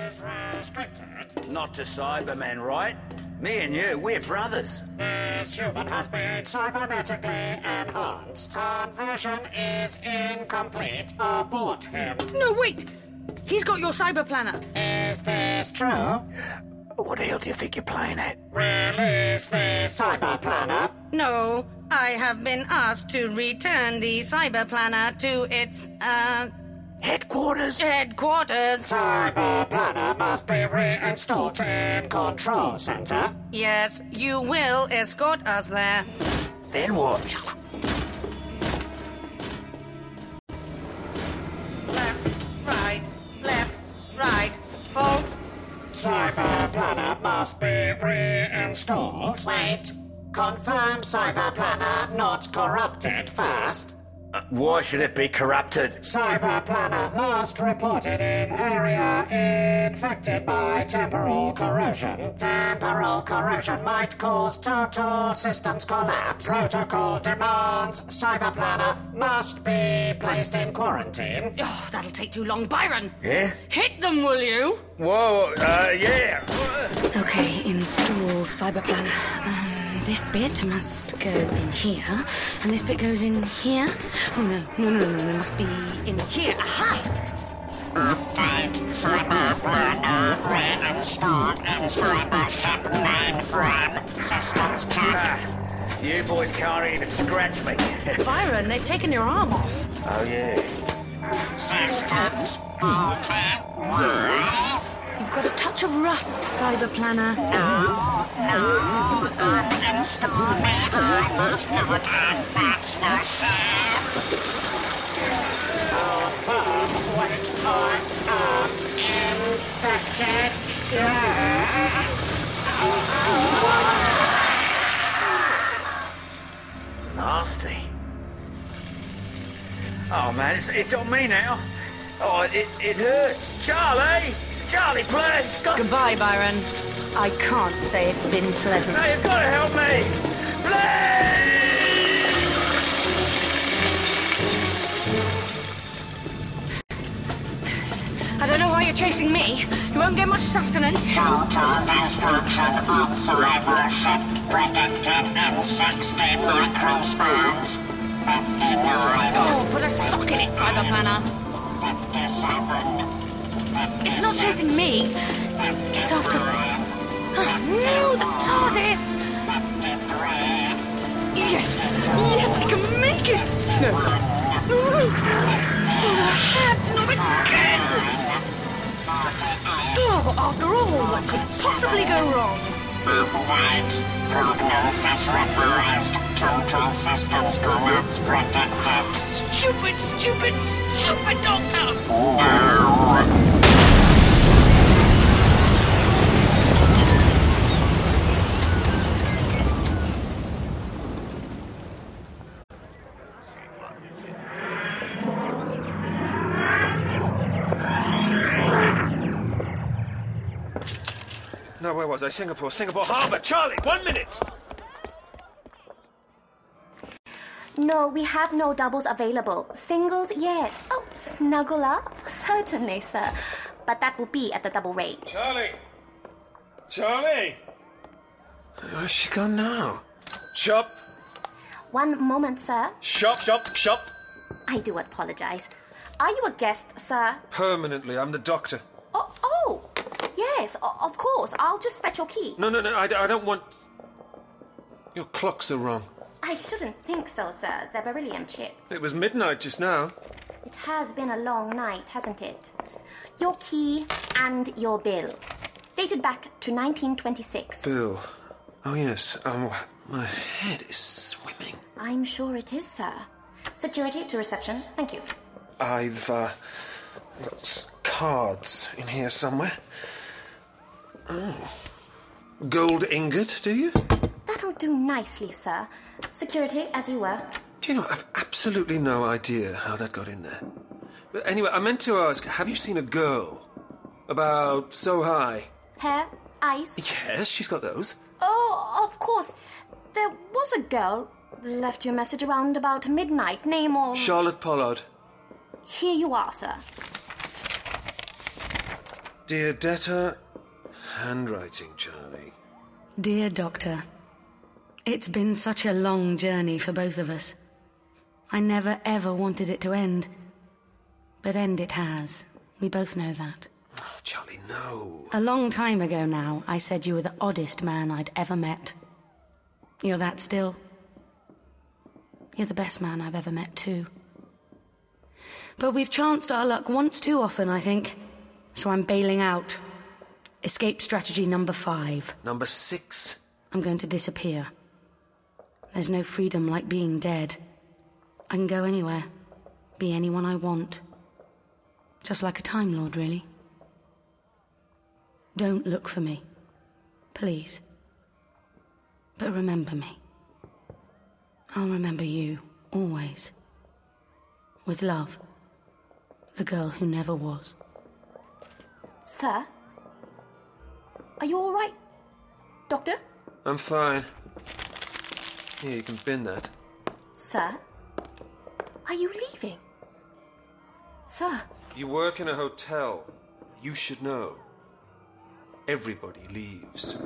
[SPEAKER 5] is restricted.
[SPEAKER 9] Not to Cybermen, right? Me and you, we're brothers.
[SPEAKER 5] This human has been cybernetically enhanced. Conversion is incomplete. Abort him.
[SPEAKER 42] No, wait! He's got your cyber planner.
[SPEAKER 5] Is this true?
[SPEAKER 9] What the hell do you think you're playing at?
[SPEAKER 5] Release the cyber planner.
[SPEAKER 42] No, I have been asked to return the cyber planner to its, uh,
[SPEAKER 5] Headquarters?
[SPEAKER 10] Headquarters!
[SPEAKER 5] Cyber Planner must be reinstalled in Control Center.
[SPEAKER 10] Yes, you will escort us there.
[SPEAKER 5] Then what? Shut up.
[SPEAKER 10] Right, left, right, hold.
[SPEAKER 5] Cyber Planner must be reinstalled. Wait. Confirm Cyber Planner not corrupted first.
[SPEAKER 9] Uh, Why should it be corrupted?
[SPEAKER 5] Cyber Planner last reported in area infected by temporal corrosion. Temporal corrosion might cause total systems collapse. Protocol demands Cyber Planner must be placed in quarantine.
[SPEAKER 10] Oh, that'll take too long, Byron.
[SPEAKER 9] Yeah?
[SPEAKER 10] Hit them, will you?
[SPEAKER 9] Whoa, uh, yeah.
[SPEAKER 10] Okay, install cyber planner. Um, this bit must go in here, and this bit goes in here. Oh no, no, no, no, no, it must be in here. Aha!
[SPEAKER 43] Update Cyber Planner reinstalled in Cyber Ship mainframe. Systems check.
[SPEAKER 9] Ah, You boys can't even scratch me.
[SPEAKER 10] Byron, they've taken your arm off.
[SPEAKER 9] Oh, yeah.
[SPEAKER 43] Systems faulty.
[SPEAKER 10] You've got a touch of rust, cyber planner.
[SPEAKER 43] Uninstall me or must not unfax the ship.
[SPEAKER 5] Confirm which I am infected.
[SPEAKER 9] Nasty. Oh man, it's, it's on me now. Oh, it, it hurts. Charlie! Charlie, please! God.
[SPEAKER 10] Goodbye, Byron. I can't say it's been pleasant.
[SPEAKER 9] No, you've got to help me!
[SPEAKER 10] I don't know why you're chasing me. You won't get much sustenance.
[SPEAKER 43] Total destruction on cerebral ship predicted in 60 microspans. 59.
[SPEAKER 10] Oh, put a sock in it, cyber planner.
[SPEAKER 43] 57.
[SPEAKER 10] It's not chasing me. It's after. Oh, no, the TARDIS! Yes! Yes, I can make it! No. No, no. Oh, my hat's not again! Oh, after all, what could possibly go wrong?
[SPEAKER 43] Update. Prognosis revised. Total systems collapse predicted.
[SPEAKER 10] Stupid, stupid, stupid doctor!
[SPEAKER 7] Now, where was I? Singapore, Singapore Harbour. Charlie, one minute!
[SPEAKER 6] No, we have no doubles available. Singles, yes. Oh, snuggle up? Certainly, sir. But that will be at the double rate.
[SPEAKER 7] Charlie! Charlie! Where's she gone now? Shop,
[SPEAKER 6] One moment, sir.
[SPEAKER 7] shop, shop, shop.
[SPEAKER 6] I do apologize. Are you a guest, sir?
[SPEAKER 7] Permanently, I'm the doctor.
[SPEAKER 6] Oh, oh yes, o- of course. I'll just fetch your key.
[SPEAKER 7] No, no, no, I, I don't want. Your clocks are wrong.
[SPEAKER 6] I shouldn't think so, sir. They're beryllium chipped.
[SPEAKER 7] It was midnight just now.
[SPEAKER 6] It has been a long night, hasn't it? Your key and your bill. Dated back to 1926.
[SPEAKER 7] Bill. Oh, yes, um, my head is swimming.
[SPEAKER 6] I'm sure it is, sir. Security to reception. Thank you.
[SPEAKER 7] I've uh, got s- cards in here somewhere. Oh. Gold ingot, do you?
[SPEAKER 6] That'll do nicely, sir. Security, as you were.
[SPEAKER 7] Do you know, I've absolutely no idea how that got in there. But anyway, I meant to ask have you seen a girl? About so high?
[SPEAKER 6] Hair, eyes.
[SPEAKER 7] Yes, she's got those.
[SPEAKER 6] Oh, of course. There was a girl left you a message around about midnight. Name or
[SPEAKER 7] Charlotte Pollard.
[SPEAKER 6] here you are, sir.
[SPEAKER 7] Dear debtor, handwriting, Charlie.
[SPEAKER 10] Dear Doctor, it's been such a long journey for both of us. I never ever wanted it to end. But end it has. We both know that.
[SPEAKER 7] Oh, Charlie, no.
[SPEAKER 10] A long time ago now, I said you were the oddest man I'd ever met. You're that still. You're the best man I've ever met, too. But we've chanced our luck once too often, I think. So I'm bailing out. Escape strategy number five.
[SPEAKER 44] Number six.
[SPEAKER 10] I'm going to disappear. There's no freedom like being dead. I can go anywhere, be anyone I want. Just like a Time Lord, really. Don't look for me, please. But remember me. I'll remember you, always. With love. The girl who never was.
[SPEAKER 6] Sir? Are you all right? Doctor?
[SPEAKER 7] I'm fine. Here, you can bin that.
[SPEAKER 6] Sir? Are you leaving? Sir?
[SPEAKER 7] You work in a hotel. You should know. Everybody leaves.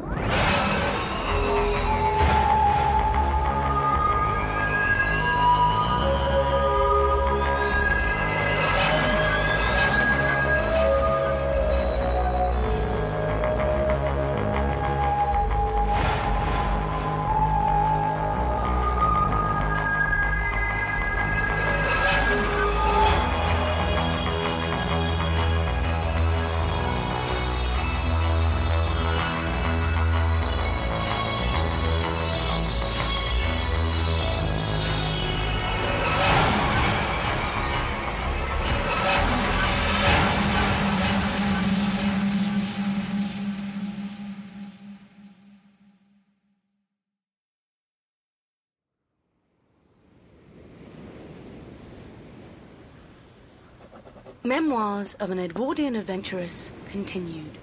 [SPEAKER 10] Memoirs of an Edwardian Adventuress continued.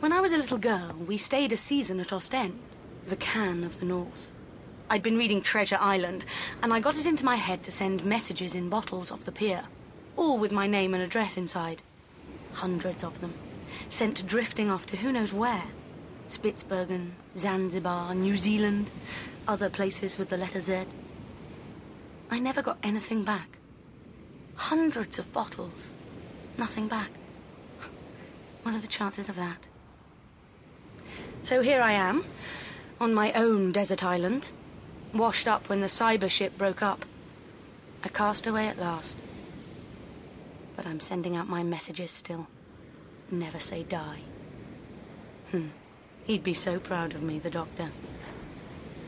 [SPEAKER 10] When I was a little girl, we stayed a season at Ostend, the Cannes of the North. I'd been reading Treasure Island, and I got it into my head to send messages in bottles off the pier, all with my name and address inside. Hundreds of them, sent drifting off to who knows where Spitsbergen, Zanzibar, New Zealand, other places with the letter Z. I never got anything back. Hundreds of bottles. Nothing back. What are the chances of that? So here I am, on my own desert island, washed up when the cyber ship broke up. A castaway at last. But I'm sending out my messages still. Never say die. Hmm. He'd be so proud of me, the doctor.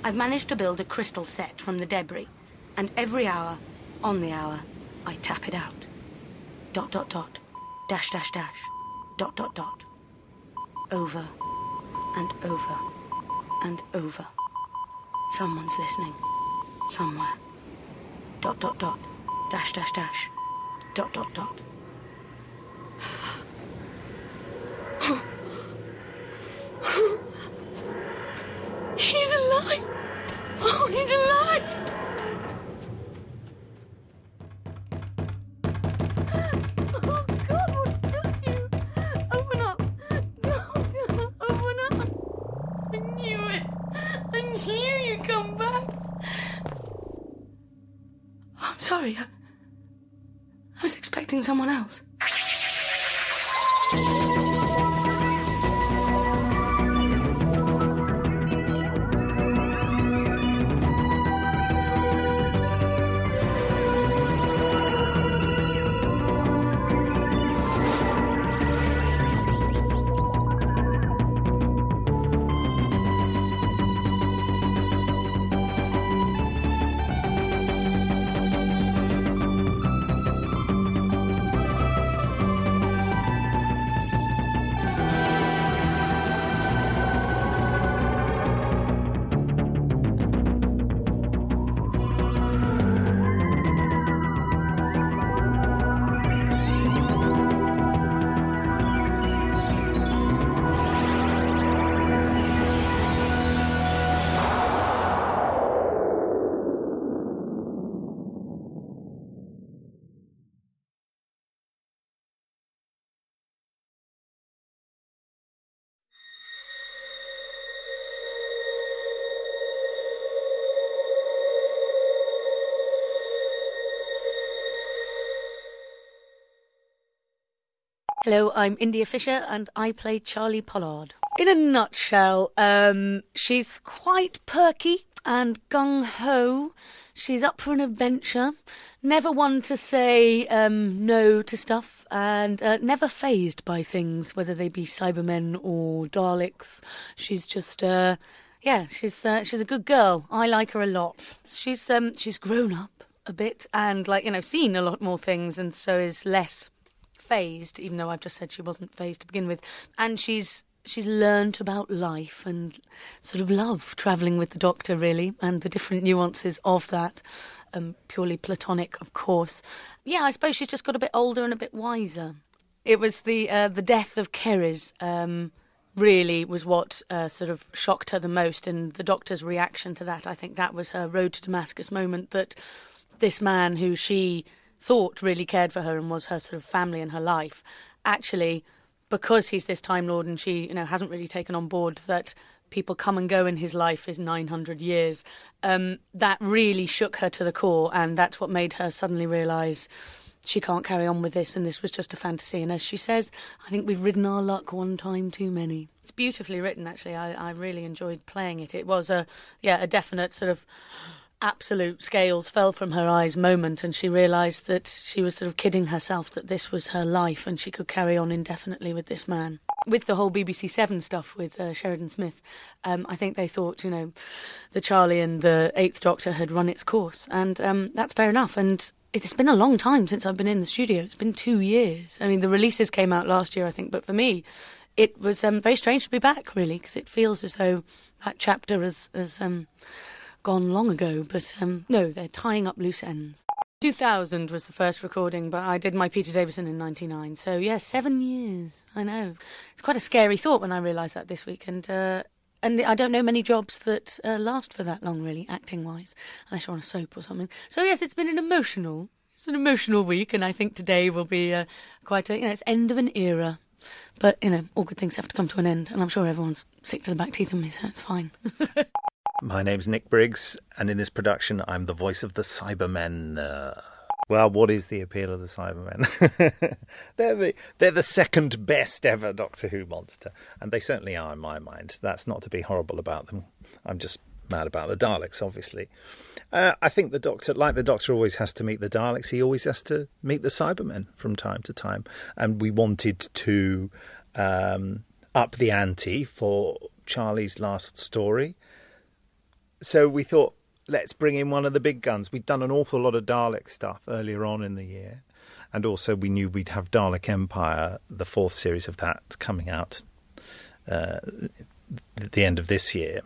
[SPEAKER 10] I've managed to build a crystal set from the debris, and every hour, on the hour, I tap it out. Dot, dot, dot. Dash, dash, dash. Dot, dot, dot. Over and over and over. Someone's listening. Somewhere. Dot, dot, dot. Dash, dash, dash. Dot, dot, dot.
[SPEAKER 5] He's alive! Oh, he's alive! Oh, God, what took you? Open up! Doctor, open up! I knew it! I knew you'd come back!
[SPEAKER 10] I'm sorry. I, I was expecting someone else.
[SPEAKER 45] Hello, I'm India Fisher and I play Charlie Pollard. In a nutshell, um, she's quite perky
[SPEAKER 10] and gung ho. She's up for an adventure. Never one to say um, no to stuff, and uh, never phased by things, whether they be Cybermen or Daleks. She's just, uh, yeah, she's uh, she's a good girl. I like her a lot. She's um, she's grown up a bit and like you know seen a lot more things, and so is less phased, even though I've just said she wasn't phased to begin with. And she's she's learnt about life and sort of love travelling with the doctor, really, and the different nuances of that. Um, purely platonic, of course. Yeah, I suppose she's just got a bit older and a bit wiser. It was the uh, the death of Keres. Um, really was what uh, sort of shocked her the most, and the doctor's reaction to that. I think that was her road to Damascus moment. That this man, who she thought really cared for her and was her sort of family and her life, actually, because he's this Time Lord and she, you know, hasn't really taken on board that people come and go in his life is 900 years. Um, that really shook her to the core, and that's what made her suddenly realise she can't carry on with this, and this was just a fantasy. And as she says, I think we've ridden our luck one time too many. It's beautifully written, actually. I, I really enjoyed playing it. It was a, yeah, a definite sort of absolute scales fell from her eyes moment, and she realised that she was sort of kidding herself that this was her life, and she could carry on indefinitely with this man. With the whole BBC Seven stuff with uh, Sheridan Smith, um, I think they thought, you know, the Charlie and the Eighth Doctor had run its course, and um, that's fair enough. And it's been a long time since I've been in the studio. It's been two years. I mean, the releases came out last year, I think, but for me, it was um, very strange to be back, really, because it feels as though that chapter has, has um, gone long ago. But um, no, they're tying up loose ends. 2000 was the first recording, but I did my Peter Davison in 99. So, yeah, seven years. I know. It's quite a scary thought when I realised that this week. And, uh, and I don't know many jobs that uh, last for that long, really, acting wise, unless you're on a soap or something. So yes, it's been an emotional, it's an emotional week, and I think today will be uh, quite a, you know, it's end of an era. But you know, all good things have to come to an end, and I'm sure everyone's sick to the back teeth of me, so it's fine.
[SPEAKER 1] My name's Nick Briggs, and in this production, I'm the voice of the Cybermen. Uh, well, what is the appeal of the Cybermen? they're the they're the second best ever Doctor Who monster, and they certainly are in my mind. That's not to be horrible about them. I'm just mad about the Daleks, obviously. Uh, I think the Doctor, like the Doctor, always has to meet the Daleks. He always has to meet the Cybermen from time to time, and we wanted to um, up the ante for Charlie's last story. So we thought, let's bring in one of the big guns. We'd done an awful lot of Dalek stuff earlier on in the year. And also, we knew we'd have Dalek Empire, the fourth series of that, coming out uh, at the end of this year.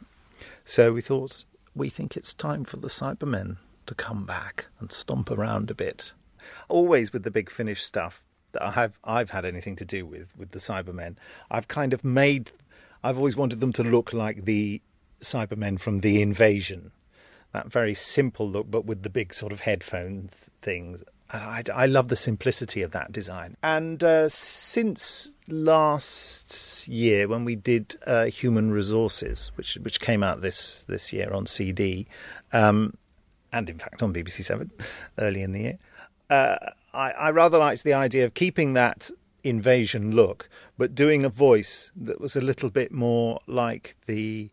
[SPEAKER 1] So we thought, we think it's time for the Cybermen to come back and stomp around a bit. Always with the big finish stuff that I have, I've had anything to do with, with the Cybermen, I've kind of made, I've always wanted them to look like the Cybermen from the invasion. That very simple look, but with the big sort of headphones things. And I, I love the simplicity of that design. And uh, since last year, when we did uh, Human Resources, which which came out this this year on CD, um, and in fact on BBC Seven, early in the year, uh, I, I rather liked the idea of keeping that invasion look, but doing a voice that was a little bit more like the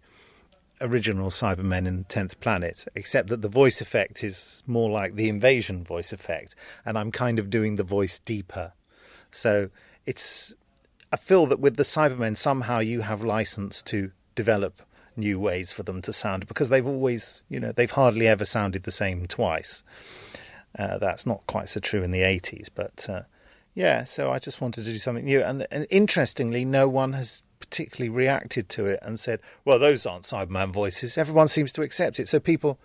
[SPEAKER 1] original Cybermen in Tenth Planet, except that the voice effect is more like the invasion voice effect, and I'm kind of doing the voice deeper. So it's I feel that with the Cybermen somehow you have license to develop new ways for them to sound because they've always you know they've hardly ever sounded the same twice. Uh, that's not quite so true in the 80s, but uh, yeah. So I just wanted to do something new, and, and interestingly, no one has particularly reacted to it and said, "Well, those aren't Cyberman voices." Everyone seems to accept it, so people,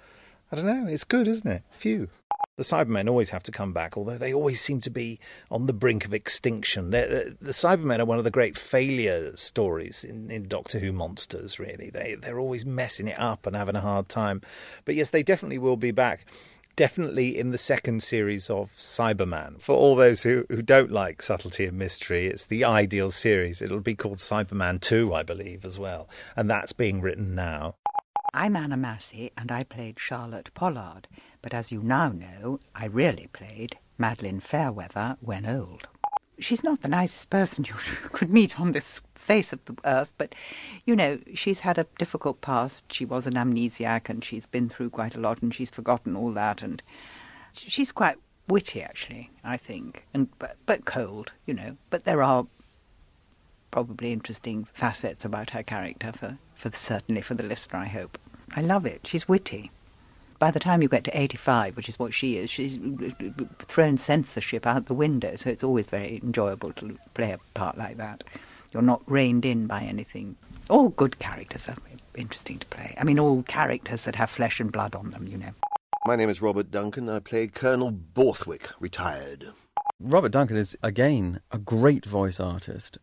[SPEAKER 1] I don't know, it's good, isn't it? Phew. The Cybermen always have to come back, although they always seem to be on the brink of extinction. They're, uh, the Cybermen are one of the great failure stories in, in Doctor Who monsters. Really, they they're always messing it up and having a hard time. But yes, they definitely will be back definitely in the second series of Cyberman. For all those who, who don't like subtlety and mystery, it's the ideal series. It'll be called Cyberman 2, I believe, as well. And that's being written now.
[SPEAKER 2] I'm Anna Massey, and I played Charlotte Pollard. But as you now know, I really played Madeline Fairweather when old. She's not the nicest person you could meet on this face of the earth, but you know, she's had a difficult past. She was an amnesiac and she's been through quite a lot and she's forgotten all that and she's quite witty actually, I think. And but, but cold, you know. But there are probably interesting facets about her character for, for certainly for the listener, I hope. I love it. She's witty. By the time you get to 85, which is what she is, she's thrown censorship out the window, so it's always very enjoyable to play a part like that. You're not reined in by anything. All good characters are interesting to play. I mean, all characters that have flesh and blood on them, you know.
[SPEAKER 46] My name is Robert Duncan. I play Colonel Borthwick, retired.
[SPEAKER 26] Robert Duncan is, again, a great voice artist.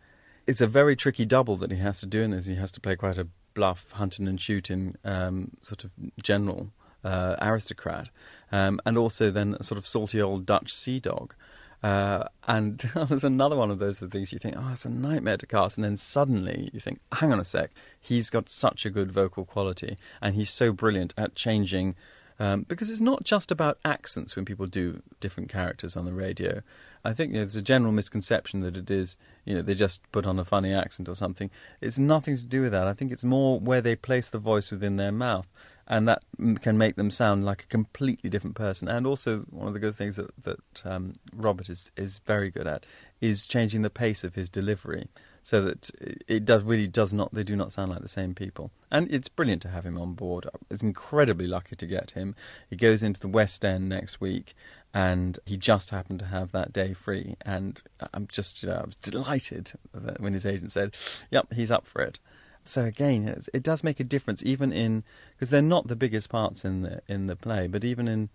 [SPEAKER 26] It's a very tricky double that he has to do in this. He has to play quite a bluff, hunting and shooting um, sort of general uh, aristocrat, um, and also then a sort of salty old Dutch sea dog. Uh, and there's another one of those things you think, oh, it's a nightmare to cast. And then suddenly you think, hang on a sec, he's got such a good vocal quality, and he's so brilliant at changing. Um, because it's not just about accents when people do different characters on the radio. I think you know, there's a general misconception that it is, you know, they just put on a funny accent or something. It's nothing to do with that. I think it's more where they place the voice within their mouth, and that m- can make them sound like a completely different person. And also, one of the good things that that um, Robert is is very good at is changing the pace of his delivery, so that it- it does really does not they do not sound like the same people. And it's brilliant to have him on board. It's incredibly lucky to get him. He goes into the West End next week, and he just happened to have that day free. And I'm just, you know, I was delighted that when his agent said, "Yep, he's up for it." So again, it's- it does make a difference, even in because they're not the biggest parts in the in the play, but even in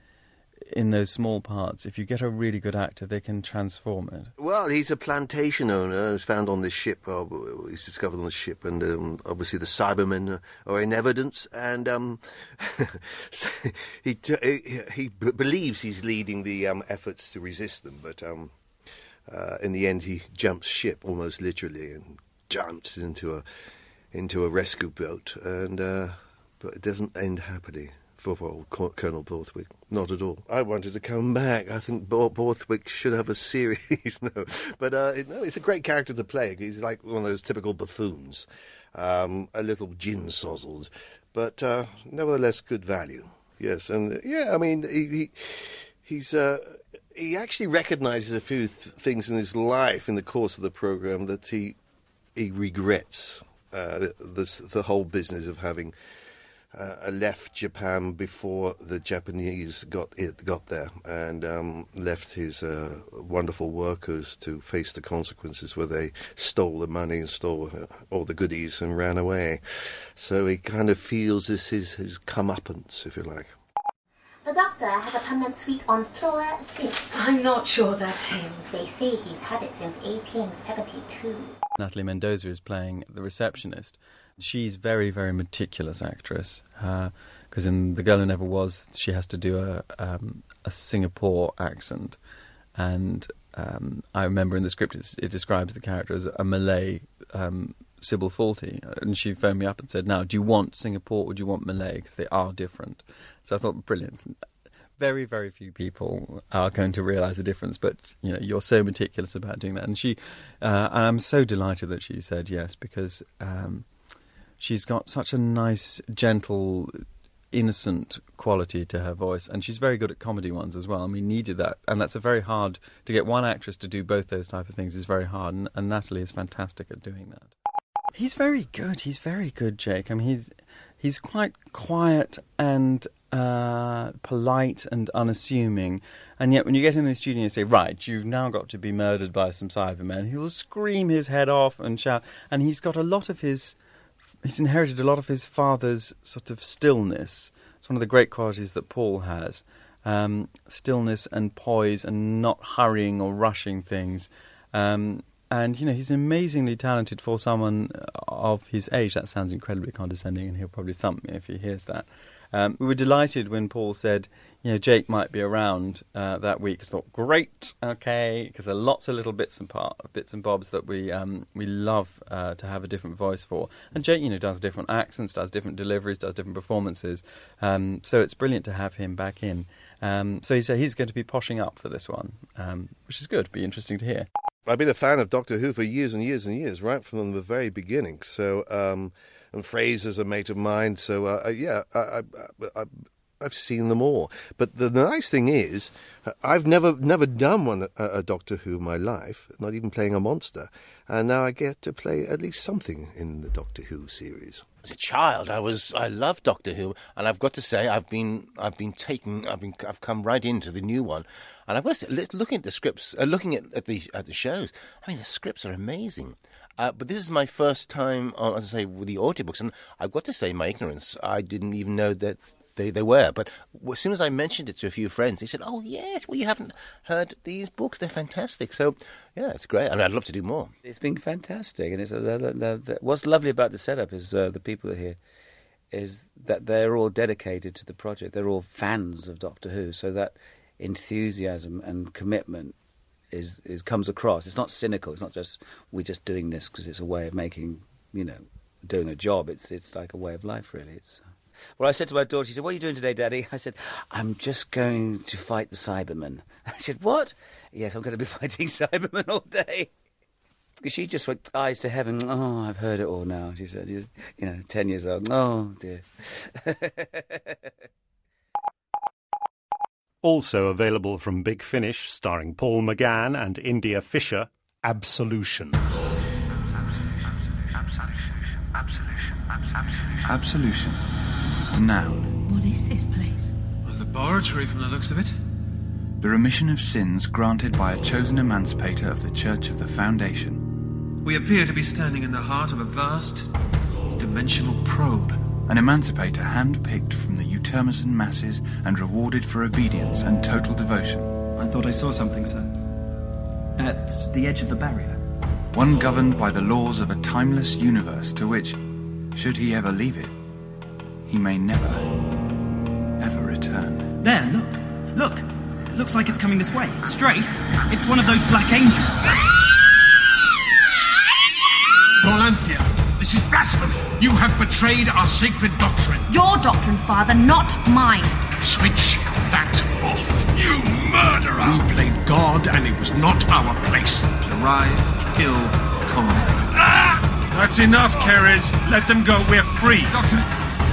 [SPEAKER 26] in those small parts, if you get a really good actor, they can transform it.
[SPEAKER 46] Well, he's a plantation owner. He was found on this ship. Uh, he's discovered on the ship, and um, obviously the Cybermen are- are in evidence. And um, so he, t- he he b- believes he's leading the um, efforts to resist them, but um, uh, in the end, he jumps ship almost literally and jumps into a into a rescue boat. And uh, but it doesn't end happily for old Co- Colonel Borthwick. Not at all. I wanted to come back. I think Bor- Borthwick should have a series. no, but uh, it, no, it's a great character to play. He's like one of those typical buffoons, um, a little gin sozzled, but uh, nevertheless good value. Yes, and uh, yeah, I mean he, he he's. Uh, he actually recognizes a few th- things in his life in the course of the program that he he regrets uh, this, the whole business of having uh, left Japan before the Japanese got it, got there and um, left his uh, wonderful workers to face the consequences where they stole the money and stole uh, all the goodies and ran away. So he kind of feels this is his comeuppance, if you like.
[SPEAKER 6] The doctor has a permanent suite on floor six.
[SPEAKER 47] I'm not sure that's him.
[SPEAKER 6] They say he's had it since 1872.
[SPEAKER 26] Natalie Mendoza is playing the receptionist. She's very, very meticulous actress because in The Girl Who Never Was, she has to do a um, a Singapore accent, and um, I remember in the script it's, it describes the character as a Malay um, Sybil Faulty, and she phoned me up and said, "Now, do you want Singapore or do you want Malay? Because they are different." So I thought, brilliant. Very, very few people are going to realise the difference, but you know you're so meticulous about doing that. And she, uh, and I'm so delighted that she said yes because um, she's got such a nice, gentle, innocent quality to her voice, and she's very good at comedy ones as well. And we needed that, and that's a very hard to get one actress to do both those type of things is very hard, and, and Natalie is fantastic at doing that. He's very good. He's very good, Jake. I mean, he's he's quite quiet and uh, polite and unassuming, and yet when you get him in the studio and you say, "Right, you've now got to be murdered by some Cybermen," he'll scream his head off and shout, and he's got a lot of his he's inherited a lot of his father's sort of stillness. It's one of the great qualities that Paul has um, stillness and poise and not hurrying or rushing things. Um, and, you know, he's amazingly talented for someone of his age. That sounds incredibly condescending, and he'll probably thump me if he hears that. Um, we were delighted when Paul said, you know, Jake might be around uh, that week. I thought, great, okay, because there are lots of little bits and part, bits and bobs that we um, we love uh, to have a different voice for. And Jake, you know, does different accents, does different deliveries, does different performances. Um, so it's brilliant to have him back in. Um, so he said he's going to be poshing up for this one, um, which is good. Be interesting to hear.
[SPEAKER 46] I've been a fan of Doctor Who for years and years and years, right from the very beginning. So, um, and Fraser's a mate of mine. So, uh, uh, yeah, I, I, I, I, I've seen them all. But the, the nice thing is, uh, I've never never done one a, a Doctor Who in my life, not even playing a monster, and now I get to play at least something in the Doctor Who series.
[SPEAKER 4] As a child, I was I loved Doctor Who, and I've got to say I've been I've been taken I've been I've come right into the new one, and I was looking at the scripts, uh, looking at, at the at the shows. I mean, the scripts are amazing. Uh, but this is my first time, on, as I say, with the audiobooks, and I've got to say, my ignorance, I didn't even know that they, they were. But as soon as I mentioned it to a few friends, they said, "Oh yes, well you haven't heard these books; they're fantastic." So yeah, it's great. I mean, I'd love to do more.
[SPEAKER 29] It's been fantastic, and it's uh, the, the, the, the- what's lovely about the setup is uh, the people that are here is that they're all dedicated to the project. They're all fans of Doctor Who, so that enthusiasm and commitment is, is comes across. It's not cynical. It's not just we're just doing this because it's a way of making you know doing a job. It's it's like a way of life, really. It's uh, well, I said to my daughter, she said, "What are you doing today, Daddy?" I said, "I'm just going to fight the Cybermen." She said, "What?" Yes, I'm going to be fighting Cybermen all day. She just went eyes to heaven. Oh, I've heard it all now. She said, "You you know, ten years old. Oh dear."
[SPEAKER 1] Also available from Big Finish, starring Paul McGann and India Fisher, Absolution.
[SPEAKER 48] Absolution. Noun.
[SPEAKER 49] What is this place?
[SPEAKER 48] A laboratory from the looks of it. The remission of sins granted by a chosen emancipator of the Church of the Foundation.
[SPEAKER 7] We appear to be standing in the heart of a vast dimensional probe.
[SPEAKER 48] An emancipator handpicked from the Eutermason masses and rewarded for obedience and total devotion. I thought I saw something, sir. At the edge of the barrier. One governed by the laws of a timeless universe to which, should he ever leave it, he may never, ever return.
[SPEAKER 26] There, look. Look. Looks like it's coming this way. Straight. It's one of those black angels.
[SPEAKER 5] Volanthia, this is blasphemy. You have betrayed our sacred doctrine.
[SPEAKER 6] Your doctrine, Father, not mine.
[SPEAKER 5] Switch that off, you murderer! We played God, and it was not our place.
[SPEAKER 48] Derive, kill, conquer.
[SPEAKER 26] Ah! That's enough, Keres. Let them go. We're free. Doctor,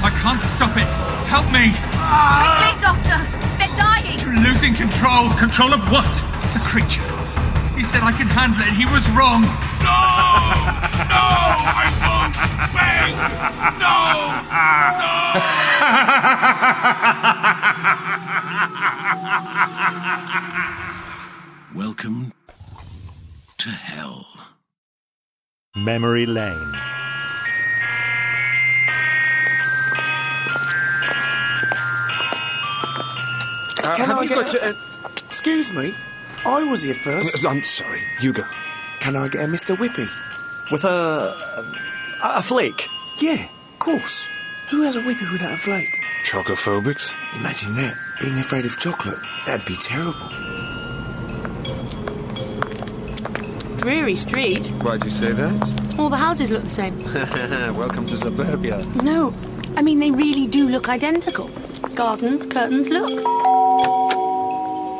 [SPEAKER 26] I can't stop it. Help me. Ah!
[SPEAKER 6] Quickly, Doctor! They're dying!
[SPEAKER 26] You're losing control. Control of what? The creature. He said I could handle it. He was wrong. No! No! I won't stay! No!
[SPEAKER 5] Welcome to hell.
[SPEAKER 1] Memory Lane.
[SPEAKER 8] Can
[SPEAKER 7] have
[SPEAKER 8] I
[SPEAKER 7] you
[SPEAKER 8] get
[SPEAKER 7] got
[SPEAKER 8] a- uh, Excuse me, I was here first. I'm sorry, you go. Can I get a Mr. Whippy? With a. um, a flake? Yeah, of course. Who has a Whippy without a flake?
[SPEAKER 50] Chocophobics?
[SPEAKER 8] Imagine that, being afraid of chocolate. That'd be terrible.
[SPEAKER 10] Dreary street.
[SPEAKER 7] Why'd you say that?
[SPEAKER 10] All the houses look the same.
[SPEAKER 7] Welcome to suburbia.
[SPEAKER 10] No, I mean, they really do look identical. Gardens, curtains, look.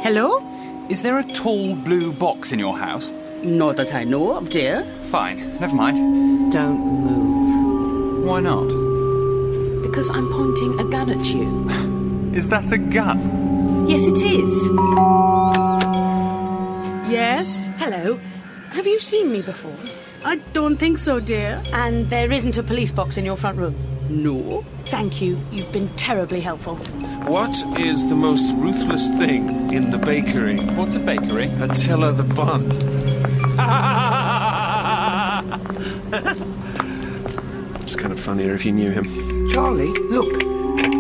[SPEAKER 10] Hello?
[SPEAKER 48] Is there a tall blue box in your house?
[SPEAKER 50] Not that I know of, dear.
[SPEAKER 48] Fine, never mind.
[SPEAKER 50] Don't move.
[SPEAKER 48] Why not?
[SPEAKER 50] Because I'm pointing a gun at you.
[SPEAKER 48] Is that a gun?
[SPEAKER 50] Yes, it is.
[SPEAKER 51] Yes? Hello. Have you seen me before? I don't think so, dear.
[SPEAKER 10] And there isn't a police box in your front room.
[SPEAKER 50] No.
[SPEAKER 10] Thank you. You've been terribly helpful.
[SPEAKER 7] What is the most ruthless thing in the bakery? What's a bakery? Attila the bun.
[SPEAKER 52] It's kind of funnier if you knew him.
[SPEAKER 8] Charlie, look.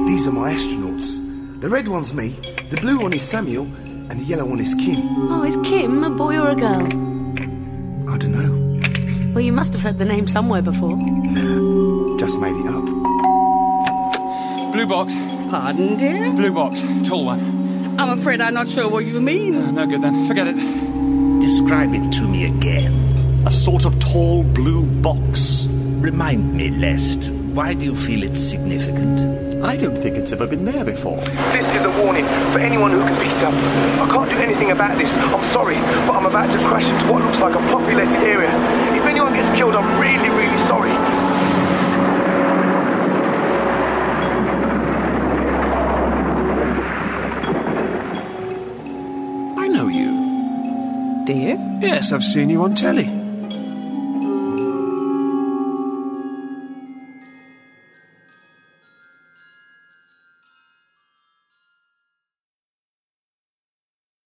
[SPEAKER 8] These are my astronauts. The red one's me, the blue one is Samuel, and the yellow one is Kim.
[SPEAKER 10] Oh, is Kim a boy or a girl?
[SPEAKER 8] I don't know,
[SPEAKER 10] Well, you must have heard the name somewhere before.
[SPEAKER 8] just made it up.
[SPEAKER 48] Blue box.
[SPEAKER 50] Pardon, dear?
[SPEAKER 48] Blue box. Tall one.
[SPEAKER 50] I'm afraid I'm not sure what you mean.
[SPEAKER 48] No good then. Forget it.
[SPEAKER 50] Describe it to me again.
[SPEAKER 53] A sort of tall blue box. Remind me, Lest,
[SPEAKER 5] Why do you feel it's significant?
[SPEAKER 54] I don't think it's ever been there before.
[SPEAKER 8] This is a warning for anyone who can pick it up. I can't do anything about this. I'm sorry, but I'm about to crash into what looks like a populated area. If anyone gets killed, I'm really, really sorry.
[SPEAKER 7] I know you.
[SPEAKER 54] Do you?
[SPEAKER 7] Yes, I've seen you on telly.